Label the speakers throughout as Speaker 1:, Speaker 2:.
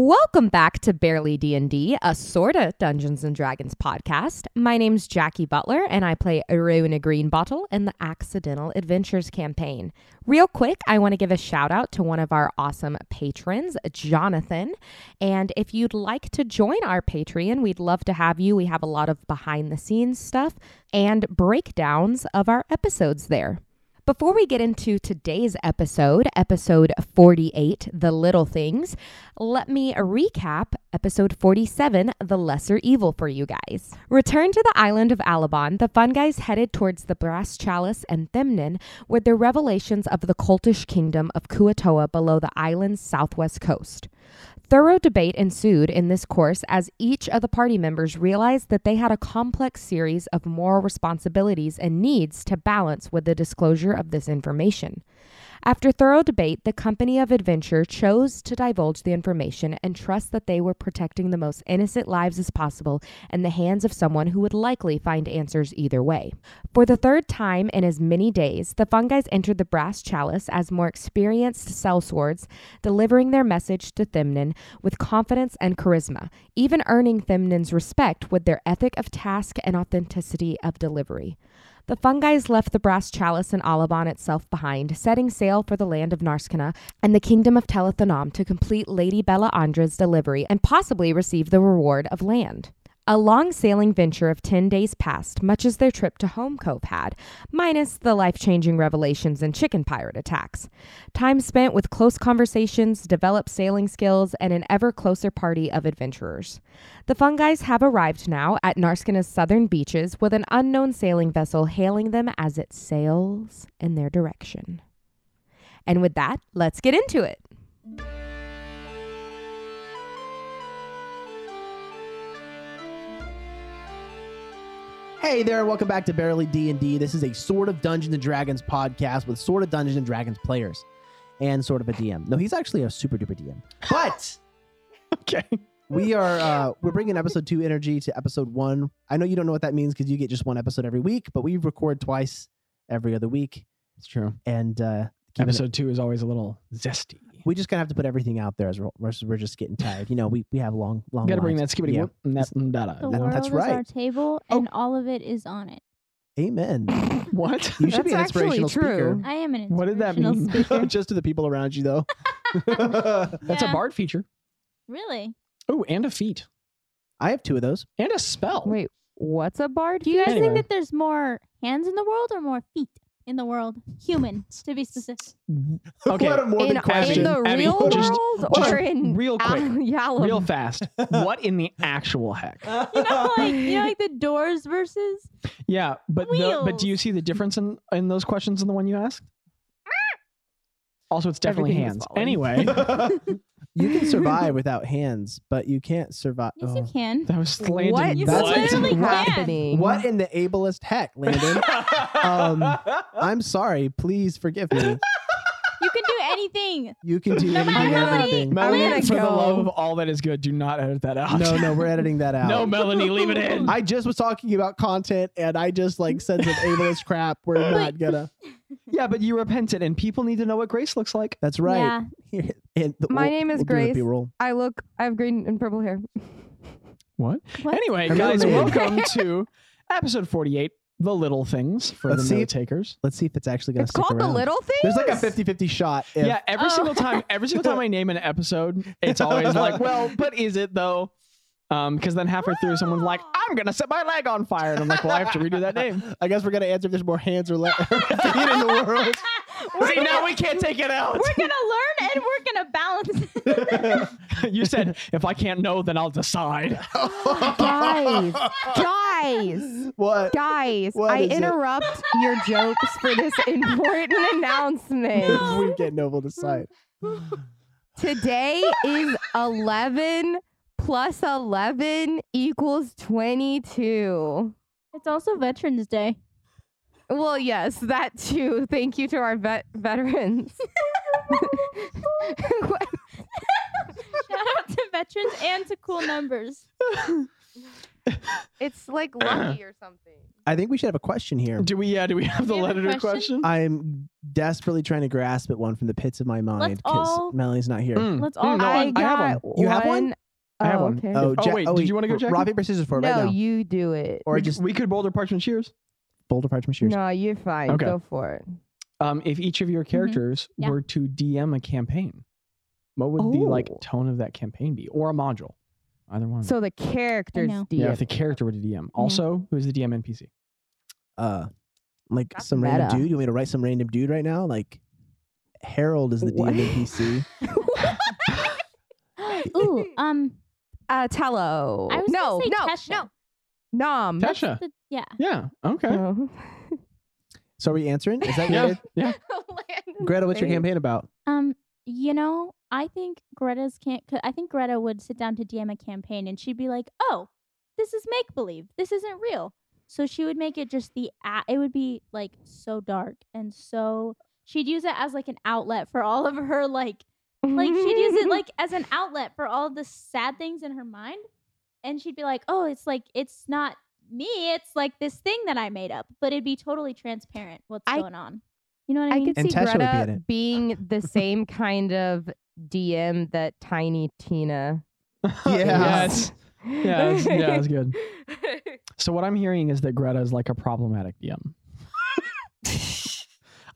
Speaker 1: Welcome back to Barely D&D, a sorta Dungeons & Dragons podcast. My name's Jackie Butler, and I play Aruna Greenbottle in the Accidental Adventures campaign. Real quick, I want to give a shout out to one of our awesome patrons, Jonathan. And if you'd like to join our Patreon, we'd love to have you. We have a lot of behind-the-scenes stuff and breakdowns of our episodes there. Before we get into today's episode, episode 48, The Little Things, let me recap episode 47, The Lesser Evil, for you guys. Returned to the island of Alabon, the fun guys headed towards the Brass Chalice and Themnon with their revelations of the cultish kingdom of Kuatoa below the island's southwest coast. Thorough debate ensued in this course as each of the party members realized that they had a complex series of moral responsibilities and needs to balance with the disclosure of this information. After thorough debate, the company of adventure chose to divulge the information and trust that they were protecting the most innocent lives as possible in the hands of someone who would likely find answers either way. For the third time in as many days, the fungi entered the brass chalice as more experienced sellswords, delivering their message to Themnon with confidence and charisma, even earning Themnon's respect with their ethic of task and authenticity of delivery. The fungi's left the brass chalice and Alabon itself behind, setting sail for the land of Narskana and the kingdom of Telethanom to complete Lady Bella Andra's delivery and possibly receive the reward of land. A long sailing venture of 10 days passed, much as their trip to Home Cove had, minus the life changing revelations and chicken pirate attacks. Time spent with close conversations, developed sailing skills, and an ever closer party of adventurers. The fungi's have arrived now at Narskina's southern beaches with an unknown sailing vessel hailing them as it sails in their direction. And with that, let's get into it.
Speaker 2: Hey there, welcome back to Barely D&D. This is a Sort of Dungeons & Dragons podcast with Sort of Dungeons & Dragons players and sort of a DM. No, he's actually a super duper DM. But
Speaker 3: Okay.
Speaker 2: we are uh we're bringing episode 2 energy to episode 1. I know you don't know what that means cuz you get just one episode every week, but we record twice every other week
Speaker 3: It's true.
Speaker 2: and uh keeping it-
Speaker 3: Episode two is always a little zesty.
Speaker 2: we just kind of have to put everything out there as we're, we're just- we're just getting tired. You know, we we have long long
Speaker 3: Got to bring that
Speaker 2: lives.
Speaker 3: skibbity
Speaker 2: Yeah.
Speaker 3: whoop and that and
Speaker 4: The
Speaker 2: That-
Speaker 4: world
Speaker 2: that's
Speaker 4: is our
Speaker 2: right.
Speaker 4: table,
Speaker 2: Oh.
Speaker 4: and all of it is on it.
Speaker 2: Amen.
Speaker 3: What?
Speaker 2: You should be an
Speaker 1: That's actually
Speaker 2: inspirational
Speaker 1: true.
Speaker 2: speaker.
Speaker 4: I am an
Speaker 3: What did that
Speaker 4: inspirational
Speaker 3: mean?
Speaker 4: speaker.
Speaker 2: just to the people around you though.
Speaker 3: That's a
Speaker 4: Yeah.
Speaker 3: bard feature.
Speaker 4: really?
Speaker 3: Oh, and a feat.
Speaker 2: I have two of those.
Speaker 3: And a spell.
Speaker 1: Wait, what's a bard?
Speaker 4: Do you guys
Speaker 3: Anyway.
Speaker 4: think that there's more hands in the world or more feet in the world? Human, to be specific.
Speaker 3: Okay.
Speaker 2: What a morbid
Speaker 1: in, in
Speaker 2: question.
Speaker 1: the
Speaker 3: Abby,
Speaker 1: real
Speaker 3: just-
Speaker 1: world
Speaker 3: just
Speaker 1: or in
Speaker 3: real quick,
Speaker 1: Al- Yalom?
Speaker 3: Real fast. what in the actual heck?
Speaker 4: You know, like you know, like the doors versus.
Speaker 3: Yeah, but the, but
Speaker 4: Wheels.
Speaker 3: do you see the difference in in those questions in the one you asked? Also, it's definitely
Speaker 1: Everything was
Speaker 3: hands.
Speaker 1: falling.
Speaker 3: Anyway,
Speaker 2: You can survive without hands, but you can't survive.
Speaker 4: Yes, you
Speaker 2: Oh.
Speaker 4: can.
Speaker 3: that was landing.
Speaker 1: What
Speaker 4: You
Speaker 1: is
Speaker 2: That's-
Speaker 4: literally
Speaker 2: what?
Speaker 4: can.
Speaker 1: happening?
Speaker 2: What in the ableist heck, Landon? Um, I'm sorry. Please forgive me.
Speaker 4: You can do anything.
Speaker 2: You can do
Speaker 4: No matter
Speaker 2: anything.
Speaker 4: how
Speaker 2: and
Speaker 4: many-
Speaker 2: everything.
Speaker 4: I'm
Speaker 3: Melanie,
Speaker 4: gonna
Speaker 3: for the
Speaker 1: go.
Speaker 3: love of all that is good, do not edit that out.
Speaker 2: No, no, we're editing that out.
Speaker 3: no, Melanie, leave it in.
Speaker 2: I just was talking about content, and I just like said some ableist crap. We're not gonna.
Speaker 3: yeah, but you repented, and people need to know what grace looks like.
Speaker 2: That's right.
Speaker 4: Yeah.
Speaker 2: Here- and the-
Speaker 1: My
Speaker 2: we'll-
Speaker 1: name is
Speaker 2: we'll do the
Speaker 1: Grace.
Speaker 2: B-roll.
Speaker 1: I look. I have green and purple hair.
Speaker 3: What?
Speaker 4: What?
Speaker 3: Anyway,
Speaker 2: Her middle
Speaker 3: guys,
Speaker 2: name.
Speaker 3: welcome to episode 48, The Little Things for
Speaker 2: Let's
Speaker 3: the
Speaker 2: see.
Speaker 3: note takers.
Speaker 2: Let's see if it's actually gonna
Speaker 1: it's
Speaker 2: stick
Speaker 1: called
Speaker 2: around.
Speaker 1: the little thing.
Speaker 2: There's like a 50-50 shot. If,
Speaker 3: Yeah, every
Speaker 4: Oh.
Speaker 3: single time, every single time I name an episode, it's always like, well, but is it though? Um, because then halfway through, someone's like, I'm gonna set my leg on fire, and I'm like, well, I have to redo that name.
Speaker 2: I guess we're gonna answer if there's more hands or less feet in the world.
Speaker 3: See, now we can't take it out.
Speaker 4: We're gonna learn and we're gonna balance.
Speaker 3: you said if I can't know, then I'll decide.
Speaker 1: guys, guys,
Speaker 2: What?
Speaker 1: guys.
Speaker 2: What
Speaker 1: I
Speaker 2: is it?
Speaker 1: interrupt your jokes for this important announcement.
Speaker 2: we get Noble to sign.
Speaker 1: Today is 11 plus 11 equals 22.
Speaker 4: It's also Veterans Day.
Speaker 1: Well, yes, that too. Thank you to our vet- veterans.
Speaker 4: Shout out to veterans and to cool numbers.
Speaker 1: It's like lucky or something.
Speaker 2: I think we should have a question here.
Speaker 3: Do we? Yeah. Do we have the
Speaker 4: We have a
Speaker 3: letter question?
Speaker 4: question?
Speaker 2: I'm desperately trying to grasp at one from the pits of my mind
Speaker 4: all-
Speaker 2: because Melanie's not here.
Speaker 3: Mm,
Speaker 4: Let's
Speaker 3: mm,
Speaker 4: all-
Speaker 3: no, I,
Speaker 1: I
Speaker 3: I have
Speaker 1: got
Speaker 3: one.
Speaker 2: You have one?
Speaker 3: I have
Speaker 1: Oh,
Speaker 3: one.
Speaker 1: okay.
Speaker 2: Oh,
Speaker 3: Oh,
Speaker 2: Ja-
Speaker 3: wait, did you wanna go, Jackie?
Speaker 2: Rock, paper, scissors for it
Speaker 1: no,
Speaker 2: right now.
Speaker 1: you do it.
Speaker 2: or
Speaker 3: We,
Speaker 2: just
Speaker 3: just, we could boulder parchment shears.
Speaker 2: boulder parchment shears.
Speaker 1: No, you're fine.
Speaker 3: Okay.
Speaker 1: Go for it.
Speaker 3: Um, if each of your characters
Speaker 4: Yeah.
Speaker 3: were to DM a campaign, what would the like
Speaker 1: Oh.
Speaker 3: tone of that campaign be, or a module? Either one.
Speaker 1: So the characters
Speaker 4: know.
Speaker 1: DM.
Speaker 3: yeah, if the character were to DM. Also, who's the DM NPC?
Speaker 2: Uh, like
Speaker 1: That's
Speaker 2: some random
Speaker 1: meta.
Speaker 2: dude. You want me to write some random dude right now? Like Harold is the
Speaker 1: What?
Speaker 2: DM NPC.
Speaker 4: Ooh, um,
Speaker 1: uh, Tello.
Speaker 4: I was gonna
Speaker 1: no,
Speaker 4: say
Speaker 1: no,
Speaker 4: Tesha.
Speaker 1: no, Nom.
Speaker 3: Tesha.
Speaker 4: the- yeah.
Speaker 3: Yeah. Okay.
Speaker 1: No.
Speaker 2: So are we answering? Is that
Speaker 3: Yeah.
Speaker 2: good?
Speaker 3: Yeah.
Speaker 2: Greta, what's your
Speaker 1: Thanks.
Speaker 2: campaign about?
Speaker 4: Um, you know, I think Greta's can't. I think Greta would sit down to DM a campaign, and she'd be like, "Oh, this is make believe. This isn't real." So she would make it just the. a it would be like so dark and so. She'd use it as like an outlet for all of her like like she'd use it like as an outlet for all the sad things in her mind and she'd be like oh it's like it's not me it's like this thing that i made up but it'd be totally transparent what's
Speaker 1: I-
Speaker 4: going on you know what i,
Speaker 1: I
Speaker 4: mean
Speaker 1: could
Speaker 2: And
Speaker 1: see
Speaker 2: Tesha would be
Speaker 1: Greta
Speaker 2: in it.
Speaker 1: being the same kind of DM that Tiny Tina.
Speaker 3: Yes. Yeah, it's- yeah, it's good.
Speaker 1: good.
Speaker 3: So what I'm hearing is that Greta is like a problematic DM.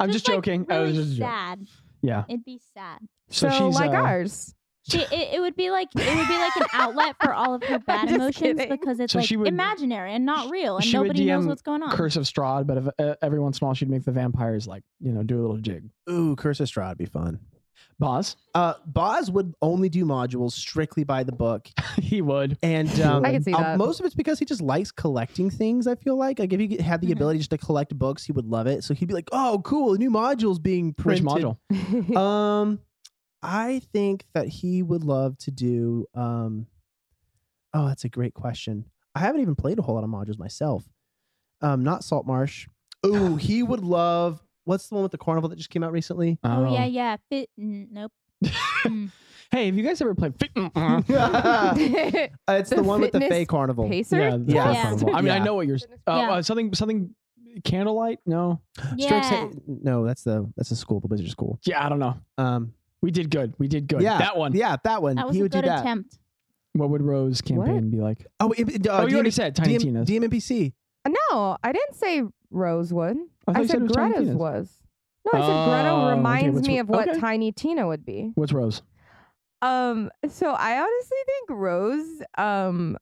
Speaker 3: I'm just,
Speaker 4: like,
Speaker 3: joking. I
Speaker 4: really
Speaker 3: was just joking.
Speaker 4: sad
Speaker 3: Yeah.
Speaker 4: it'd be sad
Speaker 1: So,
Speaker 3: she's
Speaker 1: like
Speaker 3: uh,
Speaker 1: ours.
Speaker 4: she, it, it would be like it would be like an outlet for all of her bad
Speaker 1: just
Speaker 4: emotions
Speaker 1: kidding.
Speaker 4: because it's
Speaker 3: So
Speaker 4: like
Speaker 3: she would-
Speaker 4: imaginary and not real and
Speaker 3: she would
Speaker 4: nobody knows
Speaker 3: DM
Speaker 4: what's going on
Speaker 3: Curse of Strahd, but if, uh, every once in a while she'd make the vampires like you know do a little jig.
Speaker 2: Ooh, Curse of Strahd would be fun.
Speaker 3: Boss,
Speaker 2: Uh, Boz would only do modules strictly by the book.
Speaker 3: he would.
Speaker 2: And um,
Speaker 1: I can see
Speaker 2: uh,
Speaker 1: that.
Speaker 2: most of it's because he just likes collecting things. I feel like, like if he had the
Speaker 1: Mm-hmm.
Speaker 4: Mhm.
Speaker 2: ability just to collect books, he would love it. So he'd be like, "Oh, cool, new modules being
Speaker 3: Which
Speaker 2: printed."
Speaker 3: module?
Speaker 2: Um, I think that he would love to do. Um, oh, that's a great question. I haven't even played a whole lot of modules myself. Um, not Salt Marsh. Ooh, he would love. What's the one with the carnival that just came out recently?
Speaker 4: oh, yeah yeah fit mm, nope Mm.
Speaker 3: Um, Hey, have you guys ever played? mm, Fit- Mm-mm.
Speaker 2: Uh, it's the,
Speaker 1: The
Speaker 2: one with the
Speaker 1: fitness
Speaker 2: Fey Carnival.
Speaker 1: Pacer?
Speaker 3: yeah,
Speaker 2: Yeah.
Speaker 3: the Fit
Speaker 4: Yeah.
Speaker 3: Carnival. I mean, I
Speaker 2: Yeah.
Speaker 3: know what you're. Uh,
Speaker 4: Yeah.
Speaker 3: uh, something, something, candlelight? No.
Speaker 2: Strix-
Speaker 4: yeah
Speaker 2: no, that's the that's the school, the wizard school.
Speaker 3: Yeah, I don't know.
Speaker 2: Um,
Speaker 3: We did good. We did good.
Speaker 2: Yeah.
Speaker 3: That one.
Speaker 2: yeah, that one.
Speaker 4: that was
Speaker 2: he
Speaker 4: a
Speaker 2: would
Speaker 4: good
Speaker 2: do that.
Speaker 4: attempt
Speaker 3: What would Rose campaign be like?
Speaker 2: Oh, it, it- uh,
Speaker 3: oh, you already
Speaker 2: DM
Speaker 3: said Tiny
Speaker 2: DM
Speaker 3: Tina's.
Speaker 2: DMPC.
Speaker 1: no, I didn't say Rosewood.
Speaker 3: I thought
Speaker 1: I,
Speaker 3: you said it
Speaker 1: said
Speaker 3: was Tiny
Speaker 1: Greta's
Speaker 3: Tina's.
Speaker 1: was. No, I said
Speaker 3: Oh, okay,
Speaker 1: Greta reminds
Speaker 3: what's
Speaker 1: me
Speaker 3: Ro-
Speaker 1: of what
Speaker 3: okay.
Speaker 1: Tiny Tina would be.
Speaker 3: What's Rose?
Speaker 1: Um, so I honestly think Rose um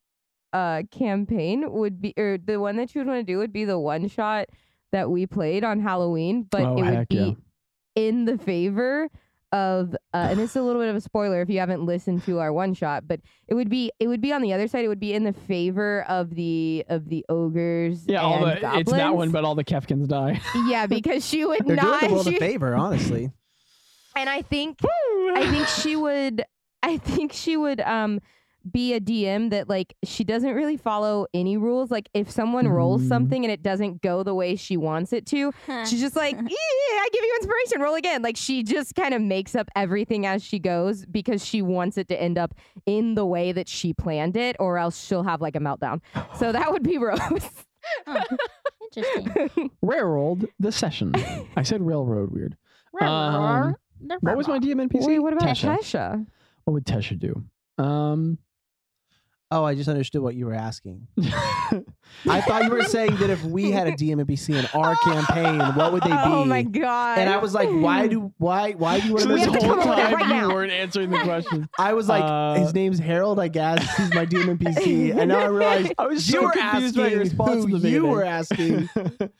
Speaker 1: uh campaign would be or the one that you would want to do would be the one shot that we played on Halloween, but
Speaker 3: Oh,
Speaker 1: it would
Speaker 3: heck
Speaker 1: be
Speaker 3: yeah.
Speaker 1: in the favor of uh, and it's a little bit of a spoiler if you haven't listened to our one shot, but it would be it would be on the other side, it would be in the favor of the of the ogres.
Speaker 3: Yeah, all
Speaker 1: and
Speaker 3: the it's that one,
Speaker 1: goblins.
Speaker 3: but all the Kefkins die.
Speaker 1: yeah, because she would
Speaker 2: They're
Speaker 1: not
Speaker 2: doing the world
Speaker 1: she-
Speaker 2: a favor, honestly.
Speaker 1: and I think I think she would I think she would um be a DM that like she doesn't really follow any rules. Like if someone rolls
Speaker 3: Mm.
Speaker 2: Mm-hmm.
Speaker 1: something and it doesn't go the way she wants it to,
Speaker 2: Uh-huh.
Speaker 1: she's just like, "Yeah, I give you inspiration, roll again." Like she just kind of makes up everything as she goes because she wants it to end up in the way that she planned it or else she'll have like a meltdown. So that would be Rose.
Speaker 4: Huh. oh, interesting
Speaker 3: Railroad the session. I said railroad weird. Um, What was my DM NPC?
Speaker 1: Wait, what about
Speaker 3: Tesha?
Speaker 1: Tesha?
Speaker 3: What would Tesha do? Um,
Speaker 2: oh, I just understood what you were asking. I thought you were saying that if we had a DMPC in our campaign, what would they be?
Speaker 1: Oh my god.
Speaker 2: And I was like, why do why why do you want
Speaker 3: so
Speaker 2: to
Speaker 1: we
Speaker 3: this
Speaker 1: have to
Speaker 3: whole
Speaker 1: come up with it
Speaker 3: time
Speaker 1: right
Speaker 3: you
Speaker 1: now.
Speaker 3: weren't answering the question.
Speaker 2: I was like,
Speaker 3: Uh,
Speaker 2: his name's Harold, I guess. He's my DMPC. and now I realized
Speaker 3: I was
Speaker 2: you
Speaker 3: so
Speaker 2: were
Speaker 3: confused by
Speaker 2: asking
Speaker 3: your response.
Speaker 2: who
Speaker 3: to the
Speaker 2: you
Speaker 3: beginning.
Speaker 2: were asking.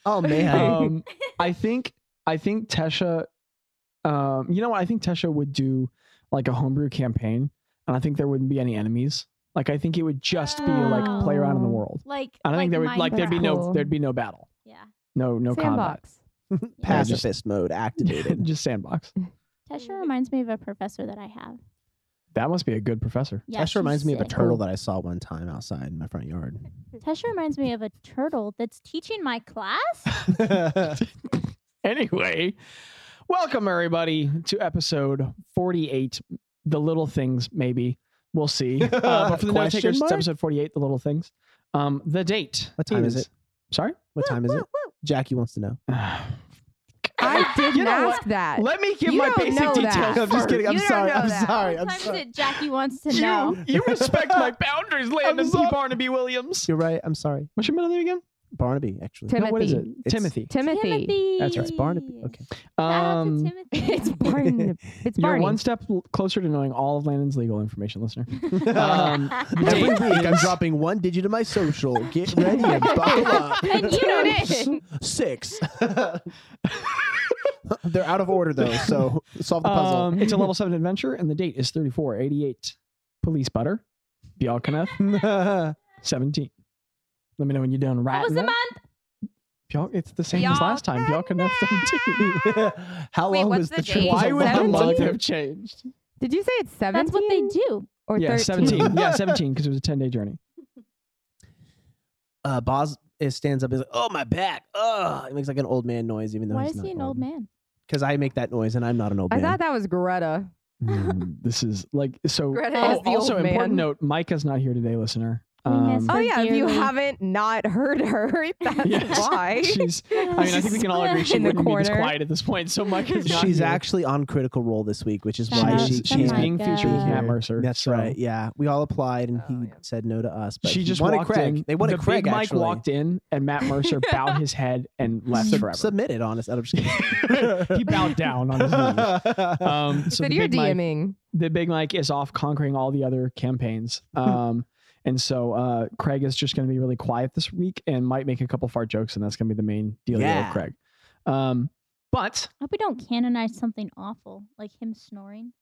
Speaker 2: Oh man.
Speaker 3: um, I think I think Tesha, um, you know what? I think Tesha would do like a homebrew campaign, and I think there wouldn't be any enemies. Like I think it would just be like play around in the
Speaker 1: Wow.
Speaker 3: world.
Speaker 4: like
Speaker 3: I don't think there would like there'd be no
Speaker 1: Cool.
Speaker 3: there'd be no battle,
Speaker 4: yeah
Speaker 3: no no combat,
Speaker 1: Sandbox.
Speaker 2: Pacifist mode activated.
Speaker 3: just sandbox.
Speaker 4: Tesha reminds me of a professor that I have.
Speaker 3: That must be a good professor.
Speaker 4: Yeah,
Speaker 2: That
Speaker 4: she's
Speaker 2: reminds me of a
Speaker 4: sick.
Speaker 2: turtle that I saw one time outside in my front yard.
Speaker 4: Tesha reminds me of a turtle that's teaching my class.
Speaker 3: Anyway, welcome everybody to episode forty-eight, the little things maybe We'll see. Uh, but for the no
Speaker 2: Question
Speaker 3: takers, it's
Speaker 2: mark?
Speaker 3: episode 48, The Little Things. Um, the date.
Speaker 2: What time is it?
Speaker 3: Sorry?
Speaker 2: What time is it? Jackie wants to know.
Speaker 1: I didn't
Speaker 3: You know
Speaker 1: ask that.
Speaker 3: Let me give
Speaker 1: You
Speaker 3: my
Speaker 1: don't
Speaker 3: basic
Speaker 1: know
Speaker 3: details.
Speaker 1: that.
Speaker 2: I'm just
Speaker 3: first.
Speaker 2: kidding. I'm
Speaker 1: You don't
Speaker 2: sorry.
Speaker 1: know
Speaker 2: I'm
Speaker 1: that.
Speaker 2: sorry. I'm
Speaker 4: Sometimes
Speaker 2: sorry.
Speaker 4: it Jackie wants to
Speaker 3: You-
Speaker 4: know.
Speaker 3: You, respect my boundaries, Landon P. Barnaby Williams.
Speaker 2: You're right. I'm sorry.
Speaker 3: What's your middle name again?
Speaker 2: Barnaby, actually.
Speaker 1: Tim-
Speaker 3: No, what is it?
Speaker 1: Timothy.
Speaker 2: It's-
Speaker 3: Timothy.
Speaker 1: Timothy.
Speaker 4: Timothy.
Speaker 3: That's right.
Speaker 2: It's Barnaby. Okay.
Speaker 4: Shout out
Speaker 3: Um,
Speaker 4: to Timothy.
Speaker 1: Ah, It's Barney. It's
Speaker 3: you're
Speaker 1: Barney.
Speaker 3: one step l- closer to knowing all of Landon's legal information, listener. Um,
Speaker 2: Every
Speaker 3: Date
Speaker 2: week, I'm
Speaker 3: is-
Speaker 2: dropping one digit of my social. Get ready and buckle up.
Speaker 4: and you know it.
Speaker 2: Six. They're out of order though, so solve the puzzle.
Speaker 3: Um, it's a level seven adventure, and the date is 3488 Police Butter, Bjorkeneth, 17. Let me know when you're done
Speaker 4: That was
Speaker 3: writing
Speaker 4: the month.
Speaker 3: that. Bjork, it's the same as last time. Bjorkeneth 17.
Speaker 2: How
Speaker 5: Wait,
Speaker 2: long
Speaker 5: what's
Speaker 2: was the,
Speaker 5: the date?
Speaker 2: trip?
Speaker 3: Why would the month
Speaker 1: 17?
Speaker 3: have changed?
Speaker 1: Did you say it's seventeen?
Speaker 4: That's what they do.
Speaker 1: Or
Speaker 3: yeah,
Speaker 1: 13?
Speaker 3: 17. Yeah, 17, because it was a 10 day journey.
Speaker 2: uh, Boz is, stands up. He's like, "Oh my back!" Ugh, it makes like an old man noise, even though
Speaker 4: Why
Speaker 2: he's
Speaker 4: is
Speaker 2: not
Speaker 4: he an old man?
Speaker 2: Because I make that noise, and I'm not an old
Speaker 1: I
Speaker 2: man.
Speaker 1: thought that was Greta.
Speaker 3: Mm, this is like, so.
Speaker 5: Greta
Speaker 3: Oh,
Speaker 5: is
Speaker 1: the
Speaker 3: also,
Speaker 1: old
Speaker 3: important
Speaker 1: man.
Speaker 3: note Micah's not here today, listener. Um,
Speaker 4: We miss
Speaker 1: Oh
Speaker 4: Her
Speaker 1: yeah, if you
Speaker 4: dearly.
Speaker 1: haven't not heard her, that's
Speaker 3: Yes.
Speaker 1: why.
Speaker 3: She's, I mean, I think we can all agree she
Speaker 1: In the
Speaker 3: wouldn't be this
Speaker 1: corner.
Speaker 3: quiet at this point. So Micah's not
Speaker 2: She's
Speaker 3: here.
Speaker 2: actually on critical roll this week, which is
Speaker 4: Shout
Speaker 2: why
Speaker 4: out
Speaker 2: she
Speaker 3: she's,
Speaker 4: to
Speaker 3: she's
Speaker 2: can't
Speaker 3: being
Speaker 4: Micah.
Speaker 3: featured in
Speaker 2: be
Speaker 3: Matt
Speaker 2: here.
Speaker 3: Mercer.
Speaker 2: That's
Speaker 3: so-
Speaker 2: right. Yeah, we all applied, and he
Speaker 1: Oh, yeah.
Speaker 2: said no to us. But
Speaker 3: she
Speaker 2: he
Speaker 3: just
Speaker 2: wanted
Speaker 3: walked
Speaker 2: Craig.
Speaker 3: in.
Speaker 2: They wanted
Speaker 3: the
Speaker 2: Craig
Speaker 3: Big Mike
Speaker 2: actually.
Speaker 3: walked in, and Matt Mercer bowed his head and left
Speaker 2: Sub-
Speaker 3: forever.
Speaker 2: Submitted, honest. I'm just kidding.
Speaker 3: he bowed down on his knees. Um, so
Speaker 1: So
Speaker 3: the
Speaker 1: you're
Speaker 3: Big, Mike,
Speaker 1: DMing.
Speaker 3: the Big Mike is off conquering all the other campaigns. Um, and so uh, Craig is just going to be really quiet this week and might make a couple fart jokes, and that's going to be the main deal
Speaker 2: Yeah.
Speaker 3: with Craig. Um, but
Speaker 4: I hope we don't canonize something awful like him snoring.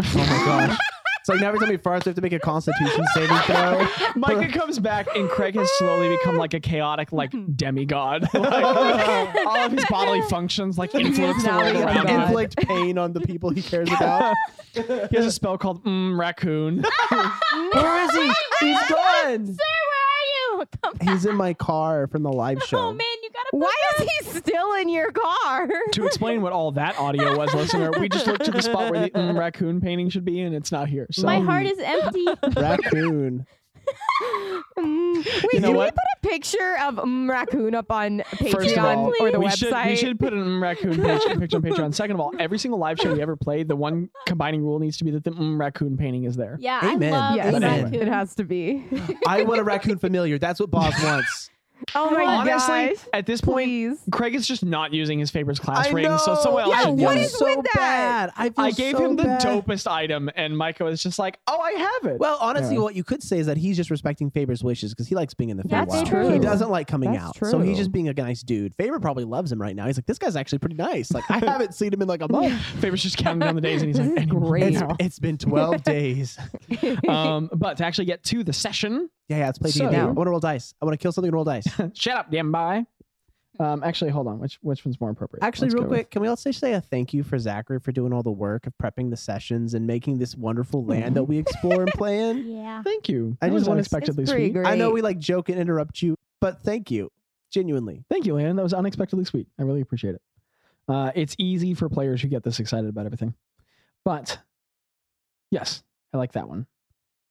Speaker 2: oh my gosh. It's like now every time he farts, we have to make a constitution saving throw.
Speaker 3: Micah comes back, and Craig has slowly become like a chaotic, like demigod. Like, all of his bodily functions like influence the
Speaker 1: now
Speaker 3: world
Speaker 1: he's a
Speaker 3: around him.
Speaker 1: god.
Speaker 2: Inflict pain on the people he cares about.
Speaker 3: He has a spell called mm, Raccoon.
Speaker 2: Where is he? He's gone.
Speaker 4: Sir, where are you? Come back.
Speaker 2: He's in my car from the live
Speaker 4: Oh
Speaker 2: show.
Speaker 4: man, you gotta.
Speaker 1: Why is he still in your car?
Speaker 3: to explain what all that audio was, listener, we just looked to the spot where the mm, Raccoon painting should be, and it's not here. So
Speaker 4: My heart is empty.
Speaker 2: Raccoon.
Speaker 1: Mm. Wait,
Speaker 3: You know
Speaker 1: did
Speaker 3: what?
Speaker 1: we put a picture of mm, raccoon up on
Speaker 3: First of all,
Speaker 1: Patreon or the
Speaker 3: we
Speaker 1: website?
Speaker 3: should we should put an mm, raccoon page, picture on Patreon. Second of all, every single live show we ever play, the one combining rule needs to be that the mm, raccoon painting is there.
Speaker 4: Yeah,
Speaker 2: Amen.
Speaker 4: I love
Speaker 1: Yes,
Speaker 3: But anyway.
Speaker 4: raccoons.
Speaker 1: it has to be.
Speaker 2: I want a raccoon familiar. That's what Boz wants.
Speaker 1: Oh my
Speaker 3: Honestly,
Speaker 1: gosh!
Speaker 3: at this point,
Speaker 1: Please.
Speaker 3: Craig is just not using his favorite's class
Speaker 2: I
Speaker 3: ring, so
Speaker 2: know.
Speaker 3: someone else
Speaker 1: Yeah,
Speaker 3: should do
Speaker 1: what
Speaker 3: it.
Speaker 1: is
Speaker 2: so
Speaker 1: with that?
Speaker 2: bad. I, feel
Speaker 3: I gave
Speaker 2: so
Speaker 3: him the
Speaker 2: bad.
Speaker 3: dopest item, and Micah was just like, "Oh, I have it."
Speaker 2: Well, honestly,
Speaker 3: Yeah.
Speaker 2: what you could say is that he's just respecting Faber's wishes because he likes being in the
Speaker 4: That's
Speaker 2: Feywild.
Speaker 4: true.
Speaker 2: He doesn't like coming
Speaker 1: That's
Speaker 2: out, so he's
Speaker 1: true.
Speaker 2: just being a nice dude. Faber probably loves him right now. He's like, this guy's actually pretty nice. Like, I haven't seen him in like a month.
Speaker 3: Faber's just counting down the days, and he's
Speaker 1: This
Speaker 3: like,
Speaker 1: is
Speaker 3: "Any more
Speaker 1: great.
Speaker 2: It's,
Speaker 3: now."
Speaker 2: it's been twelve days.
Speaker 3: um, but to actually get to the session,
Speaker 2: Yeah, yeah. Let's play D&D.
Speaker 3: So-
Speaker 2: I want to roll dice. I want to kill something and roll dice.
Speaker 3: shut up, damn bye. Um, actually, hold on. Which which one's more appropriate?
Speaker 2: Actually,
Speaker 3: Let's
Speaker 2: real
Speaker 3: go with-
Speaker 2: quick, can we also say a thank you for Zachary for doing all the work of prepping the sessions and making this wonderful land that we explore and play in?
Speaker 4: Yeah.
Speaker 3: Thank you.
Speaker 2: I
Speaker 3: I
Speaker 2: just
Speaker 3: just
Speaker 2: wanna-
Speaker 3: unexpectedly
Speaker 1: It's pretty
Speaker 3: sweet.
Speaker 1: great.
Speaker 2: I know we like joke and interrupt you, but thank you, genuinely.
Speaker 3: Thank you, Landon. That was unexpectedly sweet. I really appreciate it. Uh, it's easy for players who get this excited about everything, but yes, I like that one.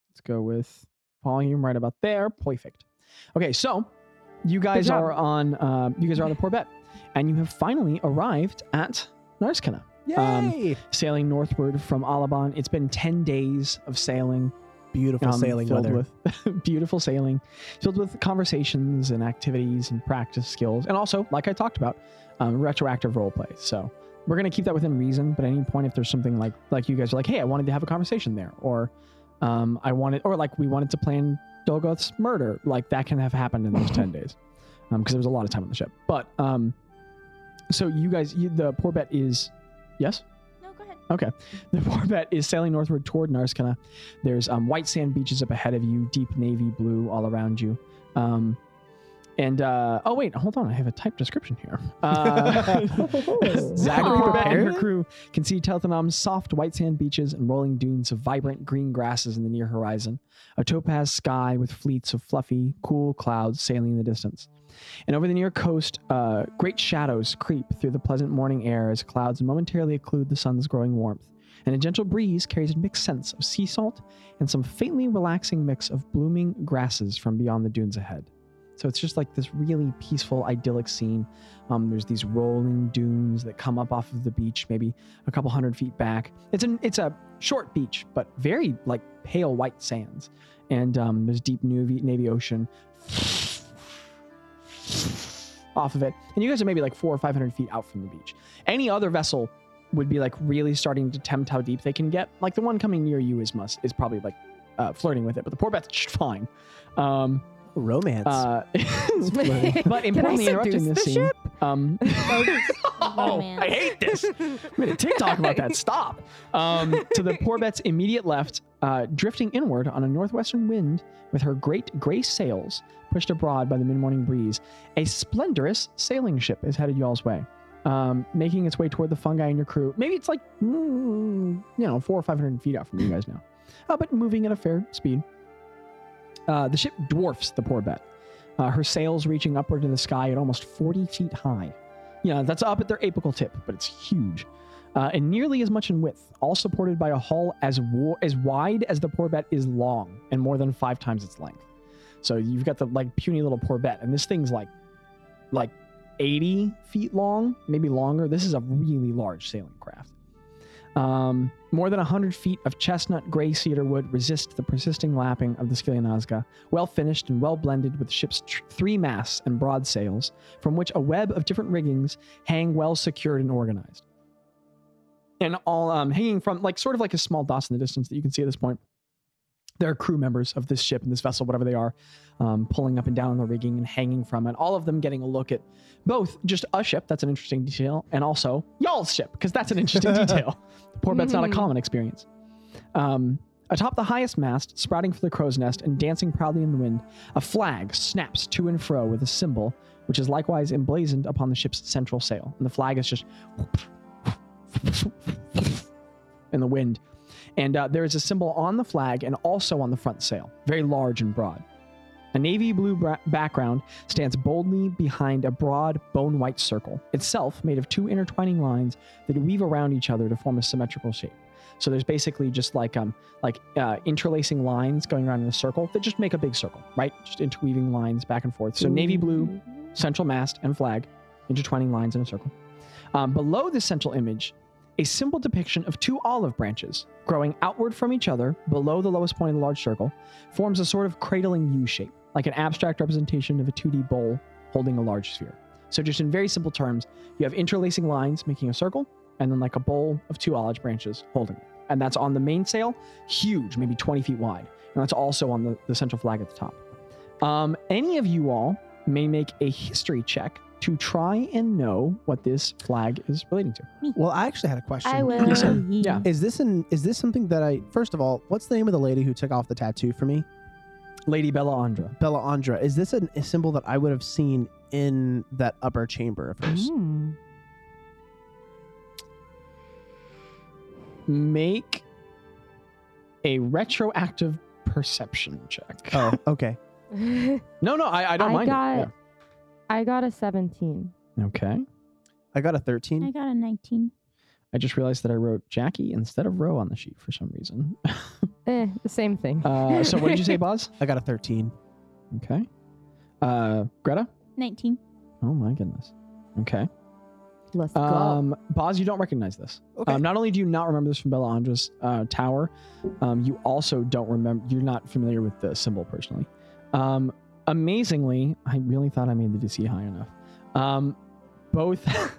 Speaker 3: Let's go with volume right about there. Perfect. Okay, so you guys
Speaker 1: job.
Speaker 3: are on. Uh, you guys are on the Porbet, and you have finally arrived at Narskana.
Speaker 2: Yay!
Speaker 3: Um, sailing northward from Alabon. It's been 10 days of sailing,
Speaker 2: Beautiful
Speaker 3: um,
Speaker 2: sailing
Speaker 3: filled
Speaker 2: weather.
Speaker 3: with beautiful sailing, filled with conversations and activities and practice skills, and also, like I talked about, um, retroactive role play. So we're gonna keep that within reason. But at any point, if there's something like like you guys are like, hey, I wanted to have a conversation there, or um, I wanted, or like we wanted to plan Dolgoth's murder, like that can have happened in those 10 days, because there was a lot of time on the ship. But um, so you guys, you, the poor bet is yes.
Speaker 4: No, go ahead.
Speaker 3: The Warbat is sailing northward toward Narskana. There's um, white sand beaches up ahead of you, deep navy blue all around you. Um, and uh, oh wait, hold on, I have a typed description here. Uh, Zachary
Speaker 1: Aw.
Speaker 3: Warbat and her crew can see Telthanom's soft white sand beaches and rolling dunes of vibrant green grasses in the near horizon, a topaz sky with fleets of fluffy, cool clouds sailing in the distance. And over the near coast, uh, great shadows creep through the pleasant morning air as clouds momentarily occlude the sun's growing warmth and a gentle breeze carries a mixed sense of sea salt and some faintly relaxing mix of blooming grasses from beyond the dunes ahead. So it's just like this really peaceful, idyllic scene. Um, there's these rolling dunes that come up off of the beach, maybe a couple hundred feet back. It's an it's a short beach, but very like pale white sands, and um, there's deep navy navy ocean off of it. And you guys are maybe like four or five hundred feet out from the beach. Any other vessel would be like really starting to tempt how deep they can get. Like the one coming near you is must is probably like uh, flirting with it, but the poor Beth's flying. Um,
Speaker 2: Romance.
Speaker 3: uh, but
Speaker 1: Can I
Speaker 3: importantly, interrupting
Speaker 1: seduce
Speaker 3: this
Speaker 1: the
Speaker 3: scene.
Speaker 1: ship?
Speaker 3: Um, oh,
Speaker 4: Romance.
Speaker 3: I hate this. I made a TikTok about that. Stop. Um, to the poor Bet's immediate left, uh, drifting inward on a northwestern wind with her great gray sails pushed abroad by the mid morning breeze, a splendorous sailing ship is headed y'all's way, um, making its way toward the fungi and your crew. Maybe it's like, mm, you know, four or 500 feet out from you guys now, uh, but moving at a fair speed. Uh, the ship dwarfs the poor Bet, uh, her sails reaching upward in the sky at almost 40 feet high. Yeah, that's up at their apical tip, but it's huge. Uh, and nearly as much in width, all supported by a hull as wa- as wide as the Porbet is long and more than five times its length. So you've got the like puny little Porbet, and this thing's like like 80 feet long, maybe longer. This is a really large sailing craft. Um, more than 100 feet of chestnut gray cedar wood resist the persisting lapping of the Skilianazga, well finished and well blended with the ship's tr- three masts and broad sails, from which a web of different riggings hang well secured and organized. And all um, hanging from, like, sort of like a small dots in the distance that you can see at this point. There are crew members of this ship and this vessel, whatever they are, um, pulling up and down on the rigging and hanging from it. All of them getting a look at both just a ship, that's an interesting detail, and also y'all's ship, because that's an interesting detail. The poor bet's not a
Speaker 1: Mhm.
Speaker 3: common experience. Um, atop the highest mast, sprouting from the crow's nest and dancing proudly in the wind, a flag snaps to and fro with a symbol, which is likewise emblazoned upon the ship's central sail. And the flag is just in the wind. And uh, there is a symbol on the flag and also on the front sail, very large and broad. A navy blue bra- background stands boldly behind a broad bone white circle, itself made of two intertwining lines that weave around each other to form a symmetrical shape. So there's basically just like um like uh, interlacing lines going around in a circle that just make a big circle, right? Just interweaving lines back and forth. So navy blue, central mast and flag, intertwining lines in a circle. Um, below the central image, a simple depiction of two olive branches growing outward from each other below the lowest point of the large circle forms a sort of cradling U shape, like an abstract representation of a 2D bowl holding a large sphere. So, just in very simple terms, you have interlacing lines making a circle, and then like a bowl of two olive branches holding it. And that's on the mainsail, huge, maybe 20 feet wide. And that's also on the, the central flag at the top. Um, any of you all may make a history check to try and know what this flag is relating to.
Speaker 2: well, I actually had a question.
Speaker 4: I will.
Speaker 3: Yeah.
Speaker 2: Is this an is this something that I first of all, what's the name of the lady who took off the tattoo for me?
Speaker 3: Lady Bella Andra.
Speaker 2: Bella Andra. Is this an, a symbol that I would have seen in that upper chamber of hers?
Speaker 1: Mm.
Speaker 3: make a retroactive perception check.
Speaker 2: Oh, okay.
Speaker 3: No, no, I, I don't
Speaker 1: I
Speaker 3: mind. it.
Speaker 1: got- I got a 17.
Speaker 3: Yeah. Okay.
Speaker 2: I got a
Speaker 4: I
Speaker 2: 13.
Speaker 4: got a 19.
Speaker 3: I just realized that I wrote Jackie instead of Roe on the sheet for some reason.
Speaker 1: Eh, the same thing.
Speaker 3: Uh, so what did you say, Boz?
Speaker 2: I got a 13.
Speaker 3: Okay. Uh, Greta?
Speaker 4: 19.
Speaker 3: Oh my goodness. Okay.
Speaker 1: Let's go.
Speaker 3: Um, Boz, you don't recognize this.
Speaker 2: Okay.
Speaker 3: Um, not only do you not remember this from Bella Andra's uh, tower, um, you also don't remember. You're not familiar with the symbol personally. Um, amazingly, I really thought I made the DC high enough. Um, both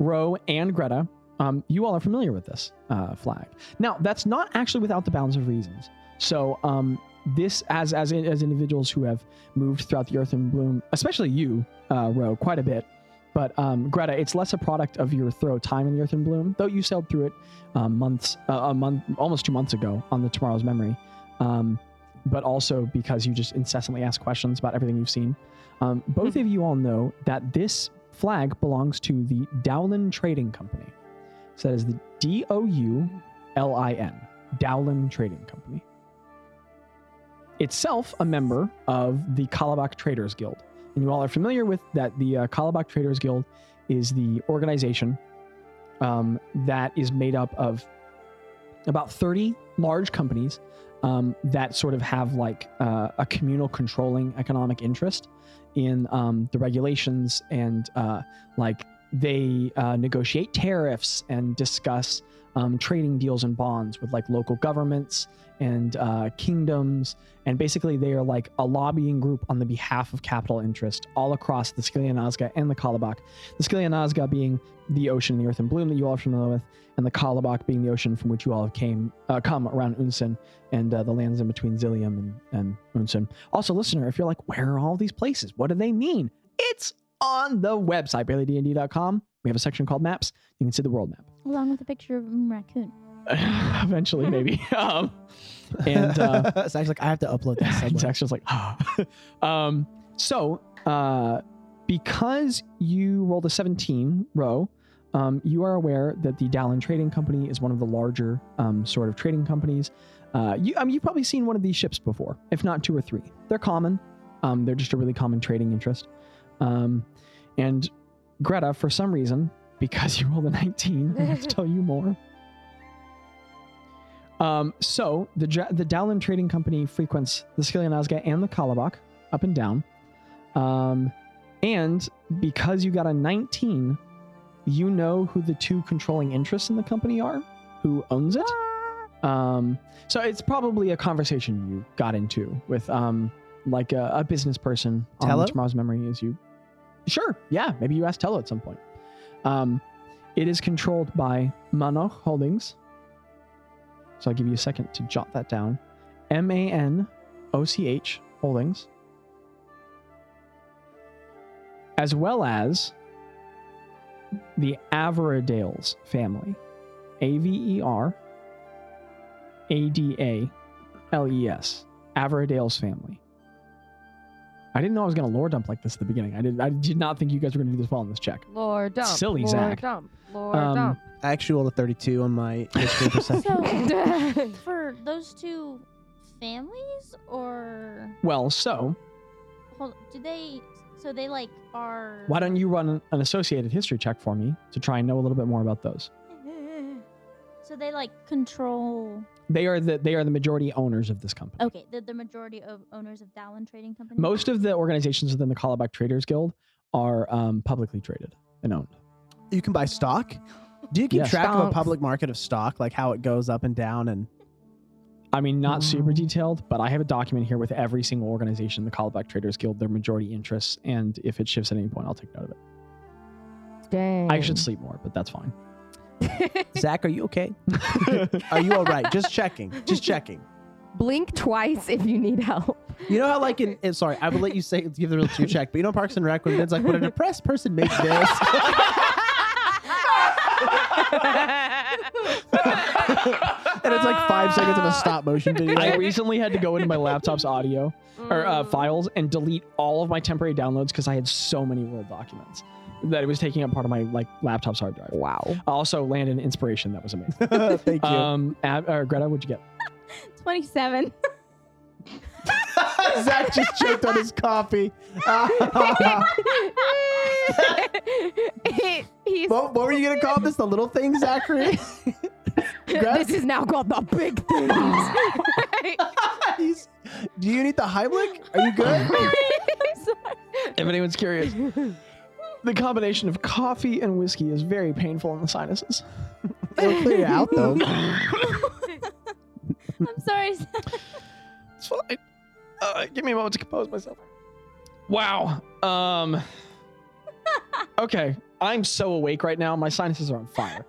Speaker 3: Ro and Greta, um, you all are familiar with this uh, flag. Now, that's not actually without the bounds of reasons. So, um, this as as in- as individuals who have moved throughout the earth and bloom, especially you, uh, Ro, quite a bit. But um, Greta, it's less a product of your throw time in the Earth and Bloom, though you sailed through it um, months, uh, a month, almost two months ago on the Tomorrow's Memory. Um, but also because you just incessantly ask questions about everything you've seen. Um, both of you all know that this flag belongs to the Dowlin Trading Company. So that is the D O U L I N, Dowlin Trading Company. Itself a member of the Kalabak Traders Guild and you all are familiar with that the uh, Kalabak Traders Guild is the organization um, that is made up of about 30 large companies um, that sort of have like uh, a communal controlling economic interest in um, the regulations and uh, like they uh, negotiate tariffs and discuss um, trading deals and bonds with like local governments and uh, kingdoms and basically they are like a lobbying group on the behalf of capital interest all across the Skilianazga and the Kalabak. The Skilianazga being the ocean, the earth and bloom that you all are familiar with, and the Kalabak being the ocean from which you all have came uh, come around Unsen and uh, the lands in between Zilium and, and Unsen. Also, listener, if you're like, where are all these places? What do they mean? It's on the website, baileydnd.com. We have a section called maps. You can see the world map.
Speaker 4: Along with a picture of a raccoon.
Speaker 3: Eventually, maybe. um, and uh,
Speaker 2: so I was like, I have to upload that somewhere.
Speaker 3: Zach's just like, ah. um, so uh, because you rolled a 17 row, um, you are aware that the Dallin Trading Company is one of the larger um, sort of trading companies. Uh, you, I mean, you've probably seen one of these ships before, if not two or three. They're common. Um, they're just a really common trading interest. Um, and Greta, for some reason, because you rolled a 19, I have to tell you more. Um, so the Ja- the Dowland Trading Company frequents the Skilianazga and the Kalabak up and down. Um, and because you got a 19, you know who the two controlling interests in the company are, who owns it. Um, so it's probably a conversation you got into with um, like a, a business person on
Speaker 2: Tello?
Speaker 3: tomorrow's memory is you. Sure, yeah, maybe you asked Tello at some point. Um, it is controlled by Manoch Holdings. So I'll give you a second to jot that down. M A N O C H Holdings. As well as the Averadales family. A V E R A D A L E S. Averadales family. I didn't know I was going to lore dump like this at the beginning. I did, I did not think you guys were going to do this well in this check.
Speaker 1: Lord dump.
Speaker 3: Silly
Speaker 1: Lord
Speaker 3: Zach.
Speaker 1: dump. Lord
Speaker 3: Um,
Speaker 1: dump.
Speaker 2: I actually rolled a 32 on my history perception.
Speaker 4: So
Speaker 1: I
Speaker 4: for those two families, or
Speaker 3: Well, so
Speaker 4: hold, do they? So they like are.
Speaker 3: Why don't you run an associated history check for me to try and know a little bit more about those?
Speaker 4: So they like control.
Speaker 3: They are the they are the majority owners of this company.
Speaker 4: Okay, they're the majority of owners of Dallin Trading Company.
Speaker 3: Most of the organizations within the Callback Traders Guild are um, publicly traded and owned.
Speaker 2: you can buy stock. Do you keep
Speaker 3: Yes.
Speaker 2: track of a
Speaker 1: Stocks.
Speaker 2: public market of stock, like how it goes up and down? And
Speaker 3: I mean, not super
Speaker 1: Wow.
Speaker 3: detailed, but I have a document here with every single organization, the Callback Traders Guild, their majority interests, and if it shifts at any point, I'll take note of it. I should sleep more, but that's fine.
Speaker 2: Zach, are you okay? Are you all right? Just checking. Just checking.
Speaker 1: Blink twice if you need help.
Speaker 2: You know how like in eh, sorry, I would let you say give the real two check, but you know Parks and Rec when Ben's like, when a depressed person makes this, and it's like five seconds of a stop motion video.
Speaker 3: I recently had to go into my laptop's audio or uh, files and delete all of my temporary downloads because I had so many Word documents that it was taking up part of my like laptop's hard drive.
Speaker 1: Wow.
Speaker 3: I also landed an inspiration that was amazing.
Speaker 2: Thank you.
Speaker 3: um, Ab- or Greta, what'd you get?
Speaker 4: twenty-seven.
Speaker 2: Zach just choked on his coffee.
Speaker 1: He- he's-
Speaker 2: what, what were you gonna call this? The little thing, Zachary?
Speaker 1: this is now called the big things.
Speaker 2: He's- do you need the Heimlich? Are you good?
Speaker 3: If anyone's curious, the combination of coffee and whiskey is very painful in the sinuses.
Speaker 2: It'll clear you out though.
Speaker 4: I'm sorry. Zach.
Speaker 3: It's fine. Uh, give me a moment to compose myself. Wow. Um. Okay, I'm so awake right now. My sinuses are on fire.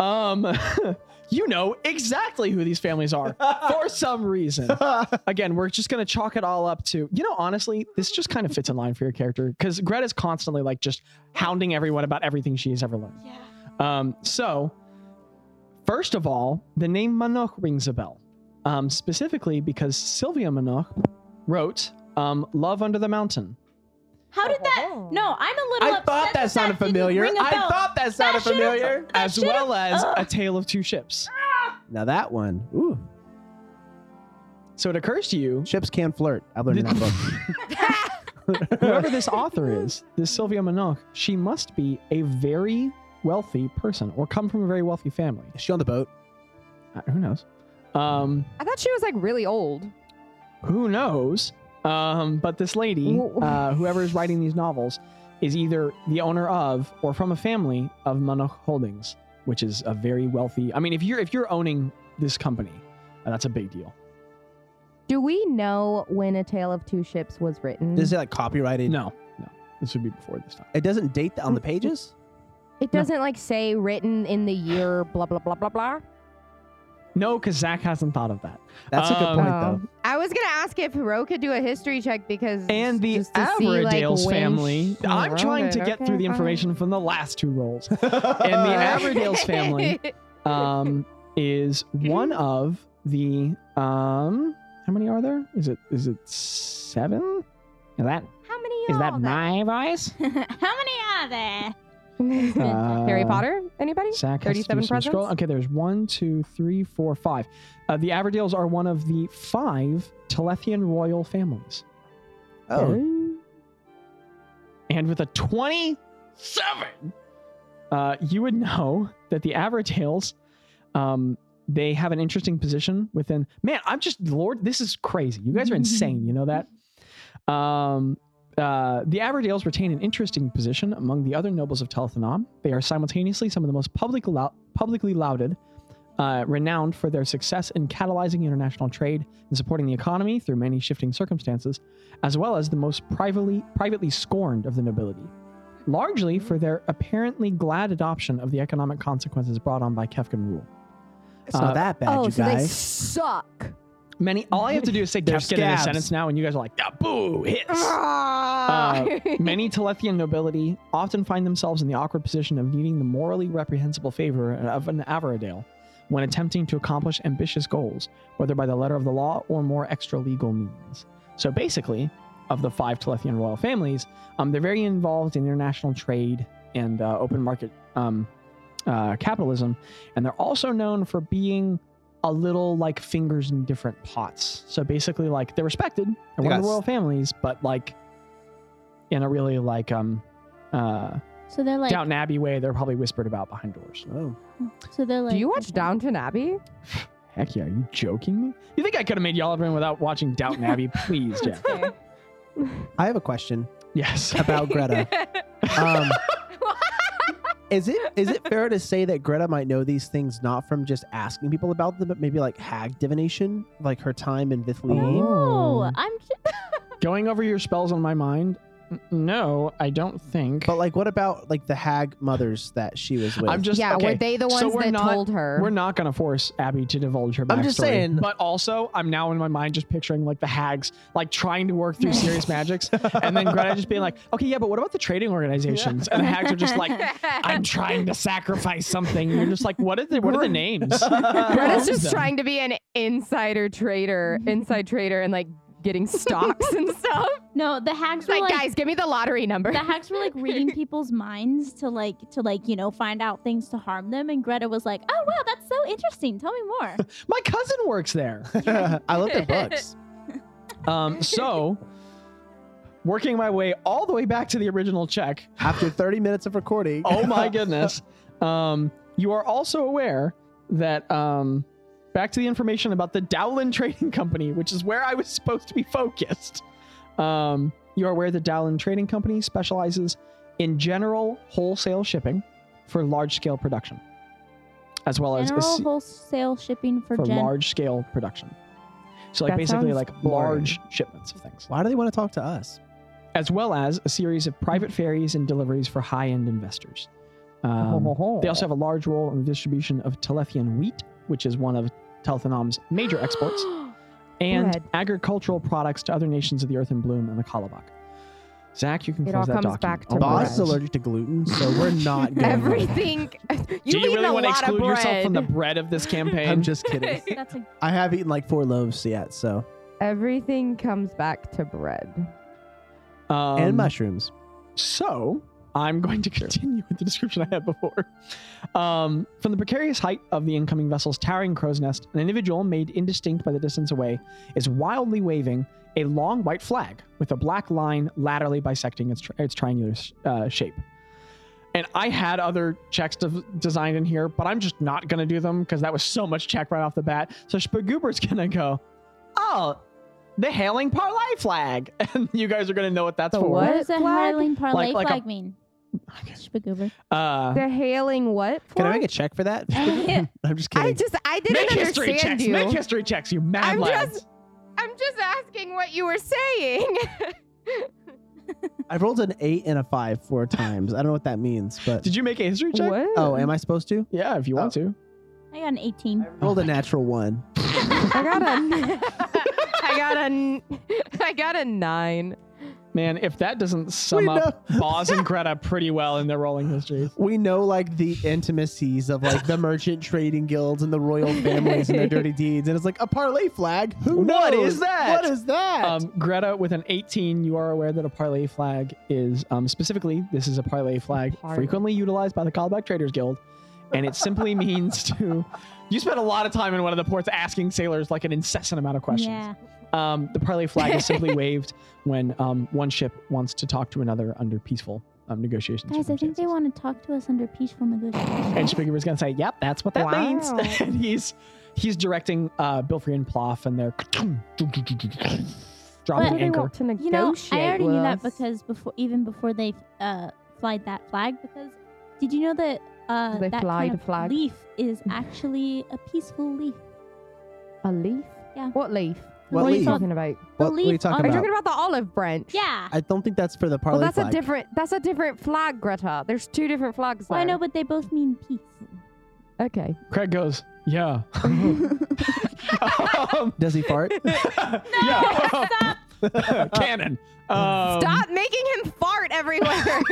Speaker 3: Um, you know exactly who these families are for some reason. Again, we're just gonna chalk it all up to you know. Honestly, this just kind of fits in line for your character because Greta's constantly like just hounding everyone about everything she has ever learned.
Speaker 4: Yeah.
Speaker 3: Um, so, first of all, the name Manoch rings a bell, um, specifically because Sylvia Manoch wrote um, Love Under the Mountain.
Speaker 4: How did that? No, I'm a little.
Speaker 2: I
Speaker 4: upset
Speaker 2: thought that sounded
Speaker 4: didn't
Speaker 2: familiar.
Speaker 4: ring a
Speaker 2: I
Speaker 4: bell.
Speaker 2: thought that sounded
Speaker 4: should've-
Speaker 2: familiar.
Speaker 4: that
Speaker 3: as
Speaker 4: should've-
Speaker 3: well as
Speaker 4: Ugh.
Speaker 3: A Tale of Two Ships.
Speaker 2: Now that one, ooh,
Speaker 3: So it occurs to you,
Speaker 2: ships can flirt. I learned in that book.
Speaker 3: whoever this author is, this Sylvia Manoch, she must be a very wealthy person or come from a very wealthy family.
Speaker 2: Is she on the boat?
Speaker 3: Uh, Who knows? Um,
Speaker 1: I thought she was like really old.
Speaker 3: who knows? Um, but this lady,
Speaker 1: Wh-
Speaker 3: uh, whoever is writing these novels, is either the owner of or from a family of Monoch Holdings, which is a very wealthy. I mean, if you're if you're owning this company, uh, that's a big deal.
Speaker 1: Do we know when A Tale of Two Ships was written?
Speaker 2: Is it like copyrighted?
Speaker 3: No, no, this would be before this time.
Speaker 2: It doesn't date the, on the pages?
Speaker 1: It doesn't like say written in the year blah blah blah blah blah.
Speaker 3: No, because Zach hasn't thought of that.
Speaker 2: That's a good
Speaker 3: Um,
Speaker 2: point,
Speaker 1: Oh.
Speaker 2: though.
Speaker 1: I was gonna ask if Hero could do a history check because
Speaker 3: And the
Speaker 1: just to see, like,
Speaker 3: Averdales
Speaker 1: when
Speaker 3: family.
Speaker 1: she
Speaker 3: I'm
Speaker 1: wrote
Speaker 3: trying
Speaker 1: it.
Speaker 3: to get
Speaker 1: Okay,
Speaker 3: through the
Speaker 1: fine.
Speaker 3: information from the last two rolls. And the
Speaker 2: Uh,
Speaker 3: Averdales family um, is
Speaker 1: Mm-hmm.
Speaker 3: one of the um, how many are there? Is it is it seven? Is that
Speaker 1: How many?
Speaker 3: is
Speaker 1: y'all
Speaker 3: that
Speaker 1: got?
Speaker 3: my voice?
Speaker 4: How many are there?
Speaker 3: Uh,
Speaker 1: Harry Potter? Anybody?
Speaker 3: Zach Uh, has to do
Speaker 1: 37
Speaker 3: some scroll-
Speaker 1: presents?
Speaker 3: Okay, there's one, two, three, four, five. Uh, the Averdales are one of the five Telethian royal families,
Speaker 2: oh,
Speaker 3: and with a twenty-seven, uh, you would know that the Averdales, um, they have an interesting position within. Man, I'm just Lord. This is crazy. You guys are insane. You know that. Um, uh, the Averdales retain an interesting position among the other nobles of Telthanom. They are simultaneously some of the most public lou- publicly lauded, uh, renowned for their success in catalyzing international trade and supporting the economy through many shifting circumstances, as well as the most privately privately scorned of the nobility, largely for their apparently glad adoption of the economic consequences brought on by Kefkin rule.
Speaker 2: it's
Speaker 3: uh,
Speaker 2: not that bad,
Speaker 1: oh,
Speaker 2: you
Speaker 1: so they
Speaker 2: guys.
Speaker 1: suck.
Speaker 3: Many. All I have to do is say
Speaker 2: They're
Speaker 3: Kefkin in a
Speaker 2: scabs.
Speaker 3: sentence now, and you guys are like, ah, "Boo! Hits."
Speaker 2: Oh,
Speaker 3: Uh,
Speaker 1: Ah.
Speaker 3: Many Telethian nobility often find themselves in the awkward position of needing the morally reprehensible favor of an Avaradale when attempting to accomplish ambitious goals, whether by the letter of the law or more extra legal means. So basically, of the five Telethian royal families, um, they're very involved in international trade and uh, open market um, uh, capitalism, and they're also known for being a little like fingers in different pots. So basically, like they're respected, they're
Speaker 2: They
Speaker 3: one of
Speaker 2: got
Speaker 3: the royal
Speaker 2: s-
Speaker 3: families, but like in a really like um uh
Speaker 4: So they're like.
Speaker 3: Downton Abbey way, they're probably whispered about behind doors.
Speaker 2: Oh.
Speaker 4: So they're like.
Speaker 1: Do you watch Downton Abbey?
Speaker 3: Heck yeah, are you joking me? You think I could have made Yollivan without watching Downton Abbey? Please, Jack.
Speaker 2: I have a question
Speaker 3: Yes.
Speaker 2: about Greta. Um, is it is it fair to say that Greta might know these things not from just asking people about them, but maybe like hag divination, like her time in Vithliane?
Speaker 1: Oh.
Speaker 4: No, I'm. J-
Speaker 3: Going over your spells on my mind? N- No, I don't think.
Speaker 2: But like, what about like the hag mothers that she was with?
Speaker 3: I'm just
Speaker 1: yeah,
Speaker 3: okay.
Speaker 1: were they the
Speaker 3: so
Speaker 1: ones
Speaker 3: we're
Speaker 1: that
Speaker 3: not-
Speaker 1: told her?
Speaker 3: We're not gonna force Abby to divulge her backstory.
Speaker 2: I'm just saying-
Speaker 3: But also, I'm now in my mind just picturing like the hags like trying to work through serious magics, and then Greta just being like, "Okay, yeah, but what about the trading organizations?" And the hags are just like, "I'm trying to sacrifice something." And you're just like, "What are the what are the names?"
Speaker 1: Greta's
Speaker 3: Loves
Speaker 1: just
Speaker 3: them.
Speaker 1: trying to be an insider trader, inside trader, and like getting stocks and stuff.
Speaker 4: no, the hacks
Speaker 1: It's
Speaker 4: were
Speaker 1: like,
Speaker 4: like.
Speaker 1: guys, give me the lottery number.
Speaker 4: the hacks were like reading people's minds to like to like you know find out things to harm them and greta was like oh wow that's so interesting tell me more
Speaker 3: My cousin works there.
Speaker 2: I love the books.
Speaker 3: Um, so working my way all the way back to the original check.
Speaker 2: After 30 minutes of recording,
Speaker 3: Oh my goodness. Um, you are also aware that um, back to the information about the Dowlin Trading Company, which is where I was supposed to be focused. Um, you are aware the Dowlin Trading Company specializes in general wholesale shipping for large scale production, as well as
Speaker 4: general
Speaker 3: as-
Speaker 4: wholesale shipping for,
Speaker 3: for
Speaker 4: gen
Speaker 3: large scale production. So like
Speaker 1: That
Speaker 3: basically
Speaker 1: sounds
Speaker 3: like large shipments of things,
Speaker 2: why do they want to talk to us?
Speaker 3: as well as a series of private ferries and deliveries for high end investors. Um,
Speaker 4: Oh.
Speaker 3: They also have a large role in the distribution of Telethian wheat, which is one of Telthanom's major exports, and
Speaker 1: Bread.
Speaker 3: agricultural products to other nations of the Earth in Bloom and the Kalabak. Zach, you can
Speaker 1: It
Speaker 3: close
Speaker 1: all
Speaker 3: that
Speaker 1: comes
Speaker 3: document.
Speaker 1: back to
Speaker 3: Oh my
Speaker 1: bread.
Speaker 2: Boz
Speaker 3: gosh.
Speaker 2: is allergic to gluten, so we're not going.
Speaker 1: Everything.
Speaker 3: Do
Speaker 1: You've
Speaker 3: you
Speaker 1: eaten
Speaker 3: really
Speaker 1: a
Speaker 3: want to
Speaker 1: lot of
Speaker 3: exclude yourself from the
Speaker 1: bread.
Speaker 3: bread of this campaign?
Speaker 2: I'm just kidding.
Speaker 4: that's a
Speaker 2: I have eaten like four loaves yet, so
Speaker 1: Everything comes back to bread.
Speaker 3: Um,
Speaker 2: and mushrooms.
Speaker 3: So I'm going to continue with the description I had before. Um, from the precarious height of the incoming vessel's towering crow's nest, an individual made indistinct by the distance away is wildly waving a long white flag with a black line laterally bisecting its, tri- its triangular uh, shape. And I had other checks de- designed in here, but I'm just not going to do them because that was so much check right off the bat. So Spagoober's going to go, oh, the hailing parlay flag. And you guys are going to know what that's
Speaker 1: The
Speaker 3: for.
Speaker 1: What
Speaker 4: What does a
Speaker 1: flag?
Speaker 4: Highland parlay
Speaker 3: like a-
Speaker 4: flag mean? Spagoober.
Speaker 3: Uh,
Speaker 1: They're hailing what?
Speaker 2: Can I
Speaker 1: for?
Speaker 2: make a check for that? I'm just
Speaker 1: I
Speaker 2: kidding.
Speaker 1: just I didn't
Speaker 3: make history
Speaker 1: understand
Speaker 3: checks.
Speaker 1: you.
Speaker 3: Make history checks, you mad
Speaker 1: I'm
Speaker 3: lads.
Speaker 1: just I'm just asking what you were saying.
Speaker 2: I rolled an eight and a five four times. I don't know what that means, but
Speaker 3: Did you make a history check?
Speaker 1: what?
Speaker 2: oh, am I supposed to?
Speaker 3: Yeah, if you want
Speaker 2: Oh.
Speaker 3: to.
Speaker 4: I got an 18.
Speaker 2: Rolled a natural one.
Speaker 1: I got a I got a n- I got a 9.
Speaker 3: Man, if that doesn't sum
Speaker 2: We
Speaker 3: up
Speaker 2: know.
Speaker 3: Boz and Greta pretty well in their rolling histories.
Speaker 2: We know like the intimacies of like the merchant trading guilds and the royal families and their dirty deeds, and it's like a parlay flag. Who
Speaker 3: What
Speaker 2: knows?
Speaker 3: is that?
Speaker 2: What is that?
Speaker 3: Um, Greta, with an 18, you are aware that a parlay flag is um, specifically, this is a parlay flag
Speaker 1: Parlay.
Speaker 3: frequently utilized by the Callback Traders Guild. And it simply means to. You spent a lot of time in one of the ports asking sailors like an incessant amount of questions.
Speaker 4: Yeah.
Speaker 3: Um, the parlay flag is simply waved when um, one ship wants to talk to another under peaceful um, negotiations.
Speaker 4: Guys, I think they
Speaker 3: circumstances.
Speaker 4: want to talk to us under peaceful negotiations.
Speaker 3: And Spigger's gonna say, "Yep, that's what that
Speaker 1: Wow.
Speaker 3: means." and he's he's directing uh, Bilfrey and Ploff, and they're dropping
Speaker 4: But-
Speaker 3: anchor.
Speaker 1: to
Speaker 4: You know, I already knew that because before, even before they uh, flied that flag, because did you know that uh,
Speaker 1: They
Speaker 4: that
Speaker 1: fly
Speaker 4: kind
Speaker 1: the
Speaker 4: of
Speaker 1: flag.
Speaker 4: leaf is
Speaker 3: Mm.
Speaker 4: actually a peaceful leaf?
Speaker 1: a leaf.
Speaker 4: Yeah.
Speaker 1: What leaf?
Speaker 2: What
Speaker 1: are you
Speaker 2: leaf?
Speaker 1: talking about?
Speaker 2: what, what are you
Speaker 4: believe
Speaker 2: talking
Speaker 1: Are you
Speaker 2: about?
Speaker 1: talking about the olive branch?
Speaker 4: Yeah.
Speaker 2: I don't think that's for the parlay
Speaker 1: well, that's
Speaker 2: flag.
Speaker 1: a different. That's a different flag, Greta. There's two different flags.
Speaker 4: Well, I know,
Speaker 1: there.
Speaker 4: but they both mean peace.
Speaker 1: okay.
Speaker 3: Craig goes, "Yeah." Um,
Speaker 2: Does he fart?
Speaker 3: yeah. Cannon. Um,
Speaker 1: Stop making him fart everywhere.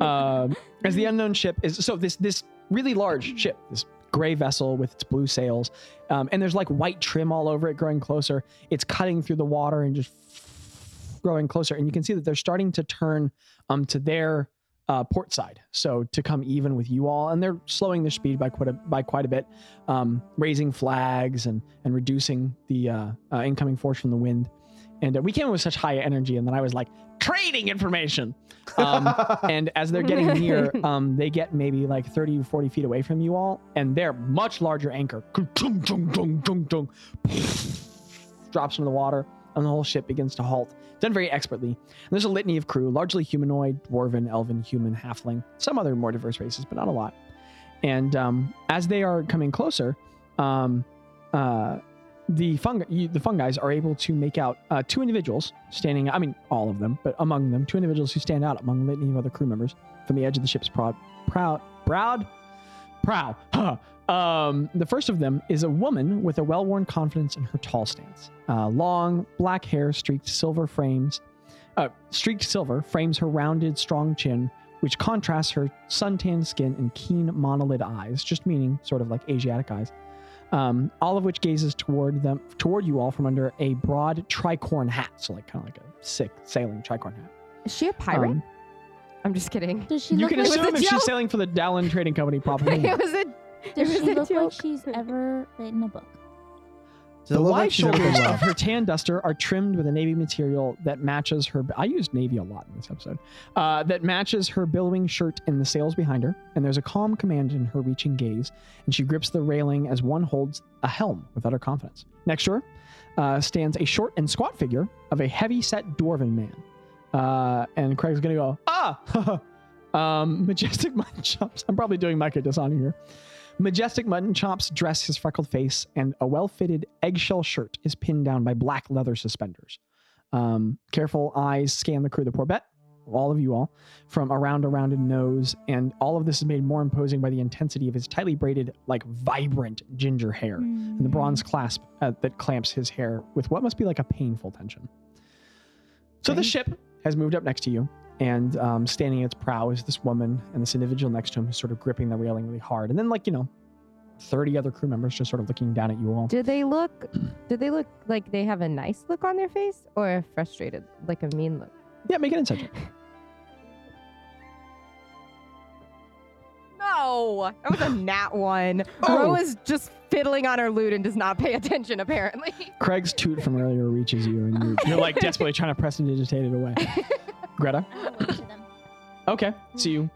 Speaker 3: um, as the unknown ship is so this this really large ship this gray vessel with its blue sails um, and there's like white trim all over it growing closer it's cutting through the water and just growing closer and you can see that they're starting to turn um, to their uh, port side so to come even with you all and they're slowing their speed by quite a, by quite a bit um, raising flags and and reducing the uh, uh, incoming force from the wind and uh, we came in with such high energy and then i was like trading information um, and as they're getting near, um, they get maybe like 30 or 40 feet away from you all, and their much larger anchor chung, chung, chung, chung, chung, drops into the water, and the whole ship begins to halt, done very expertly. And there's a litany of crew, largely humanoid, dwarven, elven, human, halfling, some other more diverse races, but not a lot. And um, as they are coming closer, um, uh, the fungi, you- the fungi are able to make out uh, two individuals standing. I mean, all of them, but among them, two individuals who stand out among a litany of other crew members from the edge of the ship's prod, proud, proud, prow. Huh. Um, the first of them is a woman with a well-worn confidence in her tall stance. Uh, long black hair streaked silver frames, uh, streaked silver frames her rounded, strong chin, which contrasts her suntanned skin and keen monolid eyes. Just meaning, sort of like Asiatic eyes um, all of which gazes toward them toward you all from under a broad tricorn hat so like kind of like a sick sailing tricorn hat
Speaker 1: Is she a pirate?
Speaker 3: Um,
Speaker 1: I'm just kidding.
Speaker 4: Does she
Speaker 3: you
Speaker 4: look
Speaker 3: can
Speaker 4: like
Speaker 1: was
Speaker 3: assume
Speaker 1: a
Speaker 3: if she's
Speaker 1: joke.
Speaker 3: sailing for the Dallin Trading Company probably
Speaker 1: it
Speaker 3: not.
Speaker 1: was a.
Speaker 4: does
Speaker 1: it
Speaker 4: she
Speaker 1: was a
Speaker 4: look like
Speaker 1: joke.
Speaker 4: she's ever written a book?
Speaker 2: Does it
Speaker 3: the
Speaker 2: look
Speaker 3: wide
Speaker 2: like she's ever been
Speaker 3: shoulders of
Speaker 2: loved?
Speaker 3: her tan duster are trimmed with a navy material that matches her I used navy a lot in this episode uh, that matches her billowing shirt and the sails behind her and there's a calm command in her reaching gaze and she grips the railing as one holds a helm with utter confidence next to her uh, stands a short and squat figure of a heavy-set dwarven man. Uh, and Craig's gonna go, ah, um, majestic mutton chops. I'm probably doing Micah dishonor here. Majestic mutton chops dress his freckled face, and a well-fitted eggshell shirt is pinned down by black leather suspenders. Um, careful eyes scan the crew of the Porbet, all of you all, from around a rounded nose, and all of this is made more imposing by the intensity of his tightly braided, like vibrant ginger hair and
Speaker 4: Hmm.
Speaker 3: the bronze clasp uh, that clamps his hair with what must be like a painful tension. So the
Speaker 1: Okay.
Speaker 3: ship has moved up next to you, and um, standing in its prow is this woman and this individual next to him who's sort of gripping the railing really hard. And then, like, you know, 30 other crew members just sort of looking down at you all.
Speaker 1: Do they look? Do they look like they have a nice look on their face, or a frustrated, like a mean look?
Speaker 3: Yeah, make an insight check.
Speaker 1: No, that was a nat one.
Speaker 3: Oh.
Speaker 1: Ro is just fiddling on her lute and does not pay attention. Apparently,
Speaker 3: Craig's toot from earlier reaches you, and you're, you're like desperately trying to press and digitate it away. Greta?
Speaker 4: I don't know what to them.
Speaker 3: Okay. So you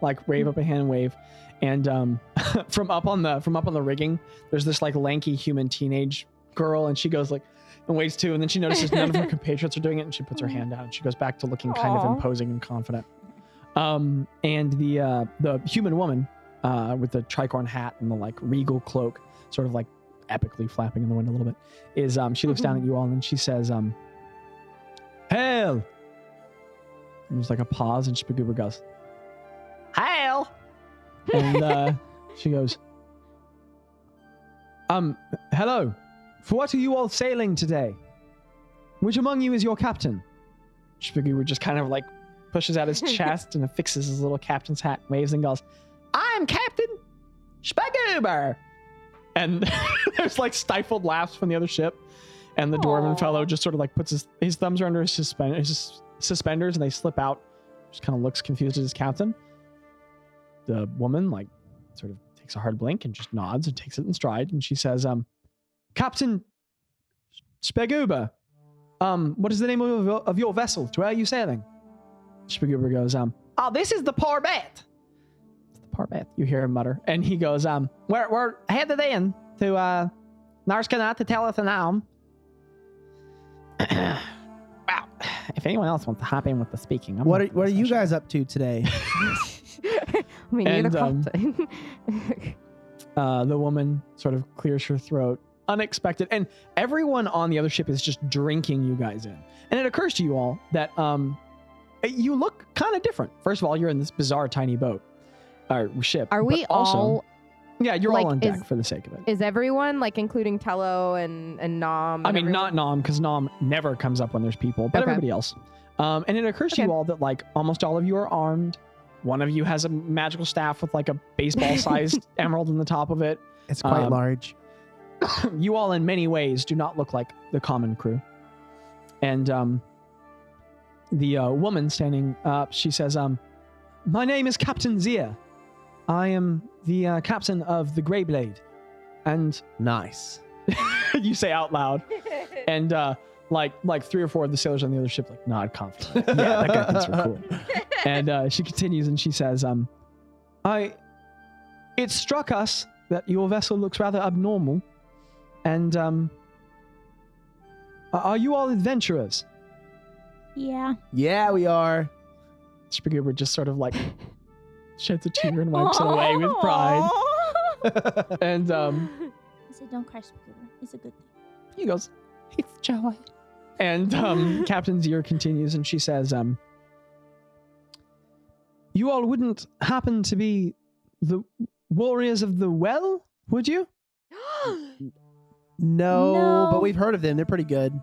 Speaker 3: like wave up a hand and wave. And um, from up on the from up on the rigging, there's this like lanky human teenage girl, and she goes like and waves too. And then she notices none of her compatriots are doing it, and she puts her hand down and she goes back to looking kind
Speaker 4: Aw.
Speaker 3: of imposing and confident. Um, and the uh, the human woman uh, with the tricorn hat and the like regal cloak, sort of like epically flapping in the wind a little bit, is um, she looks down at you all and she says, um, "Hail!" And there's like a pause, and Spaguba goes, "Hail!" And uh, she goes, "Um, hello. For what are you all sailing today? Which among you is your captain?" Spaguba just kind of like pushes out his chest and affixes his little captain's hat, waves and goes, I'm Captain Spaguber. And there's like stifled laughs from the other ship. And the
Speaker 4: Aw.
Speaker 3: dwarven fellow just sort of like puts his, his thumbs are under his, suspend, his suspenders and they slip out. Just kind of looks confused at his captain. The woman like sort of takes a hard blink and just nods and takes it in stride. And she says, um, Captain Spaguber, um, what is the name of, your- of your vessel? To where are you sailing? Spaguber goes, um, oh, this is the Parbat. It's the Parbat. You hear him mutter. And he goes, um, we're, we're headed in to, uh, Narskana to Telethanaum. wow. If anyone else wants to hop in with the speaking, I'm
Speaker 2: What are,
Speaker 3: not
Speaker 2: what are
Speaker 3: doing
Speaker 2: you
Speaker 3: this
Speaker 2: guys up to today?
Speaker 1: I mean, you're the
Speaker 3: And, um,
Speaker 1: captain.
Speaker 3: session. Uh, the woman sort of clears her throat. Unexpected. And everyone on the other ship is just drinking you guys in. And it occurs to you all that, um, you look kind of different. First of all, you're in this bizarre tiny boat or ship.
Speaker 1: Are
Speaker 3: but
Speaker 1: we
Speaker 3: also,
Speaker 1: all?
Speaker 3: Yeah, you're
Speaker 1: Like,
Speaker 3: all on deck
Speaker 1: is-
Speaker 3: for the sake of it.
Speaker 1: Is everyone like including Tello and and Nom?
Speaker 3: I
Speaker 1: and
Speaker 3: mean,
Speaker 1: everyone?
Speaker 3: not Nom, because Nom never comes up when there's people, but
Speaker 1: Okay.
Speaker 3: everybody else. Um, and it occurs to
Speaker 1: Okay.
Speaker 3: you all that like almost all of you are armed. One of you has a magical staff with like a baseball-sized emerald in the top of it.
Speaker 2: It's quite
Speaker 3: Um,
Speaker 2: large.
Speaker 3: You all, in many ways, do not look like the common crew. And um, the uh, woman standing up, she says, um, "My name is Captain Zia. I am the uh, captain of the Greyblade." And
Speaker 2: Nice.
Speaker 3: you say out loud, and uh, like like three or four of the sailors on the other ship like nod confidently. yeah, that guy thinks we're cool. And uh, she continues and she says, um, "I, it struck us that your vessel looks rather abnormal, and um, are- are you all adventurers?"
Speaker 4: Yeah.
Speaker 2: Yeah, we are.
Speaker 3: Spagoober just sort of like sheds a tear and wipes it away with pride. And um,
Speaker 4: I said, don't cry, Spooker. It's a good thing.
Speaker 3: He goes, It's joy. And um, Captain Zier continues and she says, um, You all wouldn't happen to be the warriors of the well, would you?
Speaker 2: No,
Speaker 4: No.
Speaker 2: but we've heard of them. They're pretty good.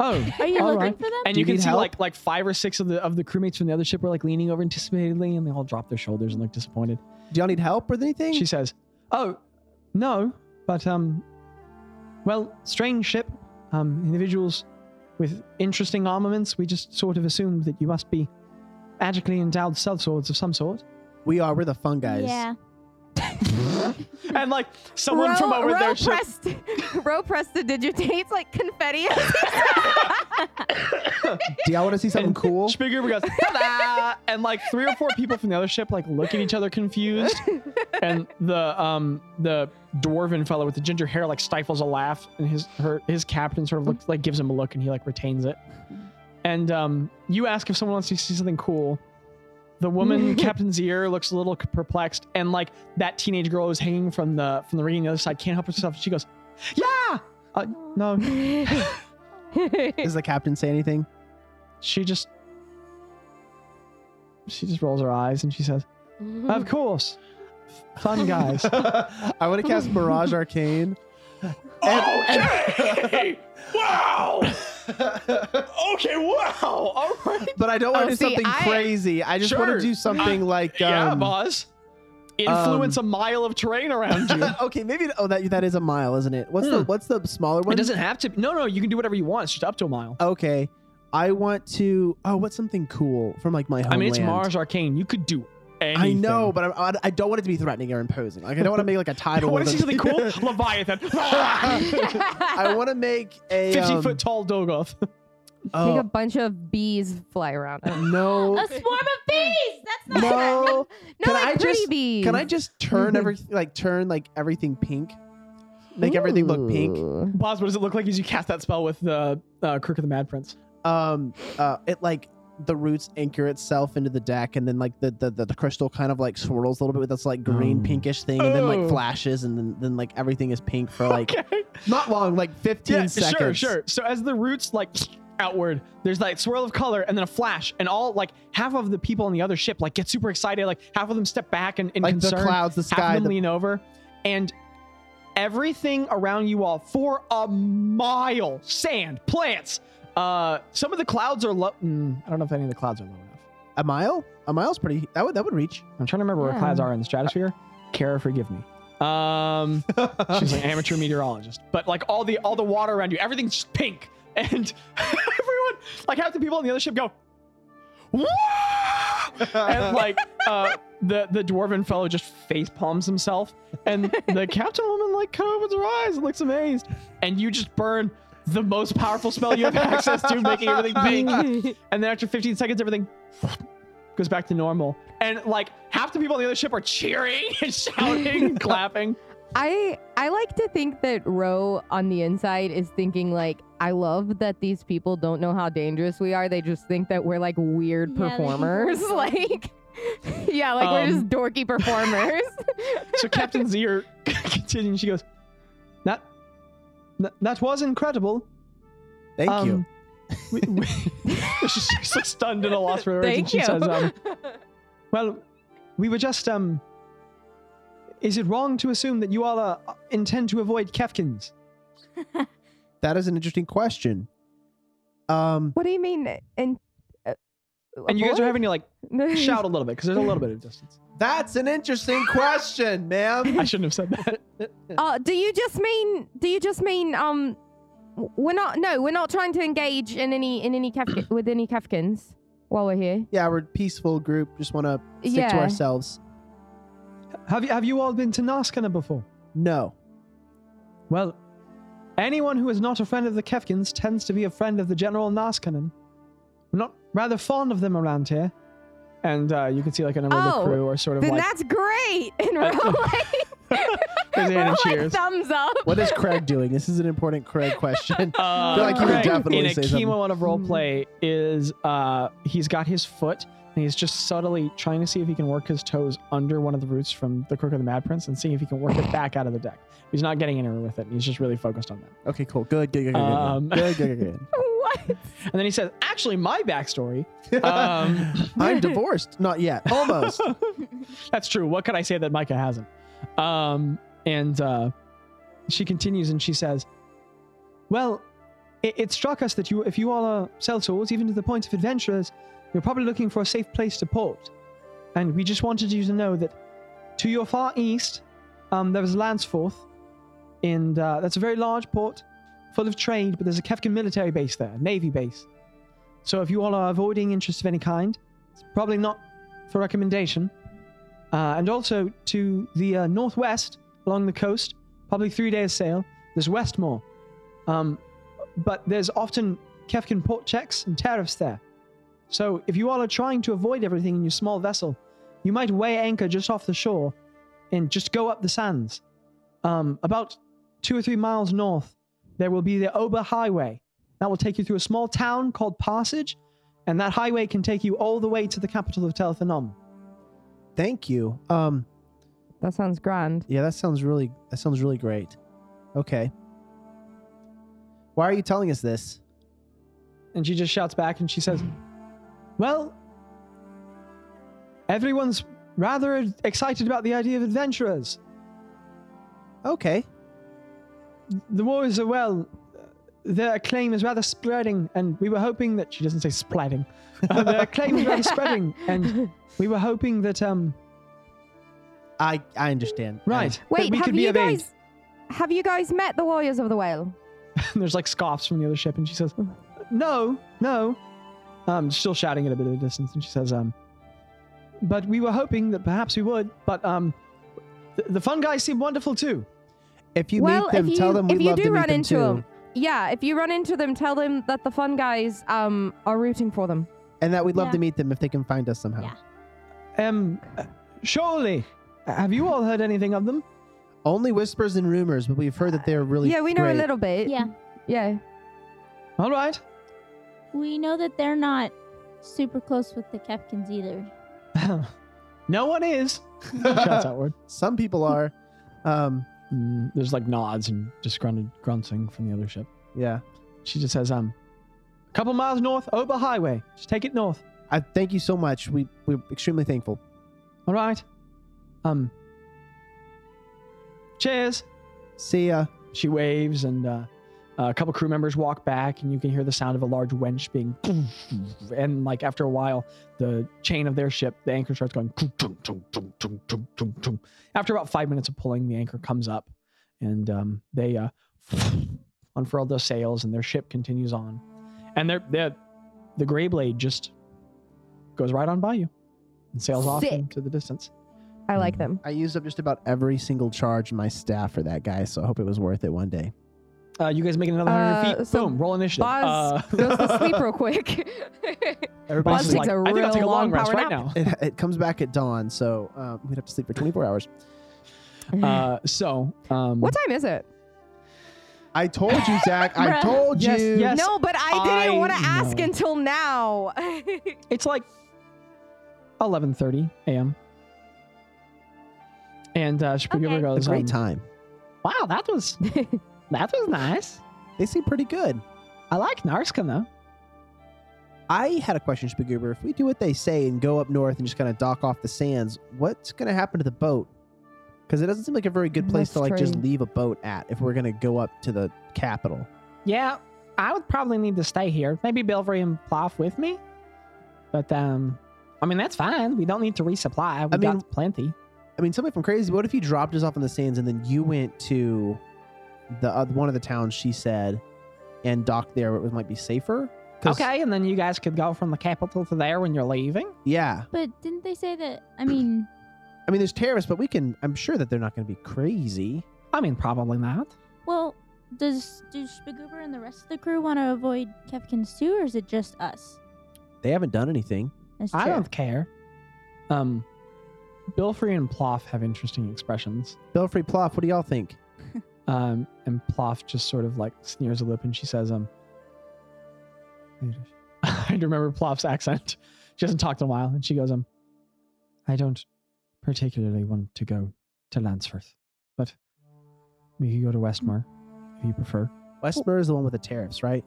Speaker 3: Oh.
Speaker 4: Are you
Speaker 3: All
Speaker 4: looking
Speaker 3: right.
Speaker 4: for them?
Speaker 3: And
Speaker 2: Do
Speaker 3: you
Speaker 2: you
Speaker 3: can
Speaker 2: need
Speaker 3: see
Speaker 2: help?
Speaker 3: like like five or six of the of the crewmates from the other ship were like leaning over anticipatingly and they all drop their shoulders and look disappointed.
Speaker 2: Do y'all need help with anything?
Speaker 3: She says, "Oh, no, but um, well, strange ship, um, individuals with interesting armaments. We just sort of assumed that you must be magically endowed sellswords of some sort."
Speaker 2: we are. We're the fun guys.
Speaker 4: Yeah.
Speaker 3: And like someone from over
Speaker 1: row
Speaker 3: their ship,
Speaker 1: pressed, row pressed the digitates like confetti.
Speaker 2: Do y'all want to see something
Speaker 3: and
Speaker 2: cool?
Speaker 3: Spigger goes, "Ta-da!" and like three or four people from the other ship like look at each other confused, and the um the dwarven fellow with the ginger hair like stifles a laugh, and his her his captain sort of looks like gives him a look, and he like retains it. And um, you ask if someone wants to see something cool. The woman captain's ear looks a little perplexed, and like that teenage girl who's hanging from the from the ring on the other side can't help herself. She goes, "Yeah, uh, no."
Speaker 2: Does the captain say anything?
Speaker 3: She just she just rolls her eyes and she says. Of course. Fun guys.
Speaker 2: I want to cast Mirage Arcane.
Speaker 3: Oh, okay. wow. okay. Wow. All right.
Speaker 2: But I don't want
Speaker 1: Oh,
Speaker 2: to do
Speaker 1: see,
Speaker 2: something
Speaker 1: I-
Speaker 2: crazy. I just want
Speaker 3: Sure.
Speaker 2: to do something like
Speaker 3: yeah,
Speaker 2: um,
Speaker 3: Boz. Influence a mile of terrain around you.
Speaker 2: okay, maybe oh that that is a mile, isn't it? What's the
Speaker 3: Hmm.
Speaker 2: what's the smaller one?
Speaker 3: it doesn't have to. No, no. You can do whatever you want. It's just up to a mile.
Speaker 2: Okay, I want to. Oh, what's something cool from like my homeland?
Speaker 3: I mean, it's Mars Arcane. You could do anything.
Speaker 2: I know, but I, I, I don't want it to be threatening or imposing. Like I don't want to make like a title.
Speaker 3: want
Speaker 2: or
Speaker 3: to see something cool? Leviathan.
Speaker 2: I want to make a
Speaker 3: 50
Speaker 2: um,
Speaker 3: foot tall Dogoth.
Speaker 1: Make a
Speaker 2: Oh,
Speaker 1: bunch of bees fly around. No,
Speaker 2: no.
Speaker 4: A swarm of bees. That's not
Speaker 2: No. Can
Speaker 1: like
Speaker 2: I
Speaker 1: pretty
Speaker 2: just-
Speaker 1: bees.
Speaker 2: Can I just turn every like turn like everything pink? Make everything look pink.
Speaker 1: Ooh.
Speaker 3: Boz, what does it look like as you cast that spell with the uh, Crook of the Mad Prince?
Speaker 2: Um uh it like the roots anchor itself into the deck and then like the the, the, the crystal kind of like swirls a little bit with this like green
Speaker 3: Oh.
Speaker 2: pinkish thing and then like
Speaker 3: Oh.
Speaker 2: flashes and then, then like everything is pink for like
Speaker 3: okay.
Speaker 2: not long, like 15
Speaker 3: Yeah,
Speaker 2: seconds.
Speaker 3: sure, sure. So as the roots like outward, there's like swirl of color and then a flash, and all like half of the people on the other ship like get super excited, like half of them step back and in
Speaker 2: Like
Speaker 3: concern,
Speaker 2: the clouds, the
Speaker 3: half
Speaker 2: sky,
Speaker 3: of them
Speaker 2: the
Speaker 3: lean over, and everything around you all for a mile, sand, plants. Uh, some of the clouds are low. Mm, I don't know if any of the clouds are low enough.
Speaker 2: a mile? A mile's pretty that would that would reach.
Speaker 3: I'm trying to remember where
Speaker 1: Yeah.
Speaker 3: clouds are in the stratosphere. Kara, forgive me. Um, she's an amateur meteorologist, but like all the all the water around you, everything's just pink, and everyone, like half the people on the other ship, go, "Whoa!" and like uh, the the dwarven fellow just face palms himself, and the captain woman like kind of opens her eyes and looks amazed, and you just burn the most powerful spell you have access to, making everything pink. And then after 15 seconds, everything goes back to normal. And like half the people on the other ship are cheering and shouting and clapping.
Speaker 1: I I like to think that Ro on the inside is thinking like, I love that these people don't know how dangerous we are. They just think that we're like weird
Speaker 4: Yeah, they think we're
Speaker 1: performers.
Speaker 4: fun.
Speaker 1: like Yeah, like we're just
Speaker 3: Um.
Speaker 1: dorky performers.
Speaker 3: So Captain Zier continues. She goes, that, that, that was incredible.
Speaker 2: Thank you.
Speaker 3: Um, we- we- she's, she's like stunned and a loss for words. and
Speaker 1: Thank
Speaker 3: she
Speaker 1: you.
Speaker 3: says, um, Well, we were just, um, is it wrong to assume that you all uh, intend to avoid Kefkins?
Speaker 2: That is an interesting question. Um
Speaker 1: what do you mean and uh,
Speaker 3: And you guys are having to like
Speaker 1: having
Speaker 3: shout a little bit because there's a little bit of distance.
Speaker 2: that's an interesting question, ma'am.
Speaker 3: I shouldn't have said that.
Speaker 1: Uh, do you just mean? Do you just mean? Um, w- we're not. No, we're not trying to engage in any in any Kefka, with any Kefkins while we're here.
Speaker 2: Yeah, we're a peaceful group. Just want to stick to
Speaker 1: Yeah.
Speaker 2: ourselves.
Speaker 3: Have you have you all been to Narskana before?
Speaker 2: No.
Speaker 3: Well, anyone who is not a friend of the Kefkins tends to be a friend of the General Narskanen. We're not rather fond of them around here. And uh, you can see like a number of
Speaker 1: Oh,
Speaker 3: the crew are sort of
Speaker 1: Then
Speaker 3: like
Speaker 1: that's great. And we're all like, we're all
Speaker 3: Raise your hand and
Speaker 1: like
Speaker 3: cheers.
Speaker 1: thumbs up.
Speaker 2: What is Craig doing? This is an important Craig question.
Speaker 3: Uh,
Speaker 4: feel like you would
Speaker 3: Craig,
Speaker 2: definitely
Speaker 3: in a
Speaker 2: say
Speaker 3: chemo
Speaker 2: something.
Speaker 3: out of
Speaker 1: Hmm.
Speaker 3: roleplay is uh, he's got his foot and he's just subtly trying to see if he can work his toes under one of the roots from the crook of the mad prince and seeing if he can work it back out of the deck. He's not getting anywhere with it. and He's just really focused on that.
Speaker 2: Okay, cool. Good, good, good, good,
Speaker 3: Um,
Speaker 2: good, good, good, good,
Speaker 1: What?
Speaker 3: And then he says, "Actually, my backstory.
Speaker 2: good.
Speaker 3: Um,
Speaker 2: I'm divorced. Not yet. Almost.
Speaker 3: That's true. What could I say that Micah hasn't?" Um, and uh, she continues and she says, "Well, it, it struck us that you, if you all are sellswords, even to the point of adventurers, you're probably looking for a safe place to port. And we just wanted you to know that to your far east, um, there is Lansforth, and uh, that's a very large port, full of trade. But there's a Kefkin military base there, navy base. So if you all are avoiding interest of any kind, it's probably not for recommendation. Uh, and also to the uh, northwest along the coast, probably three days sail. There's Westmore, um, but there's often Kefkin port checks and tariffs there. So if you all are trying to avoid everything in your small vessel, you might weigh anchor just off the shore and just go up the sands. Um, about two or three miles north, there will be the Ober Highway. That will take you through a small town called Passage, and that highway can take you all the way to the capital of Telthanom.
Speaker 2: Thank you. Um,
Speaker 1: That sounds grand.
Speaker 2: yeah, that sounds really that sounds really great. Okay. Why are you telling us this?
Speaker 3: And she just shouts back and she says, Well, everyone's rather excited about the idea of adventurers.
Speaker 2: Okay.
Speaker 3: The warriors are well. Their acclaim is rather spreading, and we were hoping that she doesn't say spreading. Uh, their acclaim is rather spreading, and we were hoping that um
Speaker 2: I I understand.
Speaker 3: right that
Speaker 1: Wait,
Speaker 3: we
Speaker 1: have
Speaker 3: could be
Speaker 1: you
Speaker 3: of aid.
Speaker 1: guys? Have you guys met the Warriors of the Whale?
Speaker 3: And there's like scoffs from the other ship, and she says, "No, no." Um, still shouting at a bit of a distance, and she says, "Um, but we were hoping that perhaps we would, but um, th- the fun guys seem wonderful too."
Speaker 2: If you
Speaker 1: Well,
Speaker 2: meet them,
Speaker 1: if
Speaker 2: tell
Speaker 1: you-
Speaker 2: them we
Speaker 1: if you
Speaker 2: love
Speaker 1: do
Speaker 2: to meet
Speaker 1: run
Speaker 2: them
Speaker 1: into
Speaker 2: too.
Speaker 1: 'em, Yeah, if you run into them, tell them that the fun guys um are rooting for them.
Speaker 2: and that we'd love
Speaker 4: Yeah.
Speaker 2: to meet them if they can find us somehow.
Speaker 4: Yeah.
Speaker 3: Um, surely, have you all heard anything of them?
Speaker 2: Only whispers and rumors, but we've heard that they're really
Speaker 1: yeah, we know
Speaker 2: great.
Speaker 1: a little bit.
Speaker 4: Yeah.
Speaker 1: Yeah.
Speaker 3: All right.
Speaker 4: We know that they're not super close with the Kefkins either.
Speaker 3: no one is. Shouts outward.
Speaker 2: Some people are. Um,
Speaker 3: Mm, there's like nods and disgruntled grunting from the other ship.
Speaker 2: yeah.
Speaker 3: She just says, um, a couple miles north, Oba Highway. Just take it north.
Speaker 2: I thank you so much. We we're extremely thankful.
Speaker 3: All right. Um, cheers.
Speaker 2: See ya.
Speaker 3: She waves, and uh, a couple crew members walk back, and you can hear the sound of a large wench being. And like after a while, the chain of their ship, the anchor starts going. After about five minutes of pulling, the anchor comes up, and um, they uh, unfurl the sails, and their ship continues on. And they're, they're, the gray blade just goes right on by you and sails off
Speaker 1: Sick.
Speaker 3: into the distance.
Speaker 1: I like
Speaker 3: Mhm.
Speaker 1: them.
Speaker 2: I used up just about every single charge in my staff for that guy, so I hope it was worth it one day.
Speaker 3: Uh, you guys make another 100
Speaker 1: Uh,
Speaker 3: feet.
Speaker 1: so
Speaker 3: Boom, roll initiative.
Speaker 1: Boz
Speaker 3: Uh,
Speaker 1: goes to sleep real quick.
Speaker 2: Everybody's
Speaker 1: Boz
Speaker 3: Boss
Speaker 2: just
Speaker 3: is
Speaker 1: takes
Speaker 2: like,
Speaker 1: a
Speaker 3: I think I'll
Speaker 1: real
Speaker 3: take a
Speaker 1: long
Speaker 3: long rest
Speaker 1: power
Speaker 3: right
Speaker 1: nap.
Speaker 3: now.
Speaker 2: it, it comes back at dawn, so uh, we'd have to sleep for 24 hours.
Speaker 3: Uh, so, um,
Speaker 1: what time is it?
Speaker 2: I told you, Zach. I
Speaker 4: Bruh.
Speaker 2: told you.
Speaker 3: Yes, yes.
Speaker 1: no, but I didn't
Speaker 3: I
Speaker 1: want to ask
Speaker 3: know.
Speaker 1: until now.
Speaker 3: it's like 11:30 a.m. And uh, Spiegelberg
Speaker 4: Okay.
Speaker 2: It was
Speaker 3: goes,
Speaker 2: a great
Speaker 3: um,
Speaker 2: time.
Speaker 3: "Wow, that was that was nice.
Speaker 2: They seem pretty good.
Speaker 3: I like Narska though.
Speaker 2: I had a question, Spagoober. If we do what they say and go up north and just kind of dock off the sands, what's going to happen to the boat? Because it doesn't seem like a very good place
Speaker 1: That's
Speaker 2: to like just
Speaker 1: true.
Speaker 2: leave a boat at if we're going to go up to the capital.
Speaker 3: Yeah, I would probably need to stay here. Maybe Belvery and Ploff with me. But um, I mean that's fine. We don't need to resupply. We
Speaker 2: I mean-
Speaker 3: got plenty.
Speaker 2: I mean, somebody from Crazy. What if you dropped us off in the sands and then you went to the uh, one of the towns she said and docked there where it might be safer? 'Cause-
Speaker 3: Okay, and then you guys could go from the capital to there when you're leaving.
Speaker 2: Yeah.
Speaker 4: But didn't they say that? I mean,
Speaker 2: I mean, there's terrorists, but we can. I'm sure that they're not going to be crazy.
Speaker 3: I mean, probably not. goober
Speaker 4: well, does do Spagoober and the rest of the crew want to avoid Kefkins too, or is it just us?
Speaker 2: They haven't done anything.
Speaker 4: That's true.
Speaker 3: I don't care. Um, Bilfrey and Ploff have interesting expressions.
Speaker 2: Belfry Ploff, what do y'all think?
Speaker 3: Um, and Ploff just sort of like sneers a lip and she says, um, I remember Ploff's accent. She hasn't talked in a while. And she goes, um, I don't particularly want to go to Lansforth, but we could go to Westmore if you prefer.
Speaker 2: Westmore is the one with the tariffs, right?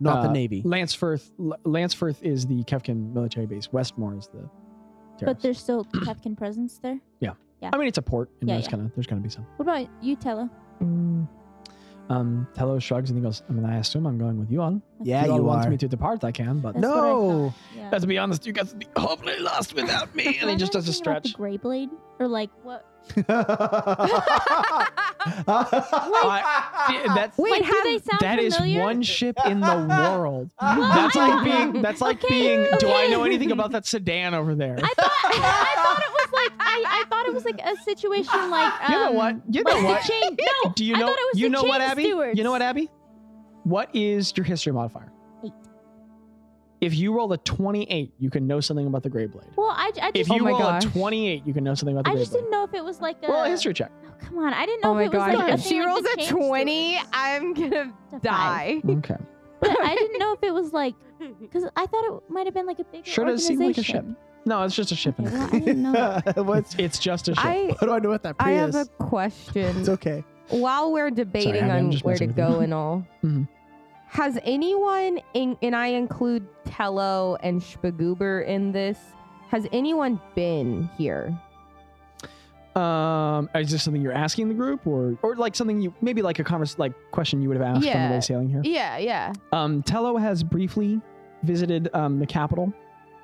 Speaker 2: Not the
Speaker 3: Uh,
Speaker 2: Navy.
Speaker 3: Lansforth, L- Lansforth is the Kefkin military base. Westmore is the.
Speaker 4: But
Speaker 3: terrace.
Speaker 4: there's still Kefkin presence there.
Speaker 3: I mean, it's a port, and
Speaker 4: Yeah,
Speaker 3: there's
Speaker 4: yeah.
Speaker 3: gonna there's gonna be some.
Speaker 4: What about you, Tella?
Speaker 1: Mm,
Speaker 3: Um, Tello shrugs and he goes, I mean, I assume I'm going with you all.
Speaker 2: Yeah,
Speaker 3: if you all
Speaker 2: you
Speaker 3: want
Speaker 2: are.
Speaker 3: me to depart, I can, but
Speaker 4: That's what I
Speaker 2: No.
Speaker 4: thought, Yeah.
Speaker 3: let's be honest, you guys would be hopefully lost without me. and he
Speaker 4: I'm
Speaker 3: just
Speaker 4: not
Speaker 3: does a
Speaker 4: thinking about
Speaker 3: stretch.
Speaker 4: The gray blade, or like what?
Speaker 3: Yeah, that's
Speaker 1: Wait,
Speaker 4: like,
Speaker 1: how-
Speaker 4: do they sound
Speaker 3: that is
Speaker 4: familiar?
Speaker 3: one ship in the world.
Speaker 2: Whoa.
Speaker 3: that's like being. That's like
Speaker 4: Okay,
Speaker 3: being. Do I know
Speaker 4: okay.
Speaker 3: anything about that sedan over there?
Speaker 4: I thought I thought it was like I, I thought it was like a situation like um,
Speaker 3: you know what? You know
Speaker 4: like the
Speaker 3: what?
Speaker 4: chain- no,
Speaker 3: Do you
Speaker 4: I
Speaker 3: know?
Speaker 4: thought it was
Speaker 3: you
Speaker 4: the
Speaker 3: know what,
Speaker 4: chain
Speaker 3: Abby?
Speaker 4: stewards.
Speaker 3: You know what, Abby? What is your history modifier?
Speaker 4: Eight.
Speaker 3: If you roll a twenty-eight, you can know something about the Grey Blade.
Speaker 4: Well, I, I
Speaker 3: If
Speaker 4: just
Speaker 1: Oh
Speaker 3: you
Speaker 1: my
Speaker 3: roll
Speaker 1: gosh.
Speaker 3: a 28, you can know something about the
Speaker 4: I
Speaker 3: Grey
Speaker 4: just
Speaker 3: Blade.
Speaker 4: didn't know if it was like a
Speaker 3: Roll a history check.
Speaker 4: Oh, come on, I didn't know
Speaker 1: oh my
Speaker 4: if it was
Speaker 1: gosh.
Speaker 4: like a
Speaker 1: if
Speaker 4: thing
Speaker 1: she
Speaker 4: like
Speaker 1: rolls
Speaker 4: the
Speaker 1: a
Speaker 4: chain
Speaker 1: 20,
Speaker 4: stewards.
Speaker 1: I'm going to
Speaker 4: To five.
Speaker 1: die.
Speaker 3: Okay.
Speaker 4: But I didn't know if it was like because I thought it might have been like a big
Speaker 3: Sure does seem like a ship. No, it's just a ship. In
Speaker 4: Okay,
Speaker 3: it.
Speaker 4: well, I didn't know that.
Speaker 2: What's,
Speaker 3: It's, it's just a ship.
Speaker 1: I,
Speaker 2: what do I know about that
Speaker 1: I have
Speaker 2: Prius?
Speaker 1: a
Speaker 2: It's
Speaker 1: question.
Speaker 2: okay.
Speaker 1: While we're debating
Speaker 3: Abby, I'm
Speaker 1: on
Speaker 3: just
Speaker 1: where to
Speaker 3: messing with you.
Speaker 1: go and all,
Speaker 3: Mhm.
Speaker 1: has anyone, in, and I include Tello and Spagoober in this, has anyone been here?
Speaker 3: Um, is this something you're asking the group, or or like something you maybe like a converse like question you would have asked on the
Speaker 1: Yeah.
Speaker 3: way sailing here?
Speaker 1: Yeah, yeah.
Speaker 3: Um, Tello has briefly visited um the capital,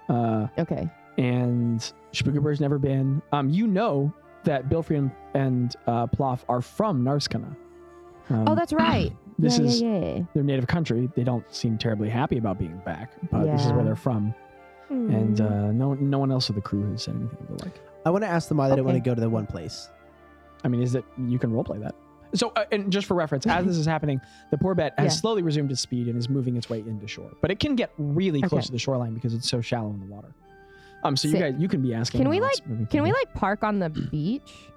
Speaker 3: uh,
Speaker 1: Okay.
Speaker 3: and Spookerbird's never been. Um, you know that Bilfrey and, and uh, Ploff are from Narskana. Um,
Speaker 1: Oh, that's right.
Speaker 3: this
Speaker 1: yeah,
Speaker 3: is
Speaker 1: yeah, yeah.
Speaker 3: their native country. They don't seem terribly happy about being back, but this is
Speaker 1: Yeah.
Speaker 3: where they're from. and
Speaker 1: Mm.
Speaker 3: uh, no no one else of the crew has said anything of the like.
Speaker 2: I want to ask them why they do not want
Speaker 1: Okay.
Speaker 2: to go to the one place.
Speaker 3: I mean, is that you can roleplay that? So, uh, and just for reference, as this is happening, the Porbet has
Speaker 1: Yeah.
Speaker 3: slowly resumed its speed and is moving its way into shore. But it can get really close
Speaker 1: Okay.
Speaker 3: to the shoreline because it's so shallow in the water. Um, so you
Speaker 1: Sick.
Speaker 3: guys, you can be asking.
Speaker 1: Can we,
Speaker 3: while it's moving
Speaker 1: Can
Speaker 3: through.
Speaker 1: we like park on the beach?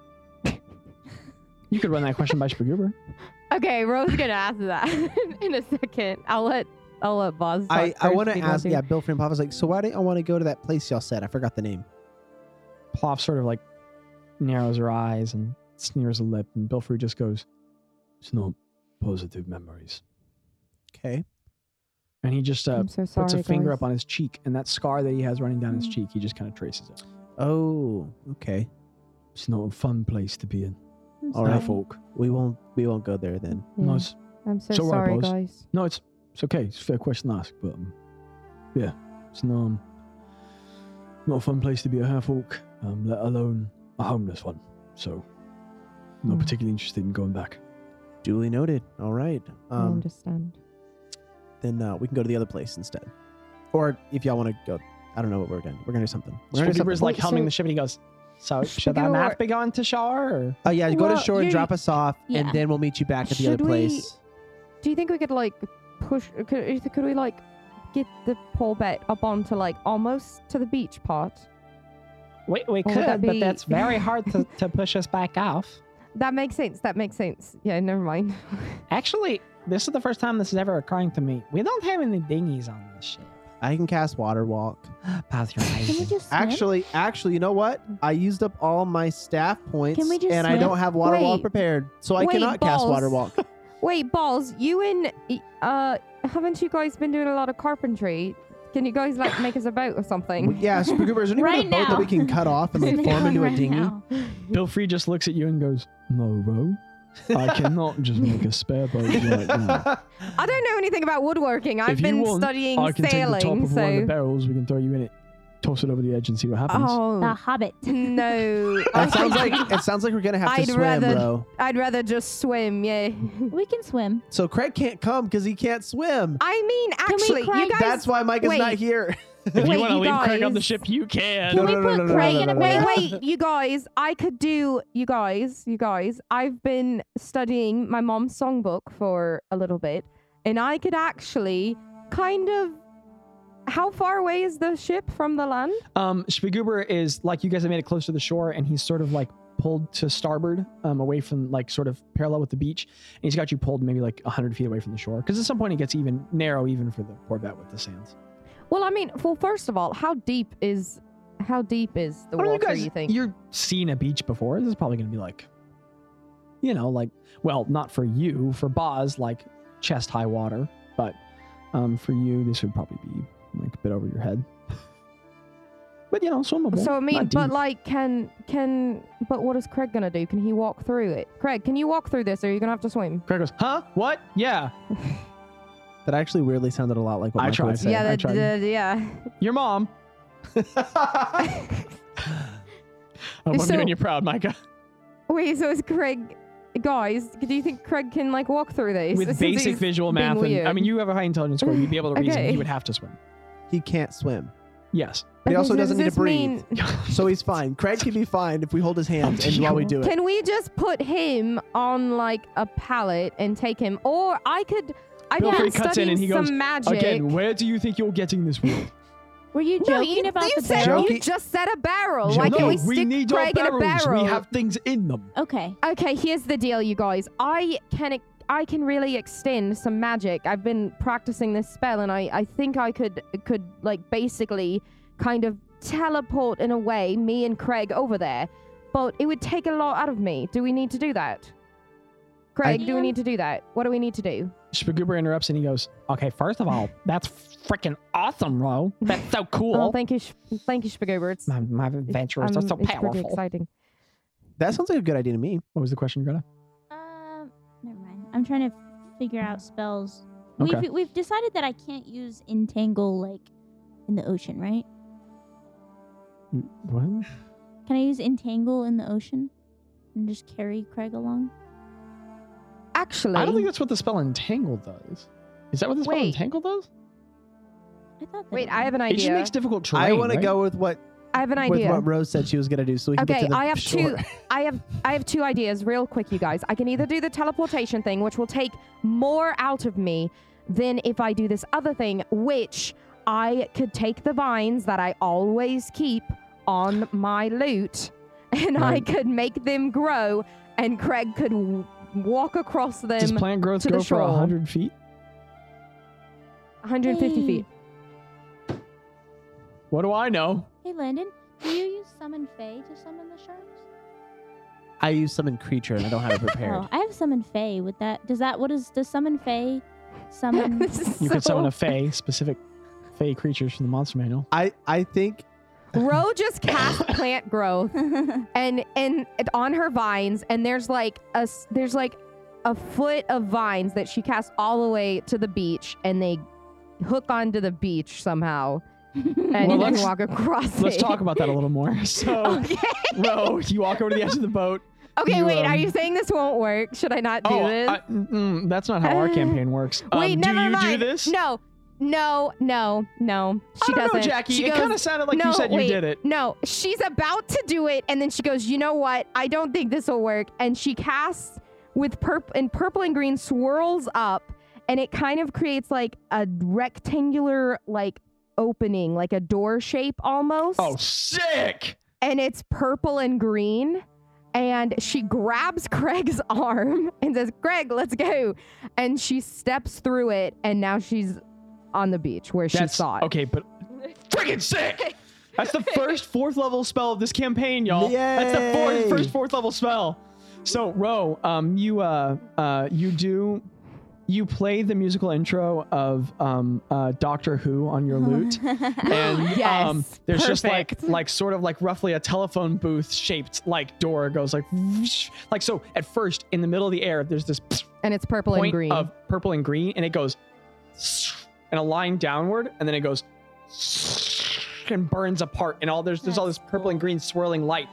Speaker 3: You could run that question by Spagoober.
Speaker 1: Okay, Rose gonna ask that in a second. I'll let I'll let Boz. Talk
Speaker 2: I, I
Speaker 1: first
Speaker 2: want
Speaker 1: if
Speaker 2: to
Speaker 1: you want
Speaker 2: ask, yeah, Bill Frame Pop was like, so why do not I want to go to that place y'all said? I forgot the name.
Speaker 3: Plop sort of like narrows her eyes and sneers a lip, and Bilfrey just goes, "It's not positive memories."
Speaker 2: Okay.
Speaker 3: And he just uh,
Speaker 1: I'm so sorry.
Speaker 3: puts a finger
Speaker 1: guys.
Speaker 3: up on his cheek, and that scar that he has running down his
Speaker 4: Mm.
Speaker 3: cheek, he just kind of traces it.
Speaker 2: Oh, okay.
Speaker 3: It's not a fun place to be in.
Speaker 4: I'm
Speaker 2: All right.
Speaker 4: sorry.
Speaker 3: folk.
Speaker 2: We won't we won't go there then.
Speaker 1: Yeah,
Speaker 3: No, it's
Speaker 1: I'm so,
Speaker 3: so right,
Speaker 1: sorry,
Speaker 3: Boz.
Speaker 1: guys.
Speaker 3: No, it's it's okay. It's a fair question to ask, but um, yeah, it's no, um, not a fun place to be a half orc, um, let alone a homeless one. So, not
Speaker 1: Hmm.
Speaker 3: particularly interested in going back.
Speaker 2: Duly noted. All right.
Speaker 1: I
Speaker 2: Um,
Speaker 1: understand.
Speaker 2: then uh, we can go to the other place instead. Or if y'all want to go, I don't know what we're gonna. We're gonna do something. We're gonna do
Speaker 3: Spookyber's
Speaker 2: something.
Speaker 3: like
Speaker 1: Wait,
Speaker 3: helming
Speaker 1: so-
Speaker 3: the ship, and he goes, "So should
Speaker 1: Spooky
Speaker 3: I
Speaker 1: Lord.
Speaker 3: not be going to shore?" Or?
Speaker 2: oh yeah, you go to
Speaker 1: Well,
Speaker 2: shore and
Speaker 1: you-
Speaker 2: drop us off,
Speaker 4: Yeah.
Speaker 2: and then we'll meet you back at the
Speaker 1: Should
Speaker 2: other
Speaker 1: we-
Speaker 2: place.
Speaker 1: Do you think we could like push? Could, could we like get the pole bet up onto like almost to the beach part?
Speaker 3: We, we
Speaker 1: Well, would that be-
Speaker 3: hard to, to push us back off.
Speaker 1: That makes sense. That makes sense. Yeah, never mind.
Speaker 3: Actually, this is the first time this is ever occurring to me. We don't have any dinghies on this ship.
Speaker 2: I can cast water walk.
Speaker 3: Pass your
Speaker 4: Can we just swim?
Speaker 2: Actually, actually, you know what? I used up all my staff points,
Speaker 4: Can we just
Speaker 2: and I
Speaker 4: swim?
Speaker 2: don't have water walk
Speaker 1: Wait.
Speaker 2: prepared, so I
Speaker 1: Wait,
Speaker 2: cannot cast
Speaker 1: balls.
Speaker 2: water walk.
Speaker 1: Wait, balls. You and uh, haven't you guys been doing a lot of carpentry? Can you guys like make us a boat or something?
Speaker 2: yeah, Spagoober, is there any way
Speaker 4: Right
Speaker 2: to boat that
Speaker 4: now.
Speaker 2: we can cut off and like
Speaker 4: Just
Speaker 2: form
Speaker 4: going
Speaker 2: into a
Speaker 4: right
Speaker 2: dinghy?
Speaker 4: now.
Speaker 3: Bill Free just looks at you and goes, No, bro. I cannot just make a spare boat right now.
Speaker 1: I don't know anything about woodworking. I've
Speaker 3: you
Speaker 1: been
Speaker 3: want,
Speaker 1: studying
Speaker 3: I can
Speaker 1: sailing,
Speaker 3: take the top of
Speaker 1: so
Speaker 3: one of the barrels, we can throw you in it, toss it over the edge and see what happens.
Speaker 4: The
Speaker 1: oh
Speaker 4: Hobbit.
Speaker 1: no! I
Speaker 2: That sounds
Speaker 1: think
Speaker 2: like it sounds like we're gonna have to
Speaker 1: I'd
Speaker 2: swim,
Speaker 1: rather-
Speaker 2: bro.
Speaker 1: I'd rather just swim. Yeah.
Speaker 4: We can swim.
Speaker 2: So Craig can't come because he can't swim.
Speaker 1: I mean,
Speaker 4: we
Speaker 1: actually, you
Speaker 4: crank-
Speaker 1: guys.
Speaker 2: That's why Mike is not
Speaker 1: wait.
Speaker 2: here.
Speaker 3: if
Speaker 1: Wait,
Speaker 3: you want to
Speaker 1: you
Speaker 3: leave Craig on the
Speaker 1: guys-
Speaker 3: ship, you can.
Speaker 2: No,
Speaker 4: Can we
Speaker 2: no, no,
Speaker 4: put
Speaker 2: no, no,
Speaker 4: Craig
Speaker 2: no,
Speaker 4: in a
Speaker 2: no, no,
Speaker 1: Wait,
Speaker 2: no.
Speaker 4: barrel?
Speaker 1: wait, you guys. I could do, you guys, you guys. I've been studying my mom's songbook for a little bit, and I could actually kind of. How far away is the ship from the land?
Speaker 3: Um, Spiguber is like you guys have made it close to the shore, and he's sort of like pulled to starboard, um, away from like sort of parallel with the beach, and he's got you pulled maybe like hundred feet away from the shore because at some point it gets even narrow, even for the Corvette with the sands.
Speaker 1: Well, I mean, well, first of all, how deep is how deep is the
Speaker 3: I
Speaker 1: water?
Speaker 3: mean, you guys,
Speaker 1: you think?
Speaker 3: you've seen a beach before. This is probably going to be like, you know, like well, not for you, for Boz, like chest high water, but um, for you, this would probably be like a bit over your head. But you know, swimmable.
Speaker 1: So I mean,
Speaker 3: not
Speaker 1: but
Speaker 3: deep.
Speaker 1: like, can can but what is Craig gonna do? Can he walk through it? Craig, can you walk through this, or are you gonna have to swim?
Speaker 3: Craig goes, huh? What? Yeah.
Speaker 2: That actually weirdly sounded a lot like what
Speaker 3: I
Speaker 2: Michael would
Speaker 3: tried.
Speaker 2: say.
Speaker 3: Yeah, I that- tried. that-
Speaker 1: yeah.
Speaker 3: Your mom. I hope Oh, I'm
Speaker 1: So-
Speaker 3: doing you proud, Micah.
Speaker 1: Wait, so is Craig? Guys, do you think Craig can like walk through these?
Speaker 3: With basic visual
Speaker 1: being
Speaker 3: math, and, I
Speaker 1: weird.
Speaker 3: mean, you have a high intelligence score. You'd be able to reason.
Speaker 1: Okay.
Speaker 3: He would have to swim.
Speaker 2: He can't swim,
Speaker 3: Yes.
Speaker 2: but he also doesn't need to breathe,
Speaker 3: so
Speaker 2: so he's fine. Craig can be fine if we hold his hand and while we do it.
Speaker 1: can we just put him on like a pallet and take him, or I could? I
Speaker 3: Bill
Speaker 1: could
Speaker 3: Free
Speaker 1: been
Speaker 3: cuts in
Speaker 1: studying
Speaker 3: and he
Speaker 1: some
Speaker 3: goes,
Speaker 1: magic.
Speaker 3: again, where do you think you're getting this wood?
Speaker 4: Were you joking
Speaker 1: no, you,
Speaker 4: about
Speaker 1: you
Speaker 4: the
Speaker 1: said
Speaker 4: barrel?
Speaker 1: you
Speaker 2: Jokey-
Speaker 1: just said a barrel.
Speaker 3: Joe,
Speaker 1: Oh, Why
Speaker 3: no,
Speaker 1: can't we stick
Speaker 3: we need our
Speaker 1: Craig in a
Speaker 3: barrels.
Speaker 1: barrel?
Speaker 3: We have things in them.
Speaker 4: Okay.
Speaker 1: Okay, here's the deal, you guys. I can I can really extend some magic. I've been practicing this spell, and I I think I could could like basically kind of teleport in a way me and Craig over there, but it would take a lot out of me. Do we need to do that? Craig, do we
Speaker 4: Yeah.
Speaker 1: need to do that? What do we need to do?
Speaker 3: Spagoober interrupts and he goes, okay, first of all, that's freaking awesome, Ro. That's so cool.
Speaker 1: Oh, thank you, Sh- thank you, Spagoober. It's
Speaker 3: my, my adventurers
Speaker 1: um,
Speaker 3: are so
Speaker 1: it's pretty
Speaker 3: powerful.
Speaker 1: exciting.
Speaker 2: That sounds like a good idea to me.
Speaker 3: What was the question, Greta?
Speaker 4: Um, never mind. I'm trying to figure out spells.
Speaker 3: Okay.
Speaker 4: We've we've decided that I can't use entangle like in the ocean, right?
Speaker 3: Mm, What?
Speaker 4: Can I use entangle in the ocean and just carry Craig along?
Speaker 1: Actually,
Speaker 3: I don't think that's what the spell Entangle does. Is that what the spell
Speaker 1: Wait.
Speaker 3: Entangle does?
Speaker 4: I thought. That
Speaker 1: wait,
Speaker 4: it
Speaker 1: I have an
Speaker 3: It just
Speaker 1: idea.
Speaker 3: makes difficult terrain.
Speaker 2: I want
Speaker 3: right?
Speaker 2: to go with what
Speaker 1: I have an
Speaker 2: with
Speaker 1: idea.
Speaker 2: what Rose said she was gonna do, so we can get
Speaker 1: Okay,
Speaker 2: to the
Speaker 1: I have two.
Speaker 2: shore.
Speaker 1: I have I have two ideas, real quick, you guys. I can either do the teleportation thing, which will take more out of me than if I do this other thing, which I could take the vines that I always keep on my loot, and I
Speaker 3: Right.
Speaker 1: could make them grow, and Craig could w- walk across
Speaker 3: Does
Speaker 1: them
Speaker 3: plant
Speaker 1: Um,
Speaker 3: growth
Speaker 1: to the
Speaker 3: go for
Speaker 1: shore.
Speaker 3: hundred feet?
Speaker 1: 150
Speaker 4: Hey.
Speaker 1: feet.
Speaker 3: What do I know?
Speaker 4: Hey, Landon, do you use summon Fae to summon the sharks?
Speaker 2: I use summon creature and I don't have it prepared.
Speaker 4: Oh, I have summon Fae. With that, does that what is does summon Fae summon?
Speaker 1: This is
Speaker 3: You could summon
Speaker 1: so-
Speaker 3: a fae, specific fae creatures from the monster manual.
Speaker 2: I I think
Speaker 1: Ro just cast plant growth and and it- on her vines and there's like a s- there's like a foot of vines that she casts all the way to the beach and they hook onto the beach somehow and
Speaker 3: Well,
Speaker 1: you can
Speaker 3: let's-
Speaker 1: walk across
Speaker 3: Let's
Speaker 1: it.
Speaker 3: talk about that a little more. So,
Speaker 1: okay,
Speaker 3: Ro, you walk over to the edge of the boat.
Speaker 1: okay
Speaker 3: You,
Speaker 1: wait are
Speaker 3: um,
Speaker 1: you saying this won't work should i not do
Speaker 3: oh,
Speaker 1: this
Speaker 3: I- mm, mm, that's not how our
Speaker 1: Uh,
Speaker 3: campaign works. Um,
Speaker 1: wait
Speaker 3: do
Speaker 1: never
Speaker 3: you
Speaker 1: mind
Speaker 3: do this?
Speaker 1: no no no no she
Speaker 3: I don't
Speaker 1: doesn't
Speaker 3: know, Jackie.
Speaker 1: she
Speaker 3: it
Speaker 1: goes
Speaker 3: kind of sounded like
Speaker 1: no,
Speaker 3: you said
Speaker 1: wait.
Speaker 3: you did it.
Speaker 1: No, she's about to do it, and then she goes, "You know what? I don't think this will work." And she casts with purple and purple and green swirls up, and it kind of creates like a rectangular like opening, like a door shape almost.
Speaker 3: Oh, sick!
Speaker 1: And it's purple and green. And she grabs Craig's arm and says, "Craig, let's go." And she steps through it, and now she's on the beach where she
Speaker 3: That's
Speaker 1: saw it.
Speaker 3: okay, but freaking sick. That's the first fourth level spell of this campaign, y'all. That's the
Speaker 2: Yay.
Speaker 3: fourth, first fourth level spell. So, Ro, um, you uh, uh, you do you play the musical intro of um, uh, Doctor Who on your lute, and
Speaker 1: Yes,
Speaker 3: um, there's just like
Speaker 1: perfect.
Speaker 3: like sort of like roughly a telephone booth shaped like door goes like whoosh. like so. At first, in the middle of the air, there's this
Speaker 1: And it's purple and
Speaker 3: point
Speaker 1: green.
Speaker 3: of purple and green, and it goes and a line downward, and then it goes and burns apart, and all there's there's all this
Speaker 4: That's
Speaker 3: purple and green swirling light.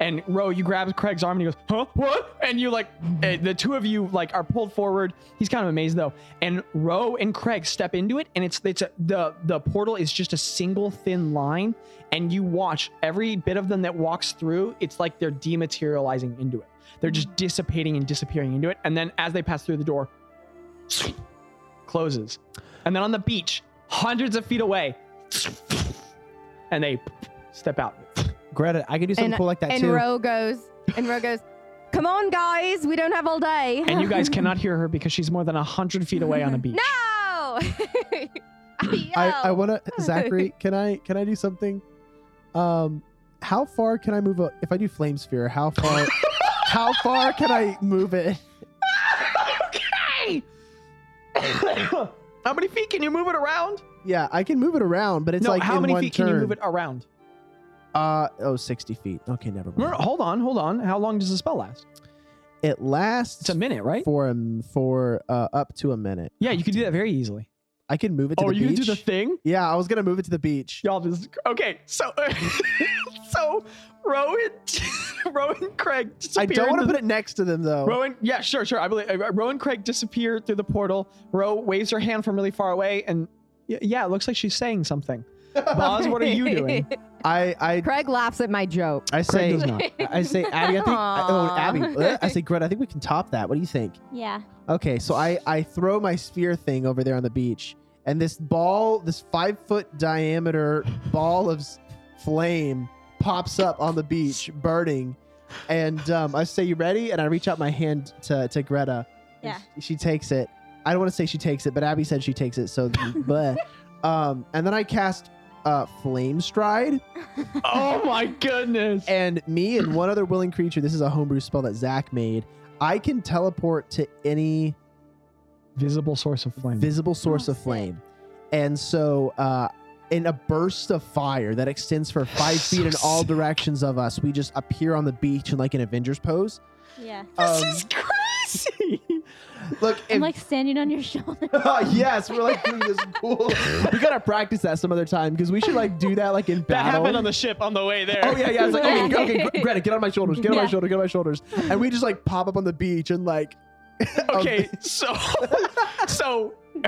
Speaker 3: And Ro, you grab Craig's arm and he goes, huh, what? And you like, eh, the two of you like are pulled forward. He's kind of amazed though. And Ro and Craig step into it, and it's it's a, the the portal is just a single thin line, and you watch every bit of them that walks through. It's like they're dematerializing into it. They're just dissipating and disappearing into it. And then as they pass through the door, closes. And then on the beach, hundreds of feet away, and they step out.
Speaker 2: Greta, I could do something
Speaker 1: And-
Speaker 2: cool like that
Speaker 1: and
Speaker 2: too.
Speaker 1: Ro goes, and Ro goes, come on, guys, we don't have all day.
Speaker 3: And you guys cannot hear her because she's more than 100 feet away on a beach.
Speaker 1: no!
Speaker 2: I, I wanna Zachary, can I can I do something? Um how far can I move a, if I do flame sphere, how far how far can I move it?
Speaker 3: okay! how many feet can you move it around?
Speaker 2: Yeah, I can move it around, but it's
Speaker 3: no,
Speaker 2: like
Speaker 3: how
Speaker 2: in
Speaker 3: many
Speaker 2: one
Speaker 3: feet
Speaker 2: turn.
Speaker 3: can you move it around?
Speaker 2: Uh oh, 60 feet. Okay, never
Speaker 3: No, no,
Speaker 2: mind.
Speaker 3: hold on, hold on. How long does the spell last?
Speaker 2: It lasts
Speaker 3: It's a minute, right?
Speaker 2: for um, for uh, up to a minute.
Speaker 3: Yeah, you can do that very easily.
Speaker 2: I can move it to
Speaker 3: oh,
Speaker 2: the
Speaker 3: you
Speaker 2: beach.
Speaker 3: can do the thing?
Speaker 2: yeah, I was gonna move it to the beach.
Speaker 3: Y'all just okay. So, so Rowan, Rowan Craig.
Speaker 2: I don't want
Speaker 3: disappear
Speaker 2: to
Speaker 3: into
Speaker 2: put it next to them though.
Speaker 3: Rowan, yeah, sure, sure. I believe uh, Rowan Craig disappear through the portal. Ro waves her hand from really far away, and y- yeah, it looks like she's saying something. Boz, what are you doing?
Speaker 2: I I
Speaker 1: Craig laughs at my joke.
Speaker 2: I say
Speaker 3: does not.
Speaker 2: I say Abby. I think I, oh
Speaker 1: Aw.
Speaker 2: Abby. uh, I say Greta. I think we can top that. What do you think?
Speaker 4: yeah.
Speaker 2: Okay, so I I throw my sphere thing over there on the beach, and this ball, this five foot diameter ball of s- flame, pops up on the beach, burning. And um, I say, "You ready?" And I reach out my hand to to Greta.
Speaker 4: Yeah.
Speaker 2: She takes it. I don't want to say she takes it, but Abby said she takes it. So, bleh. Um, and then I cast uh, Flame Stride,
Speaker 3: oh my goodness!
Speaker 2: and me and one other willing creature. This is a homebrew spell that Zach made. I can teleport to any
Speaker 3: Visible source of flame.
Speaker 2: visible source
Speaker 4: Oh,
Speaker 2: of
Speaker 4: sick.
Speaker 2: flame. And so, uh, in a burst of fire that extends for five
Speaker 3: So
Speaker 2: feet in all
Speaker 3: sick.
Speaker 2: directions of us, we just appear on the beach in like an Avengers pose.
Speaker 4: Yeah.
Speaker 3: this
Speaker 2: Um,
Speaker 3: is crazy.
Speaker 2: look, if-
Speaker 4: I'm
Speaker 2: uh,
Speaker 4: like standing on your shoulder.
Speaker 2: yes, we're like doing this cool. we gotta practice that some other time because we should like do that like in
Speaker 3: that
Speaker 2: battle.
Speaker 3: happened on the ship on the way there.
Speaker 2: Oh yeah, yeah. It's like okay, okay, Gre- Greta, get on my shoulders, get on my
Speaker 4: Yeah.
Speaker 2: shoulder, get on my shoulders, and we just like pop up on the beach and like,
Speaker 3: Okay, so so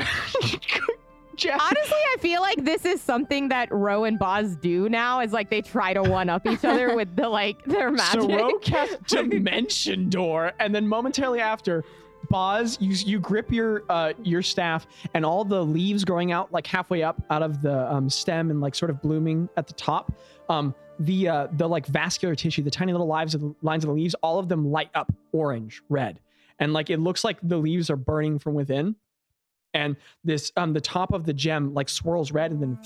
Speaker 3: Jack.
Speaker 1: Honestly, I feel like this is something that Ro and Boz do now is like they try to one up each other with the like their magic.
Speaker 3: So Ro cast Dimension Door, and then momentarily after, Boz, you you grip your uh, your staff, and all the leaves growing out like halfway up out of the um, stem and like sort of blooming at the top. Um, the uh, the like vascular tissue, the tiny little lives of the lines of the leaves, all of them light up orange, red, and like it looks like the leaves are burning from within. And this um, the top of the gem like swirls red, and then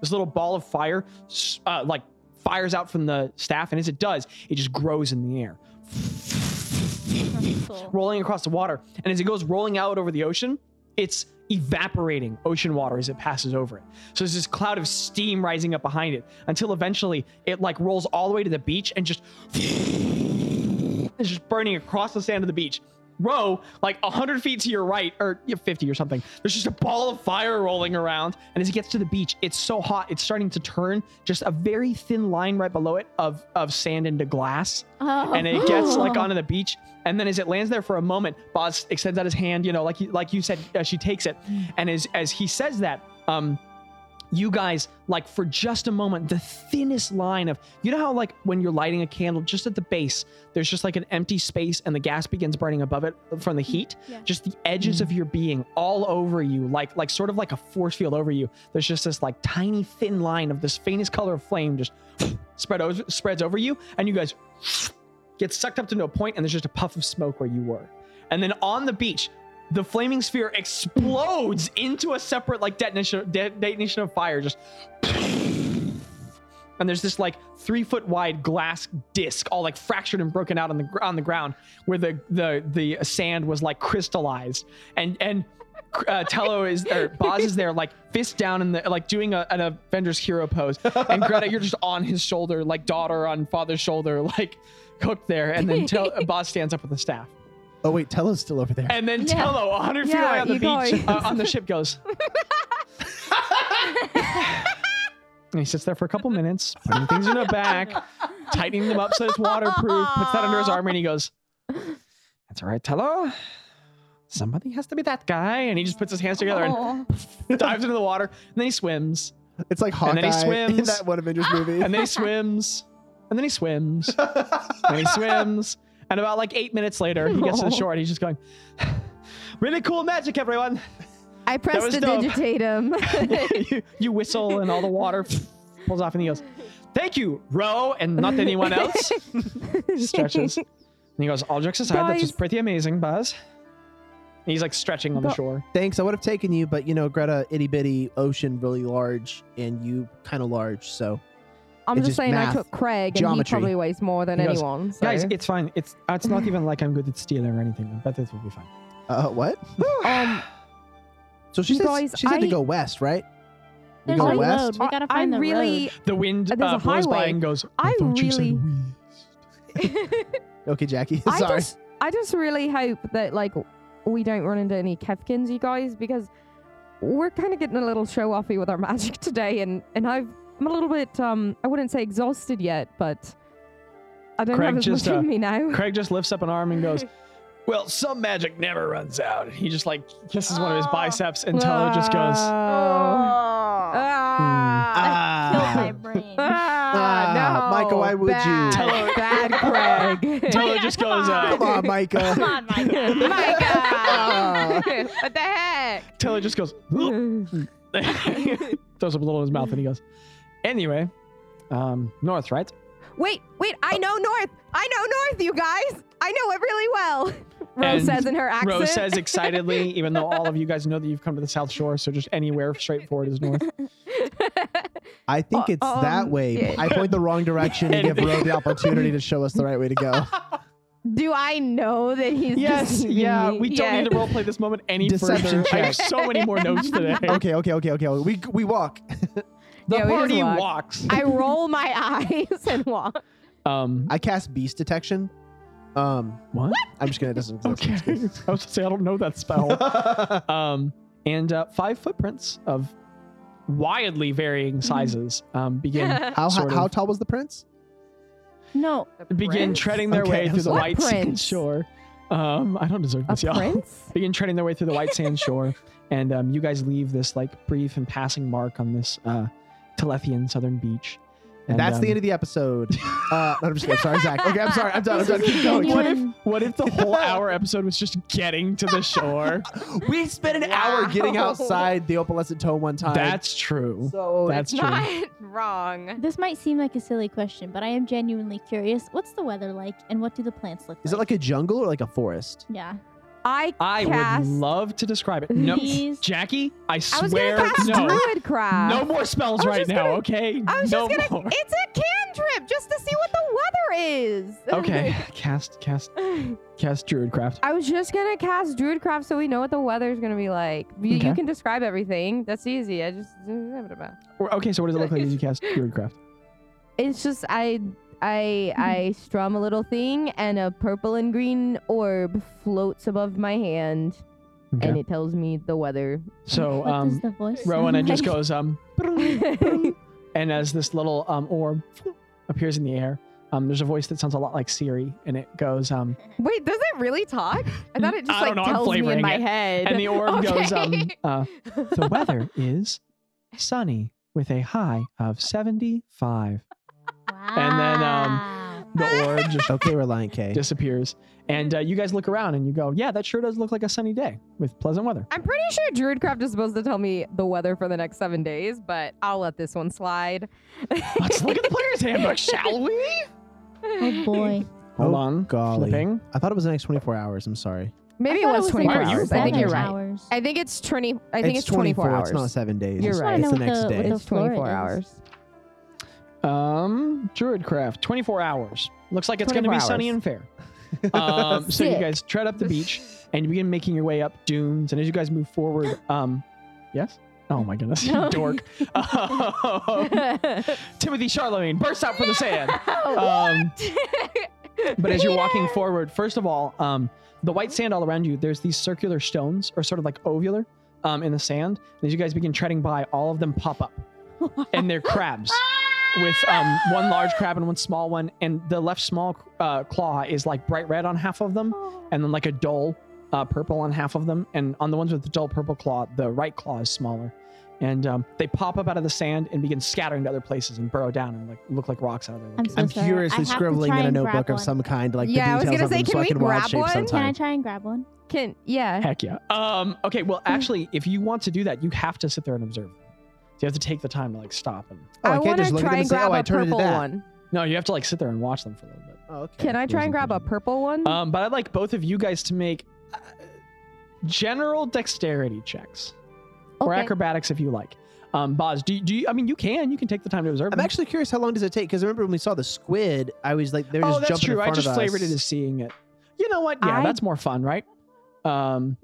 Speaker 3: this little ball of fire s- uh, like fires out from the staff, and as it does, it just grows in the air,
Speaker 4: That's cool.
Speaker 3: rolling across the water. And as it goes rolling out over the ocean, it's evaporating ocean water as it passes over it. So there's this cloud of steam rising up behind it until eventually it like rolls all the way to the beach and just it's just burning across the sand of the beach. Row like 100 feet to your right or yeah, 50 or something. There's just a ball of fire rolling around. And as it gets to the beach, it's so hot, it's starting to turn just a very thin line right below it of, of sand into glass
Speaker 4: Oh.
Speaker 3: and it gets like onto the beach. And then as it lands there for a moment, Boz extends out his hand, you know, like you, like you said, uh, she takes it. And as as he says that, um, you guys like for just a moment, the thinnest line of you know how like when you're lighting a candle, just at the base, there's just like an empty space, and the gas begins burning above it from the heat.
Speaker 4: Yeah.
Speaker 3: Just the edges of your being all over you, like like sort of like a force field over you. There's just this like tiny thin line of this faintest color of flame just spread over, spreads over you, and you guys get sucked up to no point, and there's just a puff of smoke where you were. And then on the beach, the flaming sphere explodes into a separate like detonation de- detonation of fire, just. And there's this like three foot wide glass disc, all like fractured and broken out on the gr- on the ground, where the the the sand was like crystallized, and and uh, Tello is or Boz is there, like fist down in the like doing a, an Avengers hero pose, and Greta, you're just on his shoulder, like daughter on father's shoulder, like hooked there, and then Tel- Boz stands up with the staff.
Speaker 2: Oh wait, Tello's still over there.
Speaker 3: And then
Speaker 4: Yeah.
Speaker 3: Tello, 100 feet
Speaker 1: Yeah,
Speaker 3: away on the
Speaker 1: you go.
Speaker 3: beach, uh, on the ship goes. and he sits there for a couple minutes, putting things in a bag, tightening them up so it's waterproof, puts that under his arm, and he goes, That's all right, Tello. Somebody has to be that guy. And he just puts his hands together
Speaker 4: Oh.
Speaker 3: and dives into the water. And then he swims.
Speaker 2: It's like Hawkeye
Speaker 3: And then he
Speaker 2: in
Speaker 3: swims.
Speaker 2: that one Avengers movie.
Speaker 3: And then he swims. And then he swims. and he swims. And about like eight minutes later, he gets to the shore and he's just going, Really cool magic, everyone.
Speaker 1: I pressed
Speaker 3: was
Speaker 1: the
Speaker 3: dope.
Speaker 1: digitatum.
Speaker 3: you, you whistle and all the water pulls off and he goes, Thank you, Ro, and not anyone else. Stretches. And he goes, All jokes aside, that's just
Speaker 1: Guys.
Speaker 3: pretty amazing, Buzz. And he's like stretching on the
Speaker 1: Go-
Speaker 3: shore.
Speaker 2: Thanks, I would have taken you, but you know, Greta, itty bitty, ocean, really large, and you kind of large, so
Speaker 1: I'm
Speaker 2: It's
Speaker 1: just,
Speaker 2: just
Speaker 1: saying
Speaker 2: math.
Speaker 1: I took Craig and he
Speaker 2: Geometry.
Speaker 1: probably weighs more than
Speaker 3: He goes,
Speaker 1: anyone. So.
Speaker 3: Guys, it's fine. It's uh, it's not even like I'm good at stealing or anything. I bet this will be fine.
Speaker 2: uh, what?
Speaker 1: um,
Speaker 2: So she
Speaker 1: You
Speaker 2: says
Speaker 1: guys,
Speaker 2: she said to
Speaker 1: I-
Speaker 2: go west, right? We
Speaker 4: There's
Speaker 2: go
Speaker 4: a
Speaker 2: west.
Speaker 4: road. We gotta
Speaker 1: I
Speaker 4: find the
Speaker 1: really,
Speaker 4: road.
Speaker 3: The wind
Speaker 1: Uh, there's
Speaker 3: uh,
Speaker 1: a
Speaker 3: blows by
Speaker 1: highway.
Speaker 3: and goes,
Speaker 1: I
Speaker 3: thought you said
Speaker 1: really-
Speaker 3: west."
Speaker 2: Okay, Jackie.
Speaker 1: I
Speaker 2: Sorry.
Speaker 1: just, I just really hope that like we don't run into any Kevkins, you guys, because we're kind of getting a little show offy with our magic today, and and I've, I'm a little bit, um, I wouldn't say exhausted yet, but I don't
Speaker 3: Craig
Speaker 1: have as
Speaker 3: just,
Speaker 1: much
Speaker 3: uh,
Speaker 1: in me now.
Speaker 3: Craig just lifts up an arm and goes, Well, some magic never runs out. And he just like kisses one
Speaker 1: Ah.
Speaker 3: of his
Speaker 4: Oh.
Speaker 3: biceps and Tello just goes, "Hmm."
Speaker 1: Oh.
Speaker 4: Oh.
Speaker 1: Ah.
Speaker 4: Killed
Speaker 2: Ah.
Speaker 4: my brain.
Speaker 1: Ah,
Speaker 2: Ah,
Speaker 1: no.
Speaker 2: Michael, why would you?
Speaker 1: Bad,
Speaker 3: Tell her-
Speaker 1: Bad Craig.
Speaker 3: Tello
Speaker 4: Micah,
Speaker 3: just
Speaker 4: come
Speaker 3: goes, uh,
Speaker 2: Come on, Micah.
Speaker 4: Come on, Micah.
Speaker 1: Micah!
Speaker 2: Ah.
Speaker 1: what the heck?
Speaker 3: Taylor just goes, "Ugh," throws up a little in his mouth, and he goes, anyway, um, north, right?
Speaker 1: wait, wait, I know North. I know North, you guys. I know it really well. Rose
Speaker 3: And
Speaker 1: says in her accent.
Speaker 3: Rose says excitedly, even though all of you guys know that you've come to the South Shore, so just anywhere straight forward is north.
Speaker 2: I think it's that
Speaker 1: Um,
Speaker 2: way.
Speaker 1: yeah.
Speaker 2: I point the wrong direction and give
Speaker 3: And-
Speaker 2: Ro the opportunity to show us the right way to go.
Speaker 1: Do I know that he's
Speaker 3: Yes,
Speaker 1: deceiving
Speaker 3: yeah,
Speaker 1: me?
Speaker 3: we don't
Speaker 1: Yes.
Speaker 3: need to roleplay this moment any
Speaker 2: Deception
Speaker 3: further. I have
Speaker 2: check.
Speaker 3: so many more notes today.
Speaker 2: Okay, okay, okay, okay. We we walk.
Speaker 3: The
Speaker 1: Yeah, we just
Speaker 3: party
Speaker 1: walk.
Speaker 3: walks.
Speaker 1: I roll my eyes and walk.
Speaker 3: Um,
Speaker 2: I cast beast detection. Um,
Speaker 3: what?
Speaker 2: I'm just gonna doesn't.
Speaker 3: Okay. I was gonna say I don't know that spell. um, and uh, five footprints of wildly varying sizes um, begin
Speaker 2: How
Speaker 3: Sort
Speaker 2: how
Speaker 3: of.
Speaker 2: tall was the prince?
Speaker 4: No.
Speaker 3: begin
Speaker 1: Prince?
Speaker 3: treading their
Speaker 2: Okay,
Speaker 3: way
Speaker 2: I'm
Speaker 3: through the
Speaker 2: sorry.
Speaker 3: white
Speaker 1: What
Speaker 3: sand
Speaker 1: prince?
Speaker 3: shore. Um, I don't deserve
Speaker 1: A
Speaker 3: this, y'all.
Speaker 1: prince?
Speaker 3: Begin treading their way through the white sand shore and um, you guys leave this like brief and passing mark on this uh, Telethian southern beach.
Speaker 2: And that's the
Speaker 3: um,
Speaker 2: end of the episode. uh, no, I'm just kidding. Sorry, Zach. Okay, I'm sorry. I'm done. I'm done. Keep going.
Speaker 3: What if what if the whole hour episode was just getting to the shore?
Speaker 2: We spent an hour getting
Speaker 1: Wow.
Speaker 2: outside the opalescent toe one time.
Speaker 3: That's true.
Speaker 2: so
Speaker 3: That's true.
Speaker 1: Not wrong.
Speaker 4: This might seem like a silly question, but I am genuinely curious. What's the weather like, and what do the plants look like?
Speaker 2: Is it like a jungle or like a forest?
Speaker 4: yeah?
Speaker 1: I
Speaker 3: I
Speaker 1: cast.
Speaker 3: would love to describe it. No,
Speaker 4: Please.
Speaker 3: Jackie, I
Speaker 1: I was
Speaker 3: swear,
Speaker 1: gonna cast
Speaker 3: no,
Speaker 1: Druid Craft.
Speaker 3: no more spells
Speaker 1: I was
Speaker 3: right
Speaker 1: just
Speaker 3: now.
Speaker 1: gonna-
Speaker 3: okay,
Speaker 1: I was
Speaker 3: no
Speaker 1: just gonna.
Speaker 3: more.
Speaker 1: It's a cantrip just to see what the weather is.
Speaker 3: okay, cast, cast, cast Druidcraft.
Speaker 1: I was just gonna cast Druidcraft so we know what the weather's gonna be like. You,
Speaker 3: Okay.
Speaker 1: you can describe everything. That's easy. I just it's
Speaker 3: Or- Okay, so what does it look like as you cast Druidcraft?
Speaker 1: just I I I strum a little thing and a purple and green orb floats above my hand
Speaker 3: Okay.
Speaker 1: and it tells me the weather.
Speaker 3: so,
Speaker 4: what does
Speaker 3: um,
Speaker 4: the voice? sound
Speaker 3: Rowan it just
Speaker 4: like?
Speaker 3: goes um,
Speaker 1: oh
Speaker 3: and as this little um orb appears in the air, um, there's a voice that sounds a lot like Siri, and it goes um,
Speaker 1: wait, does it really talk? I thought it just
Speaker 3: I
Speaker 1: like
Speaker 3: don't know, I'm
Speaker 1: tells me in
Speaker 3: flavoring
Speaker 1: my
Speaker 3: it.
Speaker 1: head.
Speaker 3: and the orb goes um,
Speaker 1: Okay.
Speaker 3: uh, the weather is sunny with a high of 75. and then, um,
Speaker 4: Wow.
Speaker 3: The orb just
Speaker 2: Okay, Reliant K.
Speaker 3: disappears, and uh, you guys look around and you go, "Yeah, that sure does look like a sunny day with pleasant weather."
Speaker 1: I'm pretty sure Druidcraft is supposed to tell me the weather for the next seven days, but I'll let this one slide.
Speaker 3: Let's look at the player's handbook, shall we?
Speaker 4: oh boy.
Speaker 3: Hold
Speaker 2: Oh,
Speaker 3: on,
Speaker 2: golly.
Speaker 3: flipping.
Speaker 2: I thought it was the next 24 hours. I'm sorry.
Speaker 1: Maybe
Speaker 4: I
Speaker 1: it
Speaker 4: thought
Speaker 1: was 24
Speaker 4: like
Speaker 3: Are you
Speaker 1: hours. I think
Speaker 4: seven
Speaker 1: you're right.
Speaker 4: Hours.
Speaker 1: I think it's 20. I think it's 24, hours.
Speaker 2: It's not seven days.
Speaker 1: You're
Speaker 2: It's-
Speaker 1: right.
Speaker 2: It's the
Speaker 4: I wanna know
Speaker 2: next
Speaker 4: what the-
Speaker 2: day.
Speaker 4: what
Speaker 1: It's
Speaker 4: the floor
Speaker 1: 24
Speaker 4: it is.
Speaker 1: hours.
Speaker 3: Um, Druidcraft, 24 hours. Looks like it's going to
Speaker 1: 24
Speaker 3: be
Speaker 1: hours.
Speaker 3: sunny and fair. Um, so you
Speaker 1: Sick.
Speaker 3: guys tread up the beach and you begin making your way up dunes. And as you guys move forward, um, yes. Oh my goodness, you
Speaker 4: No.
Speaker 3: dork! Um, Timothy Charlemagne bursts out from the sand.
Speaker 1: Uh,
Speaker 3: Um, but as you're walking forward, first of all, um, the white sand all around you, there's these circular stones, or sort of like ovular, um, in the sand. And as you guys begin treading by, all of them pop up, and they're crabs, with um, one large crab and one small one. And the left small uh, claw is like bright red on half of them, and then like a dull uh, purple on half of them. And on the ones with the dull purple claw, the right claw is smaller. And um, they pop up out of the sand and begin scattering to other places and burrow down and like look like rocks out of their
Speaker 4: I'm
Speaker 3: location.
Speaker 4: so
Speaker 2: I'm
Speaker 4: sorry. I
Speaker 2: curiously
Speaker 4: have to
Speaker 2: scribbling
Speaker 4: try
Speaker 2: in a
Speaker 4: and grab
Speaker 2: notebook of
Speaker 4: one.
Speaker 2: some kind, like
Speaker 1: Yeah, I
Speaker 2: the
Speaker 1: was
Speaker 2: details
Speaker 1: gonna
Speaker 2: of
Speaker 1: say,
Speaker 2: them,
Speaker 1: can
Speaker 2: so I
Speaker 1: we
Speaker 2: can wild
Speaker 1: grab
Speaker 2: shape
Speaker 1: one?
Speaker 4: Can I
Speaker 2: sometime.
Speaker 4: try and grab one?
Speaker 1: Can, yeah.
Speaker 3: Heck yeah. Um, okay, well,
Speaker 4: Hmm.
Speaker 3: actually, if you want to do that, you have to sit there and observe. So you have to take the time to like stop and
Speaker 2: Oh,
Speaker 1: I
Speaker 2: I can't
Speaker 1: want to
Speaker 2: just look at
Speaker 1: try and
Speaker 2: them and say,
Speaker 1: grab
Speaker 2: "Oh, I
Speaker 1: a
Speaker 2: turned it
Speaker 1: purple
Speaker 2: that."
Speaker 1: one.
Speaker 3: no, you have to like sit there and watch them for a little bit.
Speaker 2: Oh, okay.
Speaker 1: Can I try and grab a purple one?
Speaker 3: Um, but I'd like both of you guys to make uh, general dexterity checks or
Speaker 1: Okay.
Speaker 3: acrobatics if you like. Um, Boz, do you, do you? I mean, you can. You can take the time to observe.
Speaker 2: I'm
Speaker 3: them.
Speaker 2: actually curious how long does it take? Because remember when we saw the squid, I was like, they're just
Speaker 3: Oh, that's
Speaker 2: jumping
Speaker 3: true.
Speaker 2: in
Speaker 3: I
Speaker 2: front
Speaker 3: just
Speaker 2: of
Speaker 3: flavored
Speaker 2: us.
Speaker 3: it as seeing it. You know what? Yeah,
Speaker 1: I-
Speaker 3: that's more fun, right? Um,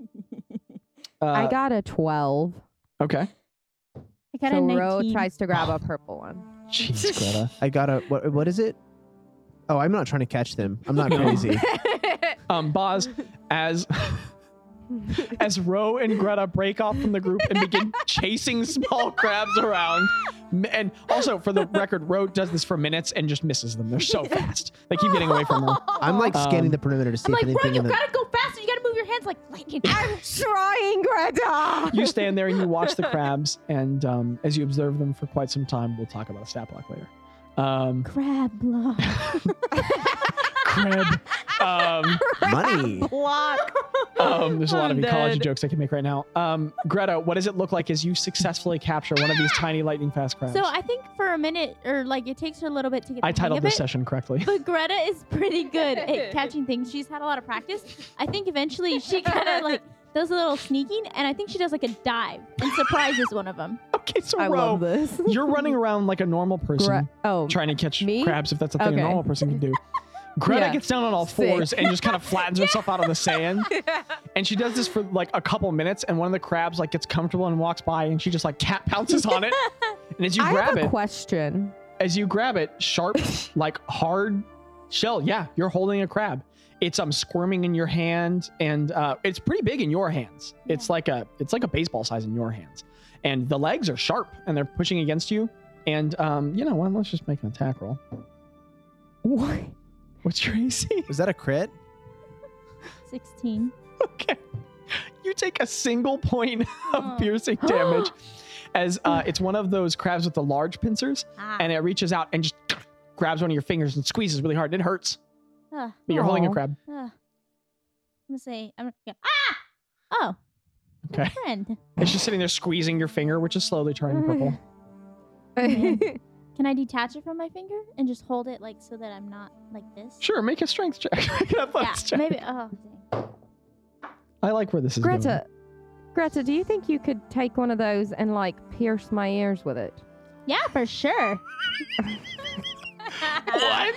Speaker 3: uh,
Speaker 1: I got a 12.
Speaker 3: okay.
Speaker 4: I got a
Speaker 1: so
Speaker 4: 19.
Speaker 1: Ro tries to grab a purple one.
Speaker 3: Jeez, Greta.
Speaker 2: I got a what? What is it? Oh, I'm not trying to catch them. I'm not
Speaker 3: No.
Speaker 2: crazy.
Speaker 3: Um, Boz, as as Ro and Greta break off from the group and begin chasing small crabs around, M- and also for the record, Ro does this for minutes and just misses them. They're so fast; they keep getting away from her.
Speaker 2: I'm like scanning
Speaker 3: Um,
Speaker 2: the perimeter to see
Speaker 4: I'm
Speaker 2: if
Speaker 4: like, Ro,
Speaker 2: anything
Speaker 4: you
Speaker 2: in the.
Speaker 4: gotta go faster. You gotta move your hands like lightning.
Speaker 1: I'm trying, Greta.
Speaker 3: You stand there and you watch the crabs, and um, as you observe them for quite some time, we'll talk about a stat block later. Um,
Speaker 4: Crab block.
Speaker 3: crab. Um,
Speaker 2: Money.
Speaker 1: block.
Speaker 3: um, there's a lot of
Speaker 1: I'm
Speaker 3: ecology
Speaker 1: dead.
Speaker 3: jokes I can make right now. Um, Greta, what does it look like as you successfully capture one of these tiny lightning fast crabs?
Speaker 4: So I think for a minute, or like it takes her a little bit to get.
Speaker 3: I
Speaker 4: the hang
Speaker 3: titled
Speaker 4: of
Speaker 3: this
Speaker 4: it,
Speaker 3: session correctly.
Speaker 4: But Greta is pretty good at catching things. She's had a lot of practice. I think eventually she kind of like does a little sneaking, and I think she does like a dive and surprises one of them.
Speaker 3: Okay, so
Speaker 1: I
Speaker 3: Ro,
Speaker 1: love this.
Speaker 3: You're running around like a normal person,
Speaker 1: Gra- oh,
Speaker 3: trying to catch
Speaker 1: me?
Speaker 3: crabs if that's a thing
Speaker 1: Okay.
Speaker 3: a normal person can do. Greta
Speaker 1: Yeah.
Speaker 3: gets down on all
Speaker 1: Sick.
Speaker 3: fours and just kind of flattens herself out on the sand. And she does this for like a couple minutes, and one of the crabs like gets comfortable and walks by, and she just like cat pounces on it. And as you
Speaker 1: I
Speaker 3: grab
Speaker 1: have a
Speaker 3: it,
Speaker 1: question.
Speaker 3: as you grab it, sharp, like hard shell. Yeah, you're holding a crab. It's um squirming in your hand, and uh, it's pretty big in your hands. It's like a it's like a baseball size in your hands, and the legs are sharp, and they're pushing against you. And um, you know what? Let's just make an attack roll.
Speaker 1: What?
Speaker 3: What's your AC?
Speaker 2: Was that a crit?
Speaker 4: Sixteen.
Speaker 3: okay, you you take a single point of piercing damage as uh, it's one of those crabs with the large pincers
Speaker 4: Ah.
Speaker 3: and it reaches out and just grabs one of your fingers and squeezes really hard. It hurts,
Speaker 4: Ugh,
Speaker 3: but you're holding a
Speaker 1: Aw.
Speaker 3: crab.
Speaker 4: ugh. I'm gonna say I'm gonna, ah oh my
Speaker 3: Okay.
Speaker 4: friend.
Speaker 3: It's just sitting there squeezing your finger, which is slowly turning purple.
Speaker 1: Mm-hmm.
Speaker 4: Can I detach it from my finger and just hold it like so that I'm not like this?
Speaker 3: Sure, make a strength check. Make an
Speaker 4: Yeah,
Speaker 3: athletics check.
Speaker 4: maybe. Oh, dang.
Speaker 3: I like where this is going.
Speaker 1: Greta, Greta, do you think you could take one of those and like pierce my ears with it?
Speaker 4: yeah, for sure. what?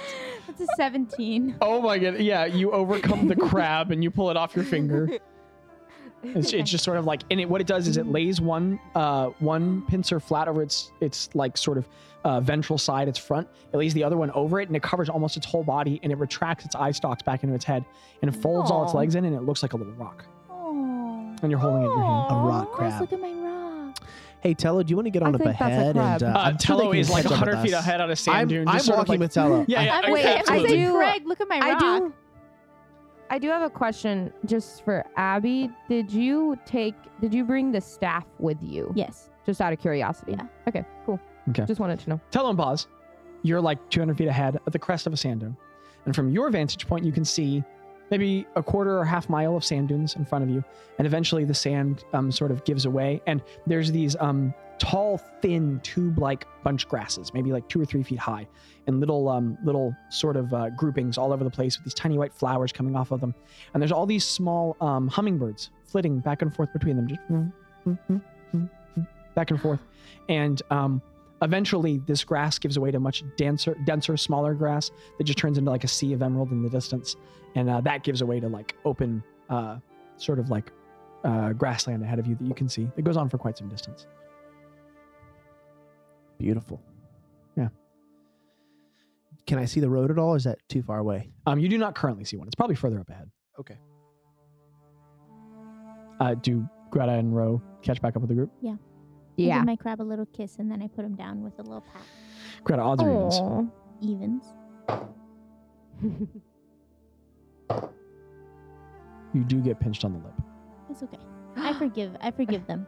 Speaker 4: It's a 17.
Speaker 3: Oh my god! Yeah, you overcome the crab and you pull it off your finger. It's, it's just sort of like, and it, what it does is it lays one uh, one pincer flat over its its like sort of uh, ventral side, its front. It lays the other one over it, and it covers almost its whole body, and it retracts its eye stalks back into its head, and it folds all its
Speaker 1: Aw.
Speaker 3: legs in, and it looks like a little rock.
Speaker 4: Oh.
Speaker 3: And you're holding it in your hand.
Speaker 2: A rock
Speaker 4: Guys,
Speaker 2: crab.
Speaker 4: Look at my rock.
Speaker 2: Hey, Tello, do you want to get
Speaker 1: I
Speaker 2: on up
Speaker 1: think that's a
Speaker 2: ahead?
Speaker 1: crab.
Speaker 2: And, uh,
Speaker 3: Uh,
Speaker 2: I'm sure they
Speaker 3: Tello
Speaker 2: can
Speaker 3: is like
Speaker 2: catch up with
Speaker 3: 100 feet
Speaker 2: us.
Speaker 3: ahead on a sand
Speaker 2: I'm,
Speaker 3: dune.
Speaker 2: I'm
Speaker 3: just
Speaker 2: walking
Speaker 3: sort of like-
Speaker 2: with Tello.
Speaker 3: Yeah, yeah,
Speaker 4: I'm
Speaker 3: I-
Speaker 4: wait,
Speaker 3: absolutely.
Speaker 4: I'm
Speaker 1: do-
Speaker 4: like, Greg, look at my
Speaker 1: I
Speaker 4: rock.
Speaker 1: do. I do have a question just for Abby. Did you take? Did you bring the staff with you?
Speaker 4: Yes.
Speaker 1: Just out of curiosity.
Speaker 4: Yeah.
Speaker 1: Okay. Cool.
Speaker 3: Okay.
Speaker 1: Just wanted to know.
Speaker 3: Tell him pause. You're like 200 feet ahead at the crest of a sand dune. And from your vantage point, you can see maybe a quarter or half mile of sand dunes in front of you. And eventually the sand um, sort of gives away. And there's these um, tall, thin, tube like bunch grasses, maybe like two or three feet high, and little, um, little sort of uh, groupings all over the place with these tiny white flowers coming off of them. And there's all these small um, hummingbirds flitting back and forth between them, just back and forth. And um, Eventually, this grass gives way to much denser, denser, smaller grass that just turns into like a sea of emerald in the distance, and uh, that gives way to like open, uh, sort of like uh, grassland ahead of you that you can see. It goes on for quite some distance.
Speaker 2: Beautiful.
Speaker 3: Yeah.
Speaker 2: Can I see the road at all? Or is that too far away?
Speaker 3: Um, you do not currently see one. It's probably further up ahead.
Speaker 2: Okay.
Speaker 3: Uh, do Greta and Ro catch back up with the group?
Speaker 4: I
Speaker 1: Yeah.
Speaker 4: give my crab a little kiss and then I put him down with a little pat.
Speaker 3: Greta, odds are evens.
Speaker 1: Aw.
Speaker 4: Evens.
Speaker 3: You do get pinched on the lip.
Speaker 4: It's okay. I forgive. I forgive them.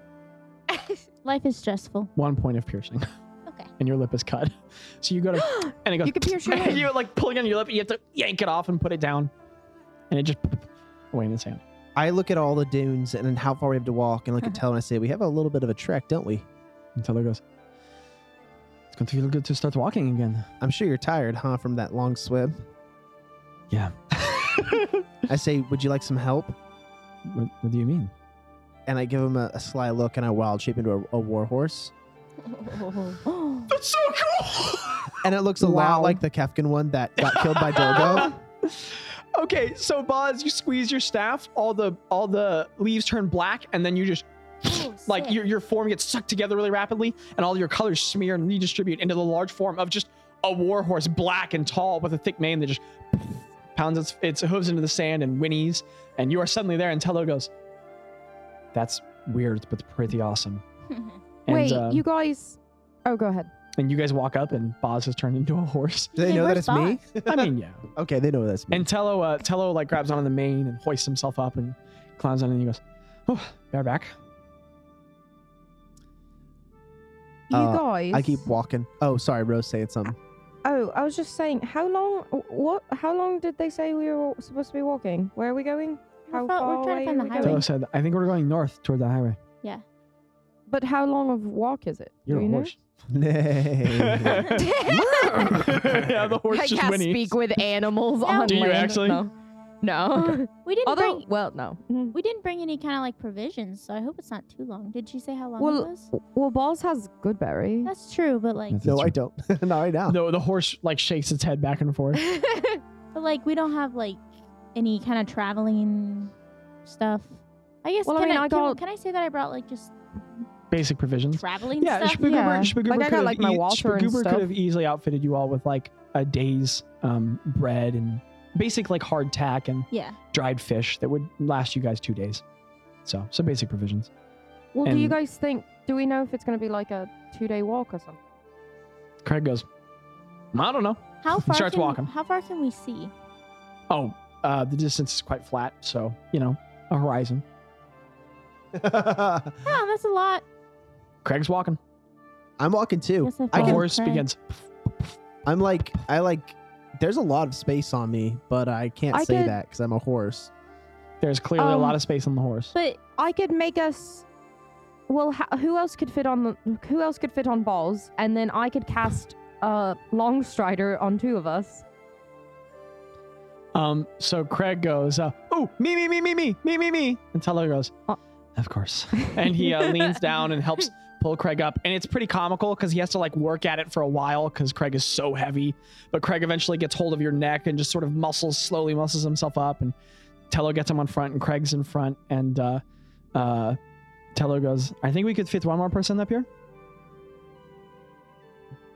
Speaker 4: Life is stressful.
Speaker 3: One point of piercing,
Speaker 4: Okay.
Speaker 3: and your lip is cut. So you go to and it goes.
Speaker 1: You can pierce your
Speaker 3: you
Speaker 1: lip.
Speaker 3: like pulling on your lip, and you have to yank it off and put it down, and it just away in the sand.
Speaker 2: I look at all the dunes and then how far we have to walk and look at Tello and I say, we have a little bit of a trek, don't we?
Speaker 3: Until it goes. It's going to feel good to start walking again.
Speaker 2: I'm sure you're tired, huh, from that long swim?
Speaker 3: Yeah.
Speaker 2: I say, would you like some help?
Speaker 3: What, what do you mean?
Speaker 2: And I give him a, a sly look and I wild shape into a, a war horse.
Speaker 3: That's so cool.
Speaker 2: And it looks a
Speaker 3: Wow.
Speaker 2: lot like the Kefkin one that got killed by Dildo.
Speaker 3: okay, so Boz, you squeeze your staff, all the all the leaves turn black, and then you just
Speaker 1: Oh,
Speaker 3: like your your form gets sucked together really rapidly, and all your colors smear and redistribute into the large form of just a warhorse, black and tall with a thick mane that just pounds its its hooves into the sand and whinnies, and you are suddenly there. And Tello goes, "That's weird, but pretty awesome." And,
Speaker 1: Wait,
Speaker 3: uh,
Speaker 1: you guys. Oh, go ahead.
Speaker 3: And you guys walk up, and Boz has turned into a horse.
Speaker 2: Do they
Speaker 4: Hey,
Speaker 2: know that
Speaker 4: where's
Speaker 2: it's me?
Speaker 3: I mean, yeah.
Speaker 2: Okay, they know that's me.
Speaker 3: And Tello, uh, Tello like grabs onto the mane and hoists himself up and climbs on, and he goes, "Oh, bareback."
Speaker 1: You
Speaker 2: uh,
Speaker 1: guys.
Speaker 2: I keep walking. Oh, sorry, Rose saying something.
Speaker 1: Oh, I was just saying. How long? What? How long did they say we were supposed to be walking? Where are we going? How
Speaker 4: We're fo-
Speaker 1: far
Speaker 4: we're trying to
Speaker 1: away
Speaker 4: find
Speaker 1: are
Speaker 4: the
Speaker 1: we
Speaker 4: highway.
Speaker 3: Tello
Speaker 1: going?
Speaker 3: said, "I think we're going north toward the highway."
Speaker 1: But how long of walk is it?
Speaker 3: You're
Speaker 1: Do
Speaker 3: a
Speaker 1: you know?
Speaker 3: horse.
Speaker 2: Nay.
Speaker 3: yeah, the horse
Speaker 1: I
Speaker 3: just
Speaker 1: can't
Speaker 3: whinnies.
Speaker 1: speak with animals
Speaker 4: No.
Speaker 1: on
Speaker 3: Do you
Speaker 1: land.
Speaker 3: actually?
Speaker 1: No. No.
Speaker 4: we didn't
Speaker 1: Although,
Speaker 4: bring
Speaker 1: well, no. Mhm.
Speaker 4: we didn't bring any kind of like provisions, so I hope it's not too long. Did she say how long
Speaker 1: Well-
Speaker 4: it was?
Speaker 1: Well, Balls has Goodberry.
Speaker 4: That's true, but like,
Speaker 3: That's-
Speaker 2: no, I don't. Not right now.
Speaker 3: No, the horse like shakes its head back and forth.
Speaker 4: but like we don't have like any kind of traveling stuff. I guess.
Speaker 1: Well, I
Speaker 4: can
Speaker 1: mean, I
Speaker 4: can-
Speaker 1: got-
Speaker 4: Can, I say that I brought like just
Speaker 3: Basic provisions.
Speaker 4: traveling
Speaker 3: Yeah,
Speaker 4: stuff?
Speaker 3: Spagoober,
Speaker 1: yeah.
Speaker 3: Spagoober
Speaker 1: Like, I
Speaker 3: could
Speaker 1: got,
Speaker 3: have
Speaker 1: like, my water and
Speaker 3: Spagoober
Speaker 1: stuff.
Speaker 3: could have easily outfitted you all with like a day's um, bread and basic like hard tack and
Speaker 4: Yeah.
Speaker 3: dried fish that would last you guys two days. So some basic provisions.
Speaker 1: well, do you
Speaker 3: and-
Speaker 1: guys think? Do we know if it's going to be like a two-day walk or something?
Speaker 3: Craig goes, I don't know.
Speaker 4: How far?
Speaker 3: starts
Speaker 4: can,
Speaker 3: walking.
Speaker 4: How far can we see?
Speaker 3: Oh, uh, the distance is quite flat, so you know a horizon.
Speaker 4: Oh, that's a lot.
Speaker 3: Craig's walking.
Speaker 2: I'm walking too.
Speaker 4: Guess I
Speaker 2: I
Speaker 3: The
Speaker 4: found
Speaker 2: can.
Speaker 3: horse
Speaker 4: Craig.
Speaker 3: begins.
Speaker 2: I'm like. I like. There's a lot of space on me, but I can't
Speaker 1: I
Speaker 2: say
Speaker 1: could-
Speaker 2: that because I'm a horse.
Speaker 3: There's clearly a
Speaker 1: Um,
Speaker 3: lot of space on the horse.
Speaker 4: But
Speaker 1: I could make us. Well, ho- who else could fit on the, who else could fit on balls, and then I could cast uh, long strider on two of us.
Speaker 3: Um, so Craig goes, uh, "Oh, me, me, me, me, me, me, me, me," and Teller goes,
Speaker 1: Uh.
Speaker 3: "Of course." And he uh, leans down and helps pull Craig up, and it's pretty comical because he has to like work at it for a while because Craig is so heavy. But Craig eventually gets hold of your neck and just sort of muscles slowly muscles himself up, and Teller gets him on front, and Craig's in front, and uh, uh, Teller goes, "I think we could fit one more person up here."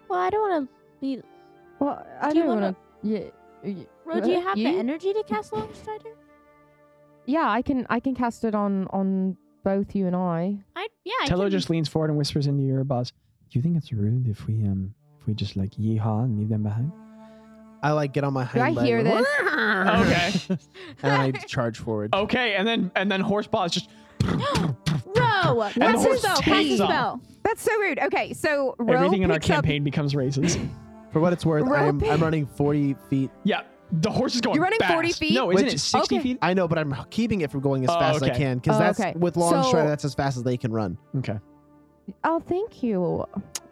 Speaker 4: well, I don't want to be.
Speaker 1: Well, I
Speaker 4: Do you
Speaker 1: don't
Speaker 4: wanna-
Speaker 1: want to. Yeah, y-
Speaker 4: Ro, do you
Speaker 1: Uh,
Speaker 4: have the
Speaker 1: you?
Speaker 4: energy to cast Long Strider?
Speaker 1: yeah, I can I can cast it on on both you and I.
Speaker 4: I yeah. I
Speaker 3: Tello
Speaker 4: can-
Speaker 3: just leans forward and whispers into your ear, "Boss, do you think it's rude if we um if we just like yeehaw and leave them behind?"
Speaker 2: I like get on my
Speaker 1: Do I
Speaker 2: hind leg.
Speaker 1: hear
Speaker 2: and-
Speaker 1: this?
Speaker 3: Okay.
Speaker 2: and I charge forward.
Speaker 3: Okay, and then and then horse paws just
Speaker 4: Ro, cast
Speaker 3: the
Speaker 4: a
Speaker 3: horse
Speaker 4: spell. Cast a
Speaker 3: tails off.
Speaker 4: spell.
Speaker 1: That's so rude. Okay, so Ro
Speaker 3: everything in our
Speaker 1: picks up-
Speaker 3: campaign becomes races.
Speaker 2: For what it's worth,
Speaker 1: Rope
Speaker 2: I'm,
Speaker 1: it.
Speaker 2: I'm running 40 feet.
Speaker 3: yeah, the horse is going.
Speaker 1: You're running 40
Speaker 3: fast.
Speaker 1: feet?
Speaker 3: No, isn't
Speaker 2: Which-
Speaker 3: it sixty
Speaker 1: okay.
Speaker 3: feet?
Speaker 2: I know, but I'm keeping it from going as
Speaker 3: Oh,
Speaker 2: fast as I
Speaker 3: okay.
Speaker 2: can because
Speaker 1: Oh,
Speaker 2: that's
Speaker 1: okay.
Speaker 2: with long
Speaker 1: So-
Speaker 2: strider. That's as fast as they can run.
Speaker 3: Okay.
Speaker 1: Oh, thank you,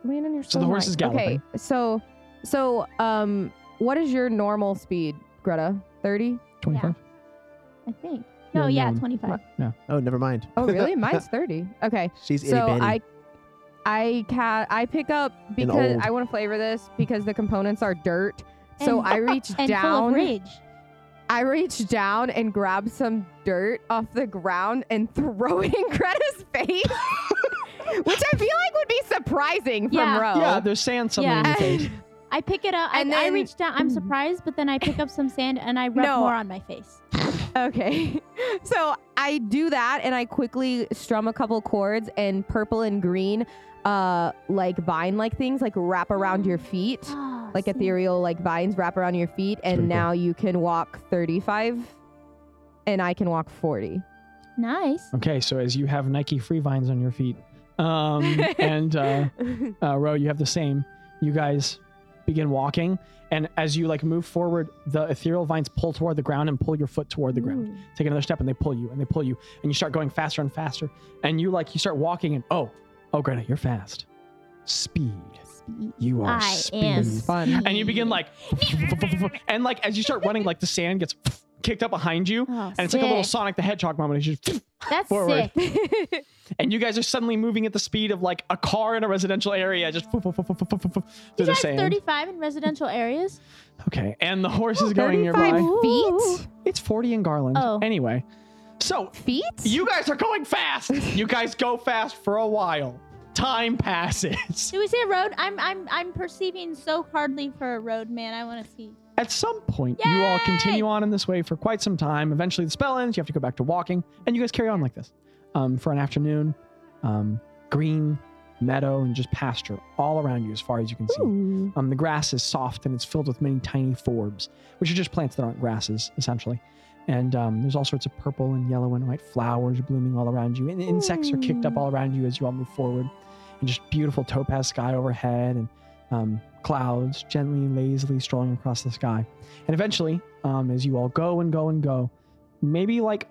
Speaker 1: Landon. You're so.
Speaker 3: So the horse
Speaker 1: nice.
Speaker 3: is
Speaker 1: Okay,
Speaker 3: galloping.
Speaker 1: so so um, what is your normal speed, Greta? Thirty?
Speaker 3: Twenty-five.
Speaker 4: I think. No,
Speaker 3: No,
Speaker 4: yeah,
Speaker 3: no.
Speaker 4: twenty five.
Speaker 2: Oh, never mind.
Speaker 1: Oh, really? Mine's thirty. Okay,
Speaker 2: She's itty
Speaker 1: so
Speaker 2: bitty.
Speaker 1: I I ca- I pick up because
Speaker 2: old.
Speaker 1: I want to flavor this because the components are dirt. So
Speaker 4: And-
Speaker 1: I reach
Speaker 4: And full of
Speaker 1: down.
Speaker 4: rage.
Speaker 1: I reach down and grab some dirt off the ground and throw it in Greta's face, which I feel like would be surprising from
Speaker 4: Yeah.
Speaker 1: Ro.
Speaker 3: Yeah, there's sand somewhere
Speaker 4: Yeah.
Speaker 3: in your face.
Speaker 4: I pick it up.
Speaker 1: And
Speaker 4: I, I
Speaker 1: then-
Speaker 4: reach down. I'm surprised, but then I pick up some sand and I rub
Speaker 1: No.
Speaker 4: more on my face.
Speaker 1: Okay. So I do that and I quickly strum a couple chords and purple and green uh like vine like things like wrap around your feet.
Speaker 4: Ah,
Speaker 1: Like
Speaker 4: see.
Speaker 1: ethereal like vines wrap around your feet
Speaker 3: pretty
Speaker 1: and
Speaker 3: cool.
Speaker 1: now you can walk 35 and I can walk 40.
Speaker 4: Nice.
Speaker 3: Okay, so as you have Nike free vines on your feet, um, and uh, uh, Ro, you have the same. You guys begin walking, and as you like move forward, the ethereal vines pull toward the ground and pull your foot toward the ground.
Speaker 4: Ooh.
Speaker 3: Take another step, and they pull you, and they pull you, and you start going faster and faster. And you like you start walking, and oh, oh, Greta, you're fast. Speed.
Speaker 4: Speed.
Speaker 3: You are
Speaker 4: I
Speaker 3: speed.
Speaker 4: am
Speaker 1: Fun.
Speaker 3: And you begin like, and like as you start running, like the sand gets kicked up behind you,
Speaker 4: Oh,
Speaker 3: and it's like a little
Speaker 4: sick.
Speaker 3: Sonic the Hedgehog moment. It's just
Speaker 4: That's
Speaker 3: forward.
Speaker 4: sick.
Speaker 3: and you guys are suddenly moving at the speed of like a car in a residential area, just foof, foof, foof, foof, foof, foof, foof, through
Speaker 4: You
Speaker 3: the
Speaker 4: drive
Speaker 3: sand.
Speaker 4: 35 in residential areas?
Speaker 3: Okay, and the horse is going
Speaker 1: 35
Speaker 3: nearby.
Speaker 4: Ooh.
Speaker 1: feet?
Speaker 3: It's forty in Garland.
Speaker 4: Oh.
Speaker 3: Anyway, so
Speaker 1: Feet?
Speaker 3: you guys are going fast. you guys go fast for a while. Time passes.
Speaker 4: Do we say road? I'm I'm I'm perceiving so hardly for a road, man. I want to see.
Speaker 3: At some point, you all
Speaker 4: Yay!
Speaker 3: continue on in this way for quite some time. Eventually, the spell ends. You have to go back to walking, and you guys carry on like this um, for an afternoon. Um, green meadow and just pasture all around you as far as you can see.
Speaker 1: Ooh.
Speaker 3: Um, the grass is soft and it's filled with many tiny forbs, which are just plants that aren't grasses, essentially. And um, there's all sorts of purple and yellow and white flowers blooming all around you. And insects are kicked up all around you as you all move forward. And just beautiful topaz sky overhead and um, clouds gently, lazily strolling across the sky. And eventually, um, as you all go and go and go, maybe like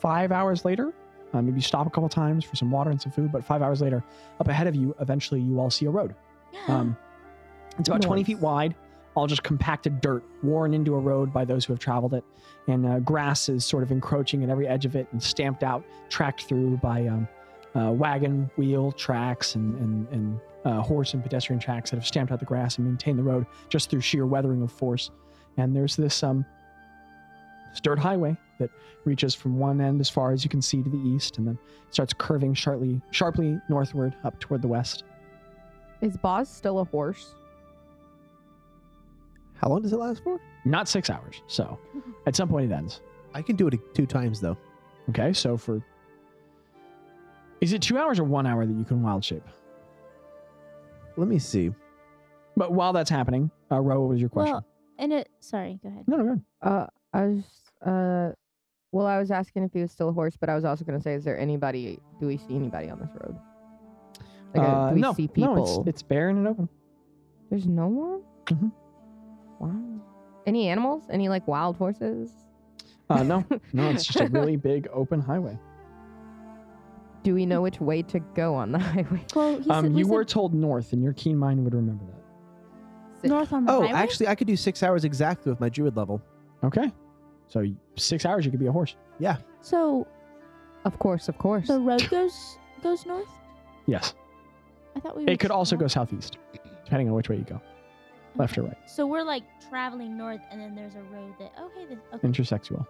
Speaker 3: five hours later, uh, maybe you stop a couple times for some water and some food, but five hours later, up ahead of you, eventually you all see a road. Um, it's about 20
Speaker 1: Nice.
Speaker 3: feet wide, all just compacted dirt worn into a road by those who have traveled it. And uh, grass is sort of encroaching at every edge of it and stamped out, tracked through by um, uh, wagon wheel tracks and, and, and uh, horse and pedestrian tracks that have stamped out the grass and maintained the road just through sheer weathering of force. And there's this, um, this dirt highway that reaches from one end as far as you can see to the east and then starts curving sharply, sharply northward up toward the west.
Speaker 1: Is Boz still a horse?
Speaker 2: How long does it last for?
Speaker 3: not six hours. So at some point it ends.
Speaker 2: I can do it two times though.
Speaker 3: Okay. So for is it two hours or one hour that you can wild shape?
Speaker 2: Let me see.
Speaker 3: But while that's happening, uh, Ro, what was your question?
Speaker 4: Well, and it. Sorry, go ahead.
Speaker 3: no, no, go ahead.
Speaker 1: Uh I was uh Well, I was asking if he was still a horse, but I was also going to say, is there anybody? Do we see anybody on this road? Like, uh,
Speaker 3: Uh,
Speaker 1: do we
Speaker 3: no,
Speaker 1: see people?
Speaker 3: no, it's, it's barren and open.
Speaker 1: There's no one.
Speaker 3: Mhm.
Speaker 1: Wow. Any animals? Any like wild horses?
Speaker 3: Uh, no, no, it's just a really big open highway.
Speaker 1: Do we know which way to go on the highway?
Speaker 4: Well, he
Speaker 3: Um,
Speaker 4: said, we
Speaker 3: you
Speaker 4: said
Speaker 3: were told north, and your keen mind would remember that.
Speaker 4: north on the
Speaker 2: Oh,
Speaker 4: highway.
Speaker 2: actually, I could do six hours exactly with my druid level.
Speaker 3: Okay, so six hours you could be a horse.
Speaker 4: so
Speaker 1: Of course, of course.
Speaker 4: the road goes goes north.
Speaker 3: Yes,
Speaker 4: I thought we. were
Speaker 3: it could also go
Speaker 4: south.
Speaker 3: southeast, depending on which way you go, left or right.
Speaker 4: So we're like traveling north, and then there's a road that. Oh, hey, this. Okay.
Speaker 3: Intersexual.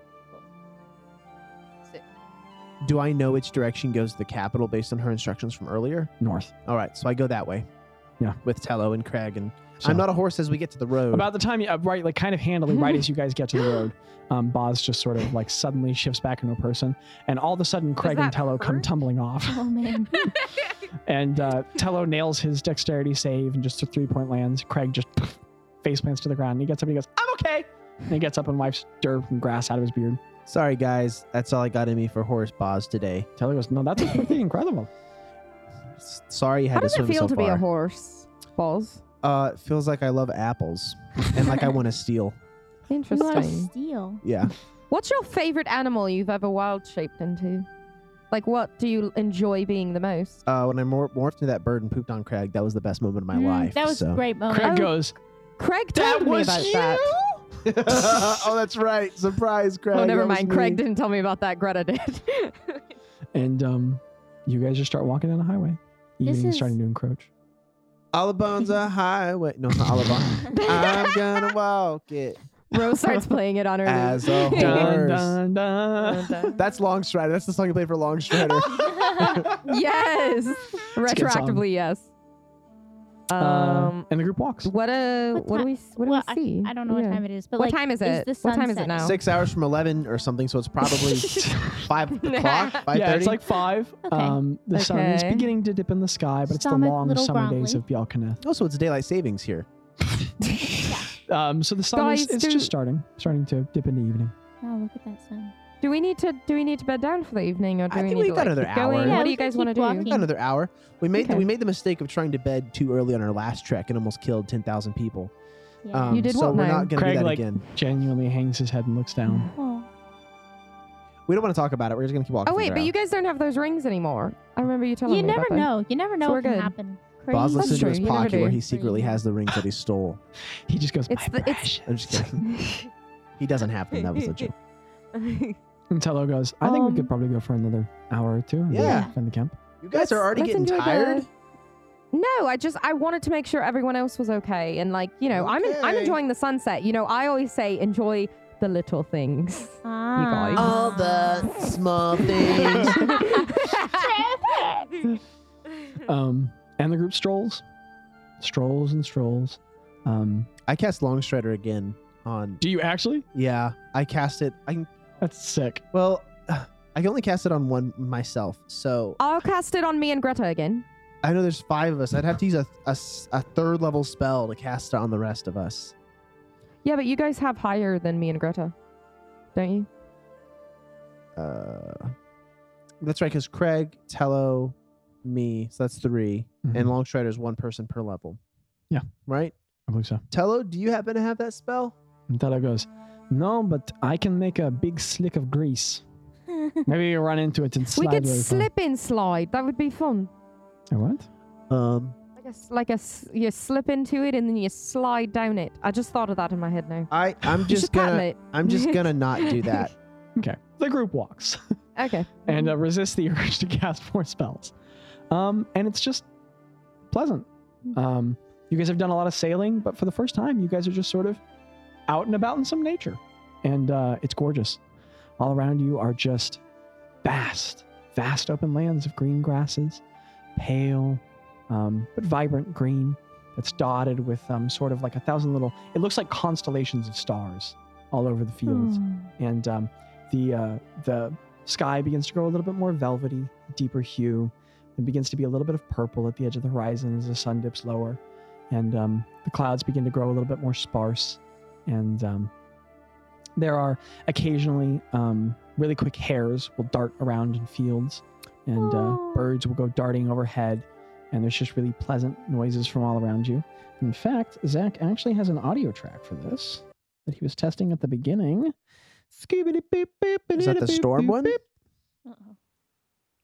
Speaker 2: Do I know which direction goes to the capital based on her instructions from earlier?
Speaker 3: North.
Speaker 2: All right, so I go that way.
Speaker 3: Yeah.
Speaker 2: With Tello and Craig, and
Speaker 3: So-
Speaker 2: I'm not a horse as we get to the road.
Speaker 3: About the time you uh, right, like kind of handily, right as you guys get to the road, um, Boz just sort of like suddenly shifts back into a person, and all of a sudden Craig and
Speaker 6: that
Speaker 3: Tello come
Speaker 6: hurt?
Speaker 3: tumbling off,
Speaker 4: Oh man.
Speaker 3: and uh, Tello nails his dexterity save and just a three point lands. Craig just face plants to the ground, and he gets up and he goes, "I'm okay," and he gets up and wipes dirt and grass out of his beard.
Speaker 2: Sorry, guys, that's all I got in me for horse Boz today.
Speaker 3: Tello goes, "No, that's pretty incredible."
Speaker 2: S- Sorry, you had
Speaker 1: How
Speaker 2: to
Speaker 1: does it
Speaker 2: swim
Speaker 1: feel
Speaker 2: so
Speaker 1: to
Speaker 2: far.
Speaker 1: be a horse? Balls.
Speaker 2: Uh, it feels like I love apples and like I want to steal.
Speaker 4: you want to
Speaker 1: Interesting.
Speaker 4: steal?
Speaker 2: Yeah.
Speaker 1: What's your favorite animal you've ever wild shaped into? Like, what do you enjoy being the most?
Speaker 2: Uh, when I mor- morphed into that bird and pooped on Craig, that was the best moment of my
Speaker 4: Mm,
Speaker 2: life.
Speaker 4: That was
Speaker 2: so.
Speaker 4: a great moment.
Speaker 3: Craig
Speaker 1: Oh.
Speaker 3: goes,
Speaker 1: Craig
Speaker 3: "That
Speaker 1: told me
Speaker 3: was
Speaker 1: about
Speaker 3: you."
Speaker 1: that.
Speaker 2: oh, that's right. Surprise, Craig.
Speaker 1: oh, never
Speaker 2: that was
Speaker 1: mind.
Speaker 2: me.
Speaker 1: Craig didn't tell me about that. Greta did.
Speaker 3: And um, you guys just start walking down the highway.
Speaker 4: This
Speaker 3: Evening is
Speaker 4: is-
Speaker 3: starting to encroach.
Speaker 2: Olibone's a highway. No, it's not Olibone. I'm gonna walk it
Speaker 1: Rose starts playing it on her. loop.
Speaker 2: as a
Speaker 3: Dun,
Speaker 2: horse.
Speaker 3: dun, dun.
Speaker 1: Dun, dun.
Speaker 2: That's Long Strider. That's the song you play for Long Strider.
Speaker 1: yes,
Speaker 3: a good song.
Speaker 1: retroactively. Yes.
Speaker 3: Um,
Speaker 1: Um,
Speaker 3: Uh, and the group walks.
Speaker 1: what uh,
Speaker 4: Uh, What
Speaker 1: what,
Speaker 4: ti-
Speaker 1: do we s- what
Speaker 4: well,
Speaker 1: do we see?
Speaker 4: I don't know
Speaker 1: Yeah.
Speaker 4: what time it is, but
Speaker 1: What
Speaker 4: like,
Speaker 1: time is
Speaker 4: is
Speaker 1: it?
Speaker 4: the
Speaker 1: What
Speaker 4: sun
Speaker 1: time is it
Speaker 4: setting?
Speaker 1: now?
Speaker 2: Six hours from eleven or something, so it's probably five o'clock, five
Speaker 3: Yeah, it's
Speaker 2: thirty.
Speaker 3: like five.
Speaker 4: Okay.
Speaker 3: Um, the sun is
Speaker 1: Okay.
Speaker 3: beginning to dip in the sky, but it's
Speaker 4: Stomach
Speaker 3: the long
Speaker 4: little
Speaker 3: summer days
Speaker 4: grumbly.
Speaker 3: of Bialkaneth.
Speaker 2: Oh, so it's daylight savings here.
Speaker 3: Um, so the sun is
Speaker 1: Guys,
Speaker 3: it's
Speaker 1: do-
Speaker 3: just starting, starting to dip into evening.
Speaker 4: Oh, look at that sun.
Speaker 1: Do we need to do we need to bed down for the evening, or do
Speaker 2: I
Speaker 1: we
Speaker 2: think
Speaker 1: need
Speaker 2: we
Speaker 1: to
Speaker 2: got
Speaker 1: like,
Speaker 2: another
Speaker 1: keep
Speaker 2: hour.
Speaker 1: going?
Speaker 4: Yeah,
Speaker 1: what do
Speaker 4: we
Speaker 1: you
Speaker 4: can
Speaker 1: guys
Speaker 4: keep
Speaker 1: want to
Speaker 4: walking.
Speaker 1: do?
Speaker 2: Another hour. We made
Speaker 1: Okay.
Speaker 2: the, we made the mistake of trying to bed too early on our last trek and almost killed ten thousand people.
Speaker 4: Yeah.
Speaker 2: Um,
Speaker 1: You did
Speaker 2: so
Speaker 1: what
Speaker 2: we're
Speaker 1: now?
Speaker 2: not gonna
Speaker 3: Craig,
Speaker 2: do that
Speaker 3: like-
Speaker 2: again.
Speaker 3: Genuinely hangs his head and looks down.
Speaker 4: oh.
Speaker 2: We don't want to talk about it. We're just gonna keep walking.
Speaker 1: Oh wait,
Speaker 2: through
Speaker 1: but
Speaker 2: our-
Speaker 1: you guys don't have those rings anymore. I remember you telling
Speaker 4: You
Speaker 1: me.
Speaker 4: never
Speaker 1: about that.
Speaker 4: know. You never know
Speaker 1: So we're
Speaker 4: what can
Speaker 1: good.
Speaker 2: Boz
Speaker 4: happen. Crazy.
Speaker 1: That's
Speaker 2: looks into
Speaker 1: true,
Speaker 2: his
Speaker 1: you never
Speaker 2: pocket
Speaker 1: do.
Speaker 2: where he secretly
Speaker 4: Crazy.
Speaker 2: has the rings that he stole.
Speaker 3: He just goes,
Speaker 1: It's
Speaker 3: "My
Speaker 1: the- it's-
Speaker 2: I'm just kidding. He doesn't have them. That was a joke.
Speaker 3: And Tello goes, I think we
Speaker 1: Um,
Speaker 3: could probably go for another hour or two. and
Speaker 2: Yeah.
Speaker 3: Find the camp.
Speaker 2: You guys are
Speaker 1: Let's-
Speaker 2: already
Speaker 1: let's
Speaker 2: getting
Speaker 1: enjoy the-
Speaker 2: tired.
Speaker 1: No, I just I wanted to make sure everyone else was okay, and like you know, I'm en- I'm
Speaker 2: Okay.
Speaker 1: enjoying the sunset. You know, I always say enjoy the little things.
Speaker 4: Ah.
Speaker 1: guys.
Speaker 2: All the small things.
Speaker 3: Um, and the group strolls, strolls and strolls. Um,
Speaker 2: I cast Longstrider again on.
Speaker 3: do you actually?
Speaker 2: Yeah, I cast it. I can-
Speaker 3: That's sick.
Speaker 2: well, I can only cast it on one myself. So
Speaker 1: I'll cast it on me and Greta again.
Speaker 2: I know there's five of us. I'd have to use a, a s- a third level spell to cast it on the rest of us.
Speaker 1: Yeah, but you guys have higher than me and Greta, don't you?
Speaker 2: Uh, that's right, because Craig, Tello, me. So that's 3 And
Speaker 3: Mhm.
Speaker 2: Longstrider is one person per level.
Speaker 3: Yeah.
Speaker 2: Right?
Speaker 3: I believe so.
Speaker 2: Tello, do you happen to have that spell?
Speaker 3: And Tello goes, No, but I can make a big slick of grease. Maybe you run into it and slide.
Speaker 1: we could
Speaker 3: really far."
Speaker 1: slip and slide. That would be fun.
Speaker 3: A what?
Speaker 2: Um,
Speaker 1: Like a, s- like a s- you slip into it and then you slide down it. I just thought of that in my head now.
Speaker 2: I I'm
Speaker 1: you
Speaker 2: just
Speaker 1: should patent
Speaker 2: gonna
Speaker 1: it.
Speaker 2: I'm just gonna not do that.
Speaker 3: Okay. The group walks
Speaker 1: Okay.
Speaker 3: and uh, resists the urge to cast more spells. Um, and it's just pleasant. Um, you guys have done a lot of sailing, but for the first time, you guys are just sort of out and about in some nature. And uh, it's gorgeous. All around you are just vast, vast open lands of green grasses, pale, um, but vibrant green that's dotted with um, sort of like a thousand little, it looks like constellations of stars all over the fields.
Speaker 4: Hmm.
Speaker 3: and um, the uh, the sky begins to grow a little bit more velvety, deeper hue. It begins to be a little bit of purple at the edge of the horizon as the sun dips lower, and um, the clouds begin to grow a little bit more sparse. And um, there are occasionally um, really quick hares will dart around in fields, and uh,
Speaker 4: Aw.
Speaker 3: birds will go darting overhead, and there's just really pleasant noises from all around you. In fact, Zach actually has an audio track for this that he was testing at the beginning. Is
Speaker 2: Is that the storm one?
Speaker 4: Uh-oh.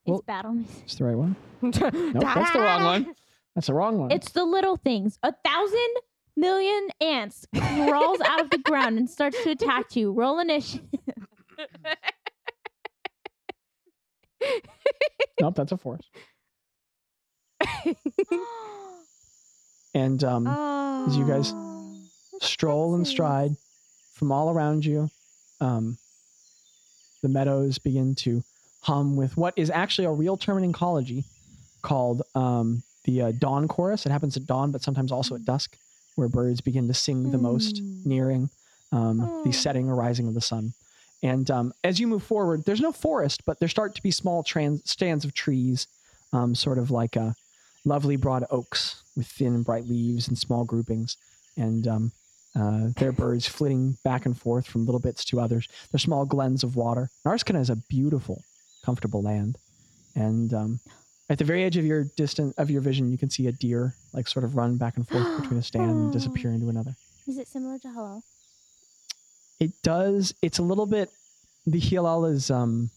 Speaker 3: Well-
Speaker 4: it's battle music.
Speaker 3: It's the right one.
Speaker 1: nope,
Speaker 3: that's the wrong one. That's the wrong one.
Speaker 4: It's the little things. A thousand million ants crawls out of the ground and starts to attack you. Roll initiative.
Speaker 3: nope, that's a force. And um, as you guys stroll and stride from all around you. Um, the meadows begin to hum with what is actually a real term in ecology called um, the uh, dawn chorus. It happens at dawn, but sometimes also at dusk, where birds begin to sing the most, nearing um, the
Speaker 4: Oh.
Speaker 3: setting or rising of the sun. And um, as you move forward, there's no forest, but there start to be small trans- stands of trees, um, sort of like uh, lovely broad oaks with thin and bright leaves and small groupings. And um, uh, their birds flitting back and forth from little bits to others. They're small glens of water. Narskina is a beautiful, comfortable land, and um, at the very edge of your distant of your vision, you can see a deer like sort of run back and forth between a stand and disappear into another.
Speaker 4: Is it similar to hello?
Speaker 3: It does. It's a little bit. The hilal is um.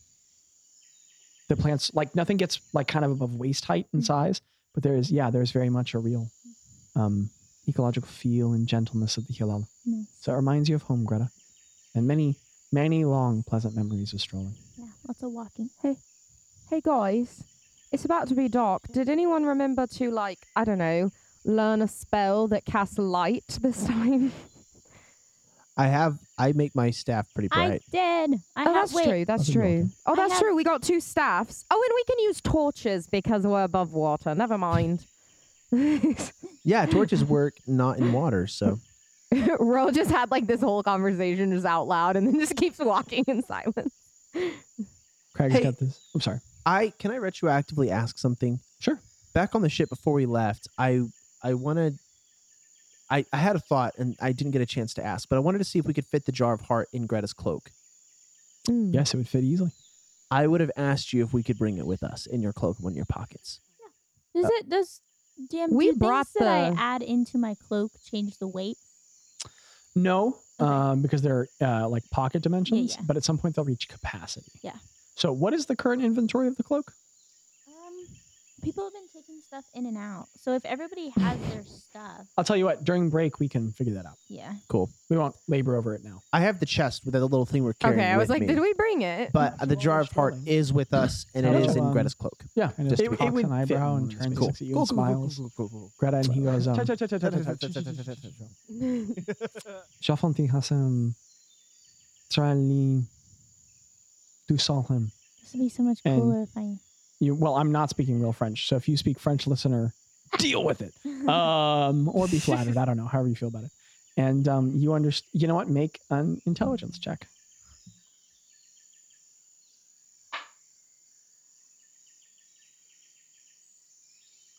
Speaker 3: The plants like nothing gets like kind of above waist height in size, but there is yeah there's very much a real, um, ecological feel and gentleness of the hilal.
Speaker 4: Nice.
Speaker 3: So it reminds you of home, Greta, and many, many long, pleasant memories of strolling.
Speaker 4: Yeah, lots of walking.
Speaker 5: Hey guys, it's about to be dark. Did anyone remember to like I don't know, learn a spell that casts light this time?
Speaker 2: I have. I make my staff pretty
Speaker 4: I
Speaker 2: bright.
Speaker 4: did. I
Speaker 5: oh,
Speaker 4: have
Speaker 5: that's
Speaker 4: wait,
Speaker 5: true. That's
Speaker 2: Nothing wrong
Speaker 5: true. Oh,
Speaker 4: I
Speaker 5: that's
Speaker 4: have-
Speaker 5: true. We got two staffs. Oh, and we can use torches because we're above water. Never mind.
Speaker 2: yeah, torches work not in water, so
Speaker 5: Ro just had like this whole conversation just out loud and then just keeps walking in silence.
Speaker 3: Craig's
Speaker 2: Hey.
Speaker 3: got this. I'm sorry.
Speaker 2: I can I retroactively ask something?
Speaker 3: Sure.
Speaker 2: Back on the ship before we left, I I wanted I I had a thought and I didn't get a chance to ask, but I wanted to see if we could fit the jar of heart in Greta's cloak.
Speaker 3: Yes, it would fit easily.
Speaker 2: I would have asked you if we could bring it with us in your cloak and one of your pockets.
Speaker 4: Does
Speaker 2: Uh,
Speaker 4: it does DM
Speaker 5: we
Speaker 4: do things
Speaker 5: brought
Speaker 4: that
Speaker 5: the-
Speaker 4: I add into my cloak change the weight?
Speaker 3: No,
Speaker 4: Okay.
Speaker 3: um, because they're uh, like pocket dimensions,
Speaker 4: yeah.
Speaker 3: but at some point they'll reach capacity.
Speaker 4: Yeah.
Speaker 3: So what is the current inventory of the cloak?
Speaker 4: Um, people have been taking stuff in and out. So if everybody has their stuff,
Speaker 3: I'll tell you what. During break, we can figure that out.
Speaker 4: yeah.
Speaker 2: Cool.
Speaker 3: We won't labor over it now.
Speaker 2: I have the chest with that little thing we're carrying.
Speaker 5: Okay, I was
Speaker 2: with
Speaker 5: like,
Speaker 2: me,
Speaker 5: did we bring it?
Speaker 2: But uh, the jar of heart is with us, and it
Speaker 3: Hello,
Speaker 2: is in
Speaker 3: um,
Speaker 2: Greta's cloak.
Speaker 3: Yeah, and
Speaker 2: Just
Speaker 3: it,
Speaker 2: to be
Speaker 3: it would
Speaker 2: confident.
Speaker 3: fit
Speaker 2: Fit
Speaker 3: and
Speaker 2: in
Speaker 3: turn and
Speaker 2: cool.
Speaker 3: looks at you
Speaker 2: Cool,
Speaker 3: and
Speaker 2: cool, cool,
Speaker 3: smiles.
Speaker 2: cool, cool, cool, cool.
Speaker 3: Greta and he goes, um, Jafanti Hassan, Trali, Dusalhem.
Speaker 4: This would be so much
Speaker 3: And-
Speaker 4: cooler if I.
Speaker 3: you well i'm not speaking real french so if you speak french listener deal with it
Speaker 2: uh,
Speaker 3: um or be flattered i don't know however you feel about it and um you understand you know what make an intelligence check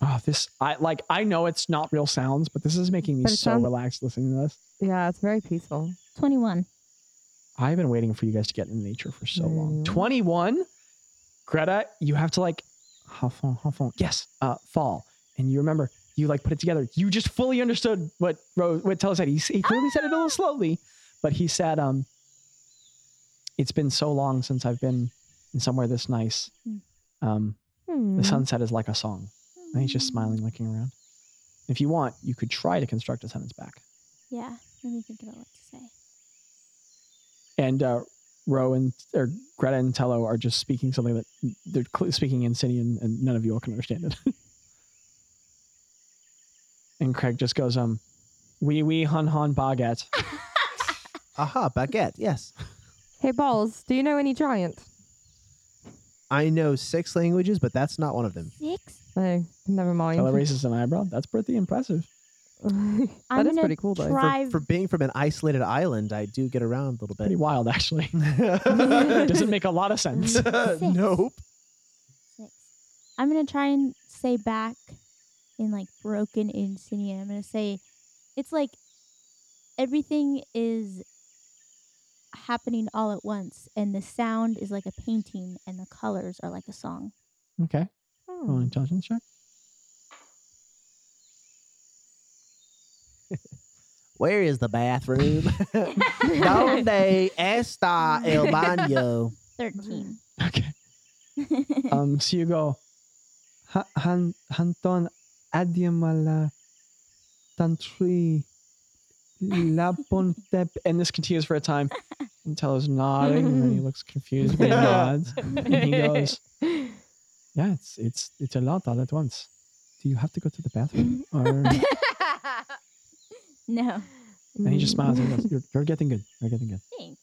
Speaker 3: oh this i like i know it's not real sounds but this is making me
Speaker 5: But it
Speaker 3: so
Speaker 5: sounds-
Speaker 3: relaxed listening to this
Speaker 5: yeah, it's very peaceful.
Speaker 4: Twenty-one.
Speaker 3: I've been waiting for you guys to get in nature for so long.
Speaker 5: Mm.
Speaker 3: 21. Greta, you have to like huff on, huff on. Yes, uh, fall. And you remember, you like put it together. You just fully understood what Rose, what Tella said. He, s- he clearly said it a little slowly, but he said, um, it's been so long since I've been in somewhere this nice.
Speaker 4: Mm.
Speaker 3: Um,
Speaker 5: Hmm.
Speaker 3: the
Speaker 1: Mm-hmm.
Speaker 3: sunset is like a song. And he's just smiling, looking around. If you want, you could try to construct a sentence back.
Speaker 4: Yeah. Let me think about what to say.
Speaker 3: and uh, Ro and or Greta and Tello are just speaking something that they're cl- speaking in Sinian, and none of you all can understand it. and Craig just goes, um, wee wee hun hun baguette.
Speaker 2: Aha, baguette. Yes.
Speaker 5: Hey, Balls, do you know any giant?
Speaker 2: I know six languages, but that's not one of them.
Speaker 4: Six.
Speaker 5: No, never mind.
Speaker 2: Oh,
Speaker 3: Tello raises an eyebrow. That's pretty impressive.
Speaker 5: that
Speaker 4: I'm
Speaker 5: is
Speaker 4: gonna
Speaker 5: pretty cool, though.
Speaker 4: try-
Speaker 2: For,
Speaker 4: I've-
Speaker 2: for being from an isolated island, I do get around a little
Speaker 3: Pretty
Speaker 2: bit.
Speaker 3: wild, actually. Doesn't make a lot of sense.
Speaker 2: Uh, nope.
Speaker 4: Six. I'm gonna try and say back in like broken insignia. I'm gonna say it's like everything is happening all at once, and the sound is like a painting, and the colors are like a song.
Speaker 3: Okay. Roll an intelligence check.
Speaker 2: Where is the bathroom? Donde está el baño?
Speaker 4: Thirteen.
Speaker 3: Okay. Um, so you go, "Ha- Han Hanton Adiamala Tantri Lapontep. And this continues for a time until he's nodding and then he looks confused but he nods. And he goes, Yeah, it's, it's, it's a lot all at once. Do you have to go to the bathroom? Or... And
Speaker 4: no,
Speaker 3: he just smiles and goes, you're, you're getting good. You're getting good.
Speaker 4: thanks.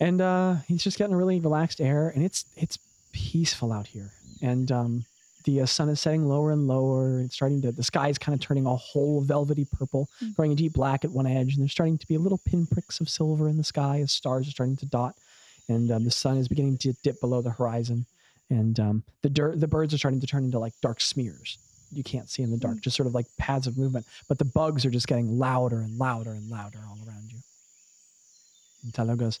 Speaker 3: and uh, he's just getting a really relaxed air, and it's it's peaceful out here. And um, the uh, sun is setting lower and lower, and it's starting to the sky is kind of turning a whole velvety purple,
Speaker 4: Mm.
Speaker 3: going a deep black at one edge, and there's starting to be little pinpricks of silver in the sky as stars are starting to dot, and um, the sun is beginning to dip below the horizon, and um, the dirt the birds are starting to turn into like dark smears you can't see in the dark, just sort of like paths of movement. But the bugs are just getting louder and louder and louder all around you. And Talo goes,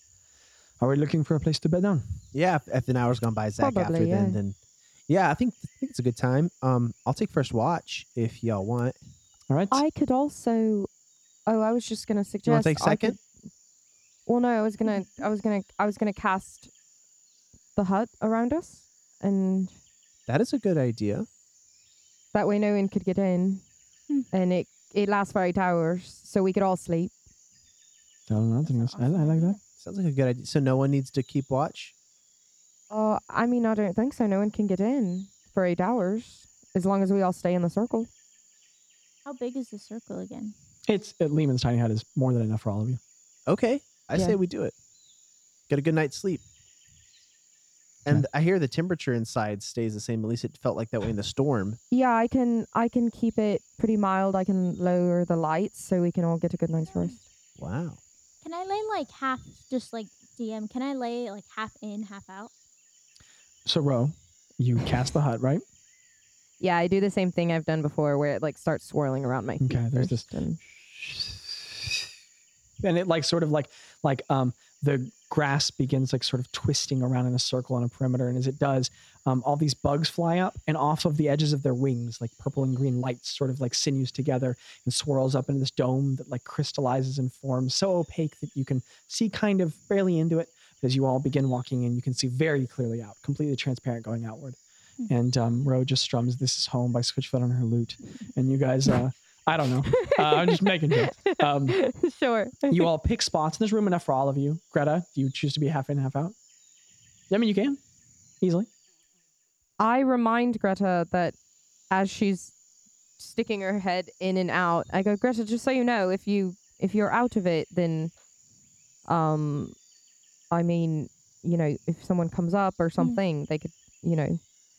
Speaker 3: are we looking for a place to bed down?
Speaker 2: Yeah, if, if an hour's gone by, Zach,
Speaker 1: Probably,
Speaker 2: after then,
Speaker 1: yeah.
Speaker 2: then. Yeah, I think, I think it's a good time. Um, I'll take first watch if y'all want.
Speaker 3: All right.
Speaker 1: I could also. Oh, I was just gonna suggest.
Speaker 2: You want to take
Speaker 1: I could-
Speaker 2: second?
Speaker 1: well, no, I was gonna, I was gonna, I was gonna cast the hut around us, and
Speaker 2: That is a good idea.
Speaker 1: that way no one could get in,
Speaker 4: Hmm.
Speaker 1: and it it lasts for eight hours, so we could all sleep.
Speaker 3: Talo nods and goes, I, I like that.
Speaker 2: Sounds like a good idea. So no one needs to keep watch.
Speaker 1: Uh, I mean, I don't think so. No one can get in for eight hours as long as we all stay in the circle.
Speaker 4: How big is the circle again?
Speaker 3: It's at Lehman's tiny hut is more than enough for all of you.
Speaker 2: Okay, I
Speaker 1: Yeah.
Speaker 2: say we do it. Get a good night's sleep. And I hear the temperature inside stays the same. At least it felt like that way in the storm.
Speaker 1: Yeah, I can, I can keep it pretty mild. I can lower the lights so we can all get a good night's rest. Hmm.
Speaker 2: Wow.
Speaker 4: Can I lay like half, just like DM? Can I lay like half in, half out?
Speaker 3: So Ro, you cast the hut, right?
Speaker 1: Yeah, I do the same thing I've done before, where it like starts swirling around my.
Speaker 3: Okay,
Speaker 1: feet
Speaker 3: there's
Speaker 1: first and-
Speaker 3: And it like sort of like like um the grass begins like sort of twisting around in a circle on a perimeter, and as it does, um, all these bugs fly up and off of the edges of their wings, like purple and green lights, sort of like sinews together and swirls up into this dome that like crystallizes and forms so opaque that you can see kind of barely into it. As you all begin walking in, you can see very clearly out, completely transparent going outward.
Speaker 4: Hmm.
Speaker 3: And um, Ro just strums "This Is Home" by Switchfoot on her lute, and you guys, uh, I don't know, uh, I'm just making jokes. Um,
Speaker 1: sure.
Speaker 3: you all pick spots, and there's room enough for all of you. Greta, do you choose to be half in, half out? I mean, you can easily.
Speaker 1: I remind Greta that as she's sticking her head in and out, I go, Greta, just so you know, if you if you're out of it, then um I mean, you know, if someone comes up
Speaker 5: Mm.
Speaker 1: or something, they could you know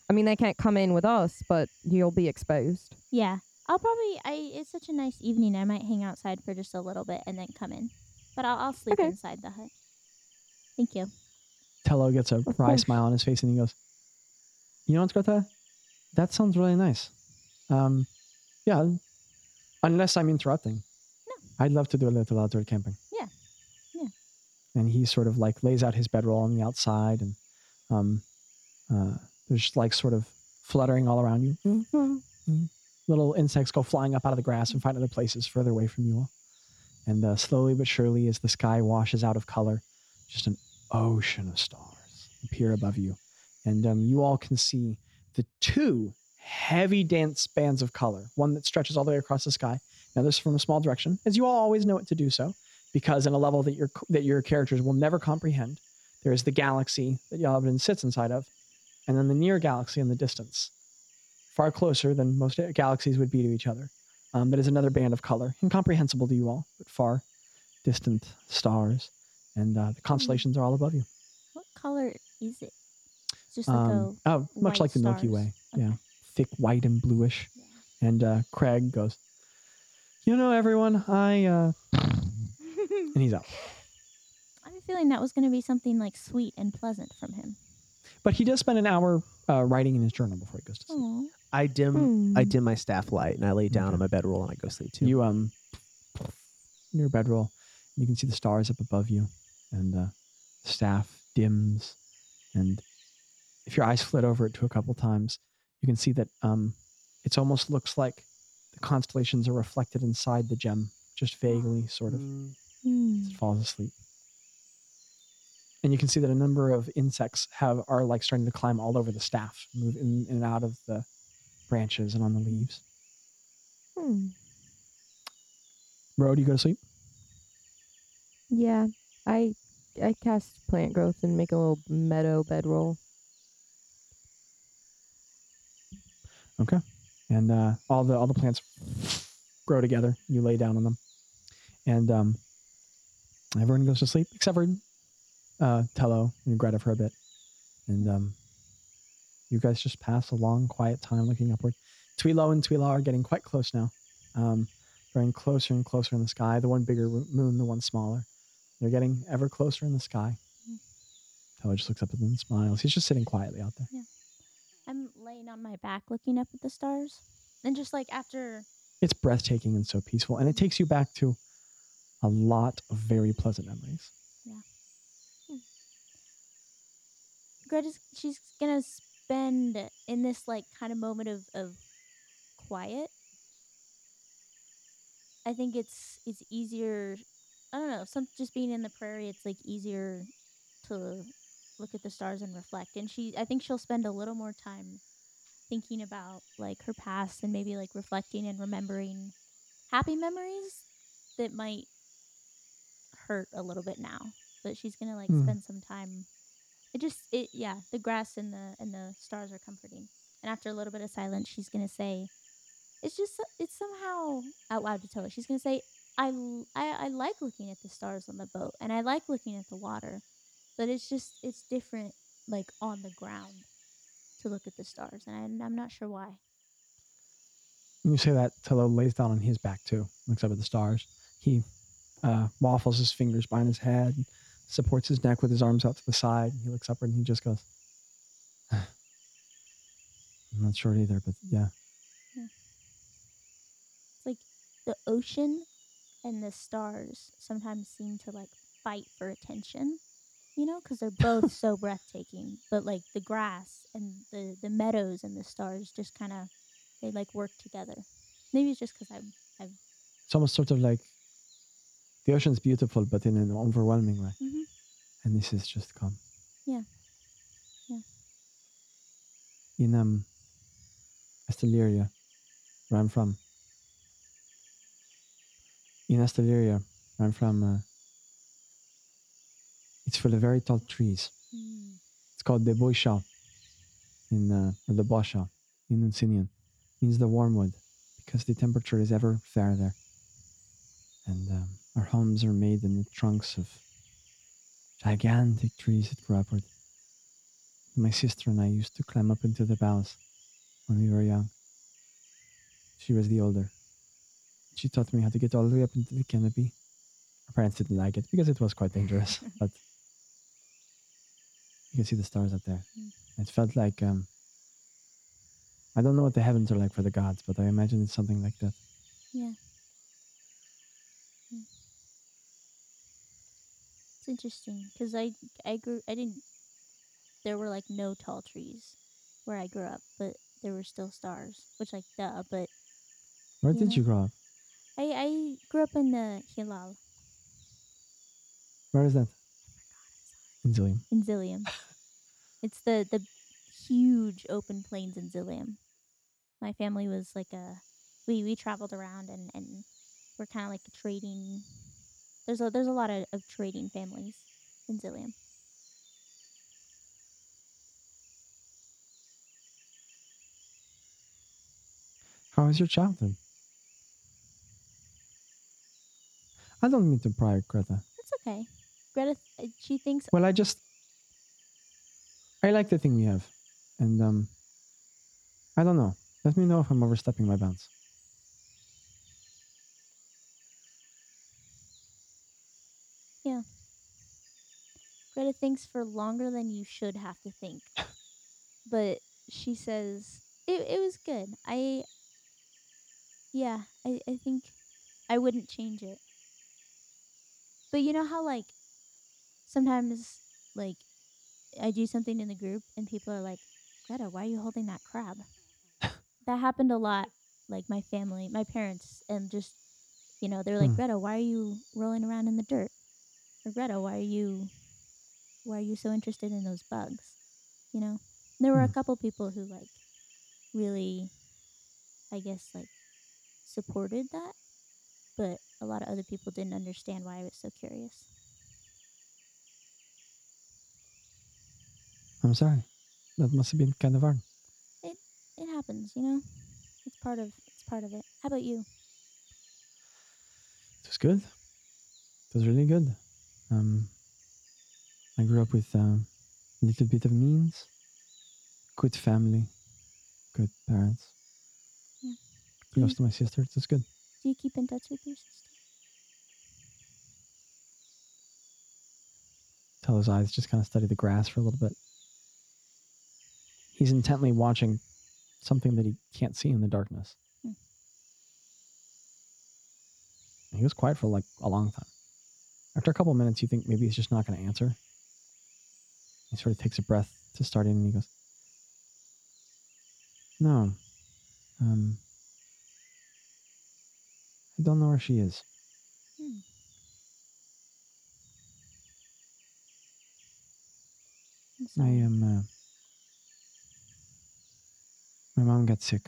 Speaker 1: I mean they can't come in with us, but you'll be exposed.
Speaker 4: Yeah, I'll probably. I it's such a nice evening. I might hang outside for just a little bit and then come in, but I'll, I'll sleep
Speaker 1: Okay.
Speaker 4: inside the hut. Thank you.
Speaker 3: Tello gets a
Speaker 1: Of
Speaker 3: wry
Speaker 1: course.
Speaker 3: smile on his face, and he goes, "You know what, Greta? That sounds really nice. Um, yeah, unless I'm interrupting. I'd love to do a little outdoor camping.
Speaker 4: Yeah. Yeah.
Speaker 3: And he sort of like lays out his bedroll on the outside, and um, uh, there's like sort of fluttering all around you.
Speaker 5: Mm-hmm.
Speaker 3: little insects go flying up out of the grass and find other places further away from you all. And uh, slowly but surely, as the sky washes out of color, just an ocean of stars appear above you. And um, you all can see the two heavy, dense bands of color, one that stretches all the way across the sky, now this is from a small direction, as you all always know it to do so, because in a level that your that your characters will never comprehend, there is the galaxy that Yalabin sits inside of, and then the near galaxy in the distance, far closer than most galaxies would be to each other. Um, that is another band of color, incomprehensible to you all, but far distant stars, and uh, the constellations are all above you.
Speaker 4: What color is it? It's just like
Speaker 3: Um, oh, much
Speaker 4: white
Speaker 3: like the Milky
Speaker 4: stars.
Speaker 3: Way.
Speaker 4: Okay.
Speaker 3: Yeah. Thick white and bluish.
Speaker 4: Yeah.
Speaker 3: And uh, Craig goes, You know, everyone, I. Uh... and he's out.
Speaker 4: a. I have a feeling that was going to be something like sweet and pleasant from him.
Speaker 3: But he does spend an hour uh, writing in his journal before he goes to sleep.
Speaker 4: Oh,
Speaker 2: I dim. I dim my staff light and I lay down
Speaker 3: Okay.
Speaker 2: on my bedroll and I go sleep too.
Speaker 3: You, um, in your bedroll, You can see the stars up above you, and uh, the staff dims. And if your eyes flit over it to a couple times, you can see that um, it almost looks like the constellations are reflected inside the gem, just vaguely, sort of
Speaker 1: Mm.
Speaker 3: as
Speaker 5: Mm-hmm.
Speaker 3: it falls asleep. And you can see that a number of insects have are like starting to climb all over the staff, move in, in and out of the branches and on the leaves.
Speaker 5: Hmm.
Speaker 3: Ro, do you go to sleep?
Speaker 5: Yeah, I I cast plant growth and make a little meadow bedroll.
Speaker 3: and uh, all the all the plants grow together. You lay down on them, and um, everyone goes to sleep except for uh, Tello and Greta for a bit, and um, you guys just pass a long, quiet time looking upward. Twilo and Twila are getting quite close now, um, growing closer and closer in the sky. The one bigger ro- moon, the one smaller. They're getting ever closer in the sky. Tello just looks up at them and smiles. He's just sitting quietly out there.
Speaker 4: I'm laying on my back looking up at the stars. And just like after
Speaker 3: it's breathtaking and so peaceful and it takes you back to a lot of very pleasant memories
Speaker 4: Greta's Hmm. she's gonna spend in this like kind of moment of, of quiet. I think it's it's easier I don't know, some just being in the prairie it's like easier to look at the stars and reflect. And she I think she'll spend a little more time thinking about like her past and maybe like reflecting and remembering happy memories that might hurt a little bit now. But she's gonna like
Speaker 3: Hmm.
Speaker 4: spend some time it just it yeah, the grass and the and the stars are comforting. And after a little bit of silence, she's gonna say, "It's just so- it's somehow out loud to tell her." She's gonna say, I, l- I I like looking at the stars on the boat, and I like looking at the water, but it's just it's different like on the ground to look at the stars, and I, I'm not sure why."
Speaker 3: when you say that tello lays down on his back too looks up at the stars he uh, waffles his fingers behind his head and supports his neck with his arms out to the side he looks upward and he just goes i'm not sure either but yeah
Speaker 4: the ocean and the stars sometimes seem to like fight for attention you know because they're both so breathtaking but like the grass and the the meadows and the stars just kind of they like work together maybe it's just because i'm
Speaker 3: it's almost sort of like the ocean's beautiful but in an overwhelming way
Speaker 4: Mhm.
Speaker 3: and this is just calm
Speaker 4: Yeah. Yeah.
Speaker 3: in um Estaleria, where i'm from in Estaleria, where i'm from uh, it's full of very tall trees
Speaker 4: Mm,
Speaker 3: it's called the boisha in uh, or the bosha in Uncinian. means the warmwood because the temperature is ever fair there. And um, our homes are made in the trunks of gigantic trees that grow upward. My sister and I used to climb up into the boughs when we were young. She was the older. She taught me how to get all the way up into the canopy. Our parents didn't like it because it was quite dangerous, but you can see the stars up there.
Speaker 4: Mm.
Speaker 3: It felt like um, I don't know what the heavens are like for the gods, but I imagine it's something like that.
Speaker 4: it's interesting because i i grew i didn't there were like no tall trees where i grew up but there were still stars which like duh but
Speaker 3: Where
Speaker 4: You
Speaker 3: did
Speaker 4: know-
Speaker 3: you grow up?
Speaker 4: i i grew up in the hilal
Speaker 3: Where is that? In Zillium.
Speaker 4: in Zillium. it's the the huge open plains in Zillium. My family was like a we we traveled around and and we're kind of like a trading. There's a there's a lot of, of trading families in Zillium.
Speaker 3: How was your childhood? I don't mean to pry, Greta.
Speaker 4: That's okay. Greta, uh, she thinks
Speaker 3: Well, I just I like the thing we have, and um, I don't know. Let me know if I'm overstepping my bounds.
Speaker 4: Greta thinks for longer than you should have to think. but she says it, it was good. I yeah, I, I think I wouldn't change it. But you know how like sometimes like I do something in the group and people are like, Greta, why are you holding that crab? that happened a lot. Like my family, my parents, and just you know, they're like,
Speaker 3: Hmm.
Speaker 4: Greta, why are you rolling around in the dirt? Or Greta, why are you why are you so interested in those bugs? You know? There were a
Speaker 3: Hmm.
Speaker 4: couple people who like really I guess like supported that, but a lot of other people didn't understand why I was so curious.
Speaker 3: I'm sorry. That must have been kind of hard.
Speaker 4: It happens, you know. It's part of it's part of it. How about you?
Speaker 3: It was good. It was really good. Um, I grew up with um, a little bit of means, good family, good parents.
Speaker 4: Yeah.
Speaker 3: Close
Speaker 4: Mm.
Speaker 3: to my sister. It was good.
Speaker 4: Do you keep in touch with your sister?
Speaker 3: Tell his eyes just kind of study the grass for a little bit. He's intently watching something that he can't see in the darkness.
Speaker 4: Hmm.
Speaker 3: He was quiet for like a long time. After a couple of minutes, you think maybe he's just not going to answer. He sort of takes a breath to start in and he goes, No. Um, I don't know where she is.
Speaker 4: Hmm. I'm
Speaker 3: I
Speaker 4: sorry.
Speaker 3: am. Uh, my mom got sick,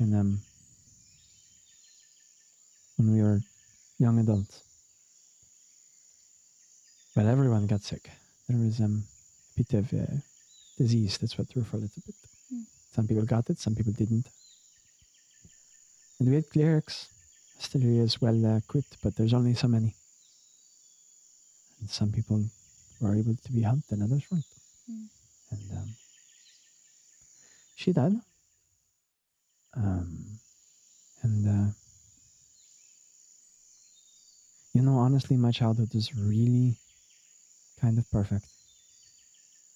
Speaker 3: and um, when we were young adults, but everyone got sick. There was um, a bit of uh, disease that's what through for a little bit.
Speaker 4: Mm.
Speaker 3: Some people got it, some people didn't. And we had clerics. Still is well uh, equipped, but there's only so many. And some people were able to be helped and others weren't.
Speaker 4: Mm.
Speaker 3: And um, she died. Um, and, uh, you know, honestly, my childhood was really kind of perfect.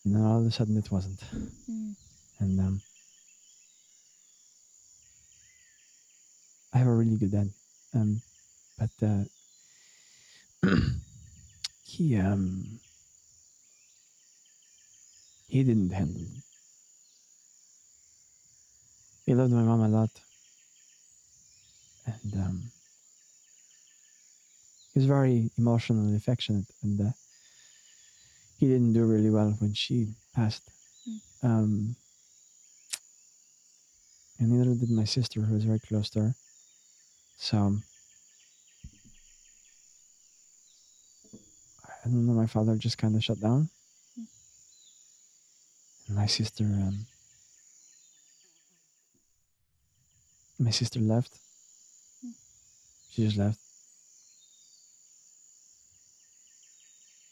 Speaker 3: And then all of a sudden it wasn't.
Speaker 4: Mm.
Speaker 3: And um, I have a really good dad. Um, but uh, he um, he didn't handle me. He loved my mom a lot, and um, he was very emotional and affectionate. And uh, he didn't do really well when she passed.
Speaker 4: Mm.
Speaker 3: Um, and neither did my sister, who was very close to her. So I don't know. My father just kind of shut down,
Speaker 4: Mm.
Speaker 3: and my sister, um, my sister left.
Speaker 4: Mm.
Speaker 3: She just left,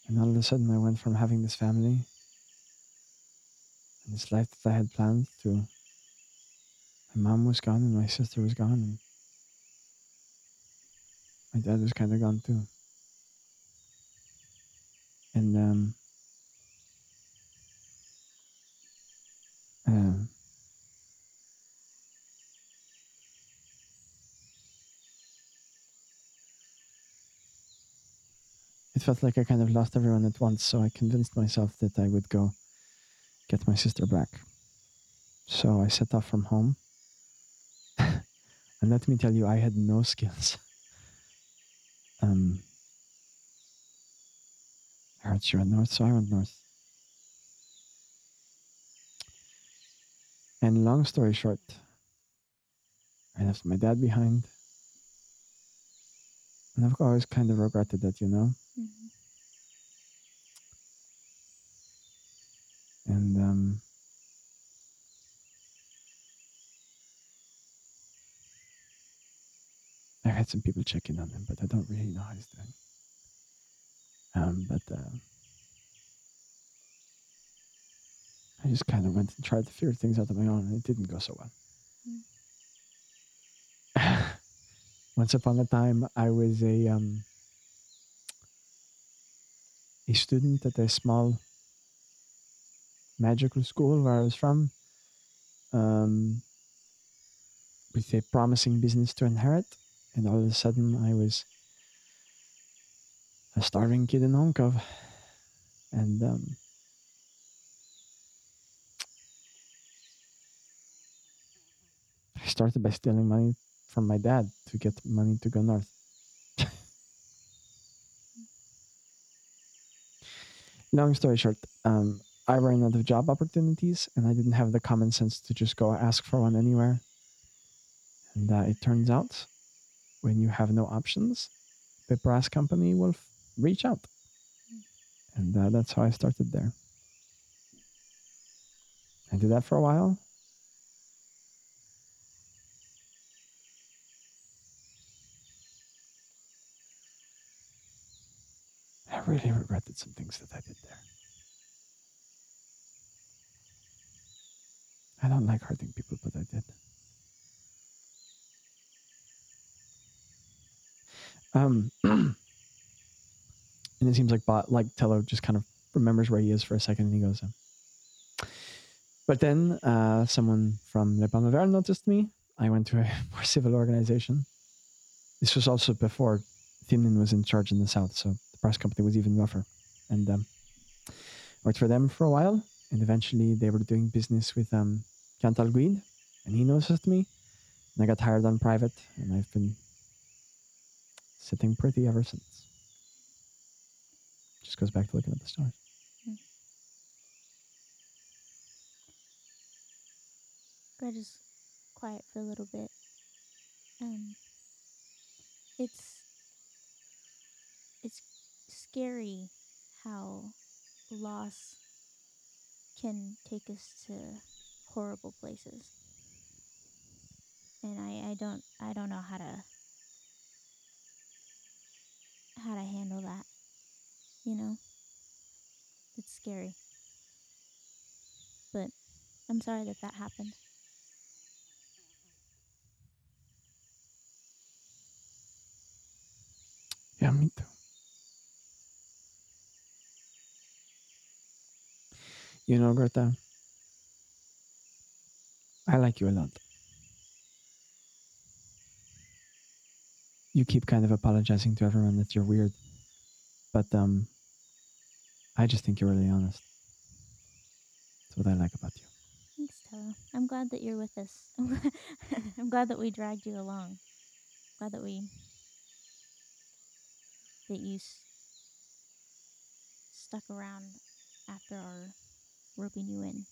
Speaker 3: and all of a sudden, I went from having this family and this life that I had planned to my mom was gone and my sister was gone and my dad was kind of gone too and um, um it felt like i kind of lost everyone at once so i convinced myself that i would go get my sister back so i set off from home and let me tell you, I had no skills. Um, I heard she went north, so I went north. And long story short, I left my dad behind. And I've always kind of regretted that, you know?
Speaker 4: Mhm.
Speaker 3: And um, I've had some people check in on him, but I don't really know how he's doing. Um, but uh, I just kind of went and tried to figure things out on my own, and it didn't go so well. Once upon a time, I was a um, a student at a small magical school where I was from, um, with a promising business to inherit. And all of a sudden, I was a starving kid in Hong Kong. And um, I started by stealing money from my dad to get money to go north. Long story short, um, I ran out of job opportunities and I didn't have the common sense to just go ask for one anywhere. And uh, it turns out when you have no options, the brass company will f- reach out. And uh, that's how I started there. I did that for a while. I really regretted some things that I did there. I don't like hurting people, but I did. Um, and it seems like Bot, like Tello, just kind of remembers where he is for a second, and he goes. um, But then uh, someone from Le Palmever noticed me. I went to a more civil organization. This was also before Thimnin was in charge in the south, so the press company was even rougher. And um, worked for them for a while, and eventually they were doing business with um, Chantal Guide, and he noticed me. And I got hired on private, and I've been sitting pretty ever since. Just goes back to looking at the stars.
Speaker 4: Greta's quiet for a little bit. Um, it's it's scary how loss can take us to horrible places, and I, I don't I don't know how to how to handle that. You know, it's scary, but I'm sorry that that happened.
Speaker 3: Yeah, me too. You know, Greta, I like you a lot. You keep kind of apologizing to everyone that you're weird, but um, I just think you're really honest. That's what I like about you.
Speaker 4: Thanks, Tella. I'm glad that you're with us. I'm glad that we dragged you along. Glad that we that you s- stuck around after our roping you in.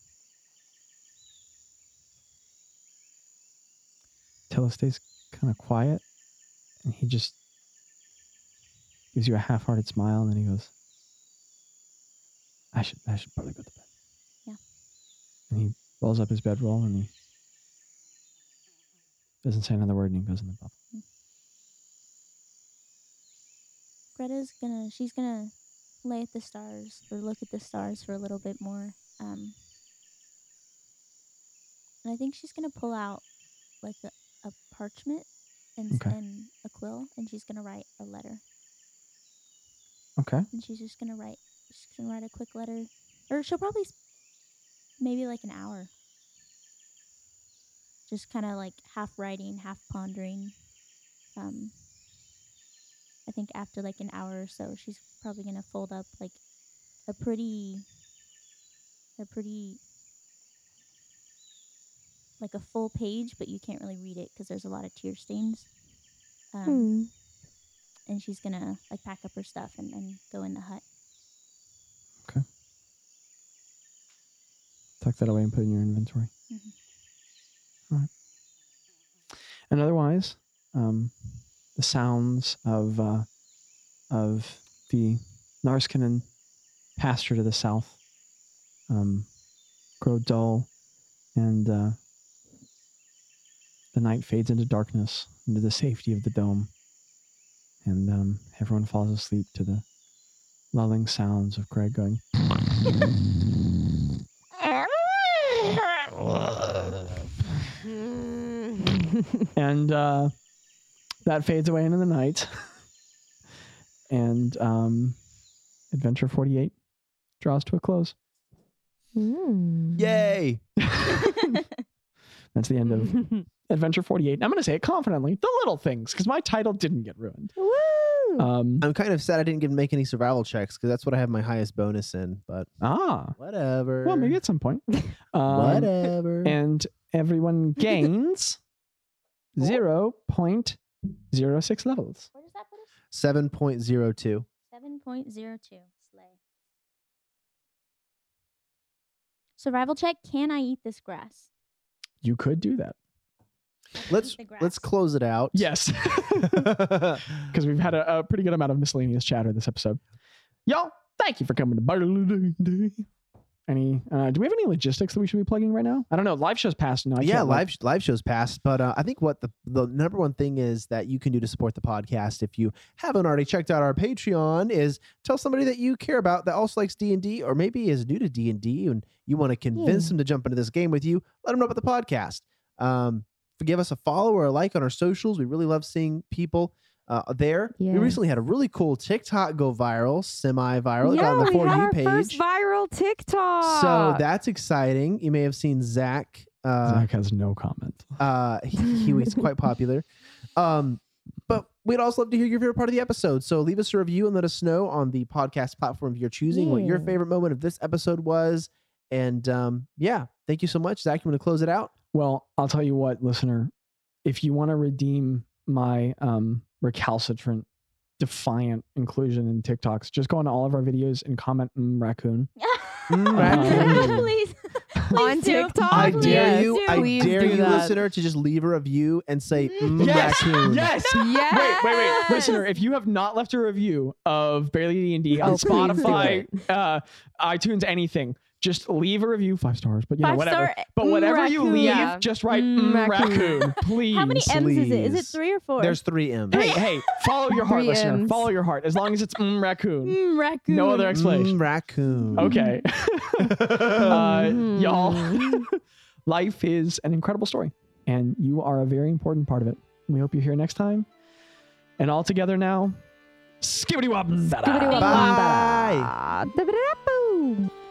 Speaker 3: Tella stays kind of quiet and he just gives you a half hearted smile and then he goes, I should I should probably go to bed.
Speaker 4: Yeah.
Speaker 3: And he rolls up his bedroll and he doesn't say another word and he goes in the bubble.
Speaker 4: Greta's gonna she's gonna lay at the stars or look at the stars for a little bit more. Um, and I think she's gonna pull out like a, a parchment and, s
Speaker 3: Okay.
Speaker 4: and a quill, and she's gonna write a letter.
Speaker 3: Okay.
Speaker 4: and she's just gonna write she's gonna write a quick letter or she'll probably s- maybe like an hour just kind of like half writing half pondering um i think after like an hour or so she's probably gonna fold up like a pretty a pretty like a full page but you can't really read it because there's a lot of tear stains um,
Speaker 1: Hmm. Mm.
Speaker 4: and she's gonna like pack up her stuff and, and go in the hut
Speaker 3: Tuck that away and put it in your inventory.
Speaker 4: Mhm.
Speaker 3: All right. And otherwise, um, the sounds of uh, of the Narskanen pasture to the south um, grow dull, and uh, the night fades into darkness, into the safety of the dome, and um, everyone falls asleep to the lulling sounds of Greg going. and uh, that fades away into the night. and um, Adventure 48 draws to a close.
Speaker 5: Mm-hmm.
Speaker 2: Yay!
Speaker 3: That's the
Speaker 5: Mm.
Speaker 3: end
Speaker 1: Mm-hmm.
Speaker 3: of Adventure 48. I'm going to say it confidently The Little Things, because my title didn't get ruined.
Speaker 5: Woo!
Speaker 1: Woo!
Speaker 3: Um,
Speaker 2: I'm kind of sad I didn't get to make any survival checks because that's what I have my highest bonus in. But
Speaker 3: ah,
Speaker 2: whatever.
Speaker 3: well, maybe at some point. Um,
Speaker 2: whatever.
Speaker 3: and everyone gains 0.06 levels.
Speaker 4: Where does that put us?
Speaker 2: Seven point zero two.
Speaker 4: Seven point zero two. Slay. Survival check. Can I eat this grass?
Speaker 3: You could do that.
Speaker 4: I can
Speaker 2: Let's
Speaker 4: eat the
Speaker 2: let's
Speaker 4: grass.
Speaker 2: close it out.
Speaker 3: Yes. Because we've had a, a pretty good amount of miscellaneous chatter this episode. Y'all, thank you for coming to Bartley Day. Any, uh, do we have any logistics that we should be plugging right now? I don't know. Live shows passed. No, I
Speaker 2: yeah,
Speaker 3: can't, like-
Speaker 2: live sh- live shows passed, but uh, I think what the the number one thing is that you can do to support the podcast if you haven't already checked out our Patreon is tell somebody that you care about that also likes D and D or maybe is new to D and D and you want to convince them to jump into this game with you. Let them know about the podcast. Um, give us a follow or a like on our socials. We really love seeing people. Uh, there,
Speaker 1: Yeah.
Speaker 2: we recently had a really cool TikTok go viral, semi-viral. It got on
Speaker 5: yeah,
Speaker 2: the
Speaker 5: we
Speaker 2: For
Speaker 5: had
Speaker 2: You
Speaker 5: our
Speaker 2: page.
Speaker 5: first viral TikTok.
Speaker 2: so that's exciting. You may have seen Zach. Uh,
Speaker 3: Zach has no comment.
Speaker 2: uh, he, he was quite popular. Um, but we'd also love to hear your favorite part of the episode. So leave us a review and let us know on the podcast platform if you're choosing what your
Speaker 1: Yeah.
Speaker 2: favorite moment of this episode was. And um, yeah, thank you so much, Zach. You want to close it out?
Speaker 3: Well, I'll tell you what, listener, if you want to redeem my um, recalcitrant, defiant inclusion in TikToks, just go on to all of our videos and comment mm, raccoon.
Speaker 2: Mm.
Speaker 3: Uh,
Speaker 2: raccoon.
Speaker 4: please, please
Speaker 5: On
Speaker 4: do.
Speaker 5: TikTok?
Speaker 1: Oh,
Speaker 2: I
Speaker 4: Please
Speaker 2: dare
Speaker 5: yes.
Speaker 2: you,
Speaker 4: do.
Speaker 2: I
Speaker 5: Please
Speaker 2: dare
Speaker 5: do
Speaker 2: you,
Speaker 5: that.
Speaker 2: listener, to just leave a review and say mm,
Speaker 3: Yes,
Speaker 2: raccoon.
Speaker 3: Yes.
Speaker 5: yes.
Speaker 3: Wait, wait, wait. Listener, if you have not left a review of Barely D&D on
Speaker 5: Oh, please do
Speaker 3: Spotify, uh, iTunes, anything, just leave a review, five stars, but you know,
Speaker 4: Five
Speaker 3: whatever.
Speaker 4: star-
Speaker 3: but
Speaker 4: mm,
Speaker 3: whatever you
Speaker 4: raccoon.
Speaker 3: leave,
Speaker 5: Yeah.
Speaker 3: just write
Speaker 5: Mm,
Speaker 3: mm,
Speaker 5: raccoon.
Speaker 3: raccoon. please.
Speaker 4: How many M's is it? Is it
Speaker 2: please.
Speaker 4: three or four?
Speaker 2: There's three M's.
Speaker 3: hey, hey, follow your heart,
Speaker 5: Three
Speaker 3: listener.
Speaker 5: Ms.
Speaker 3: Follow your heart. As long as it's mm, raccoon.
Speaker 4: Mm, raccoon.
Speaker 3: No other
Speaker 2: Mm,
Speaker 3: explanation.
Speaker 2: raccoon.
Speaker 3: Okay. uh,
Speaker 1: Mm.
Speaker 3: y'all, life is an incredible story, and you are a very important part of it. We hope you're here next time. And all together now, skibbity wop.
Speaker 5: Skibbity-wop.
Speaker 2: Bye.
Speaker 5: Ah, da-ba-da-da-boo.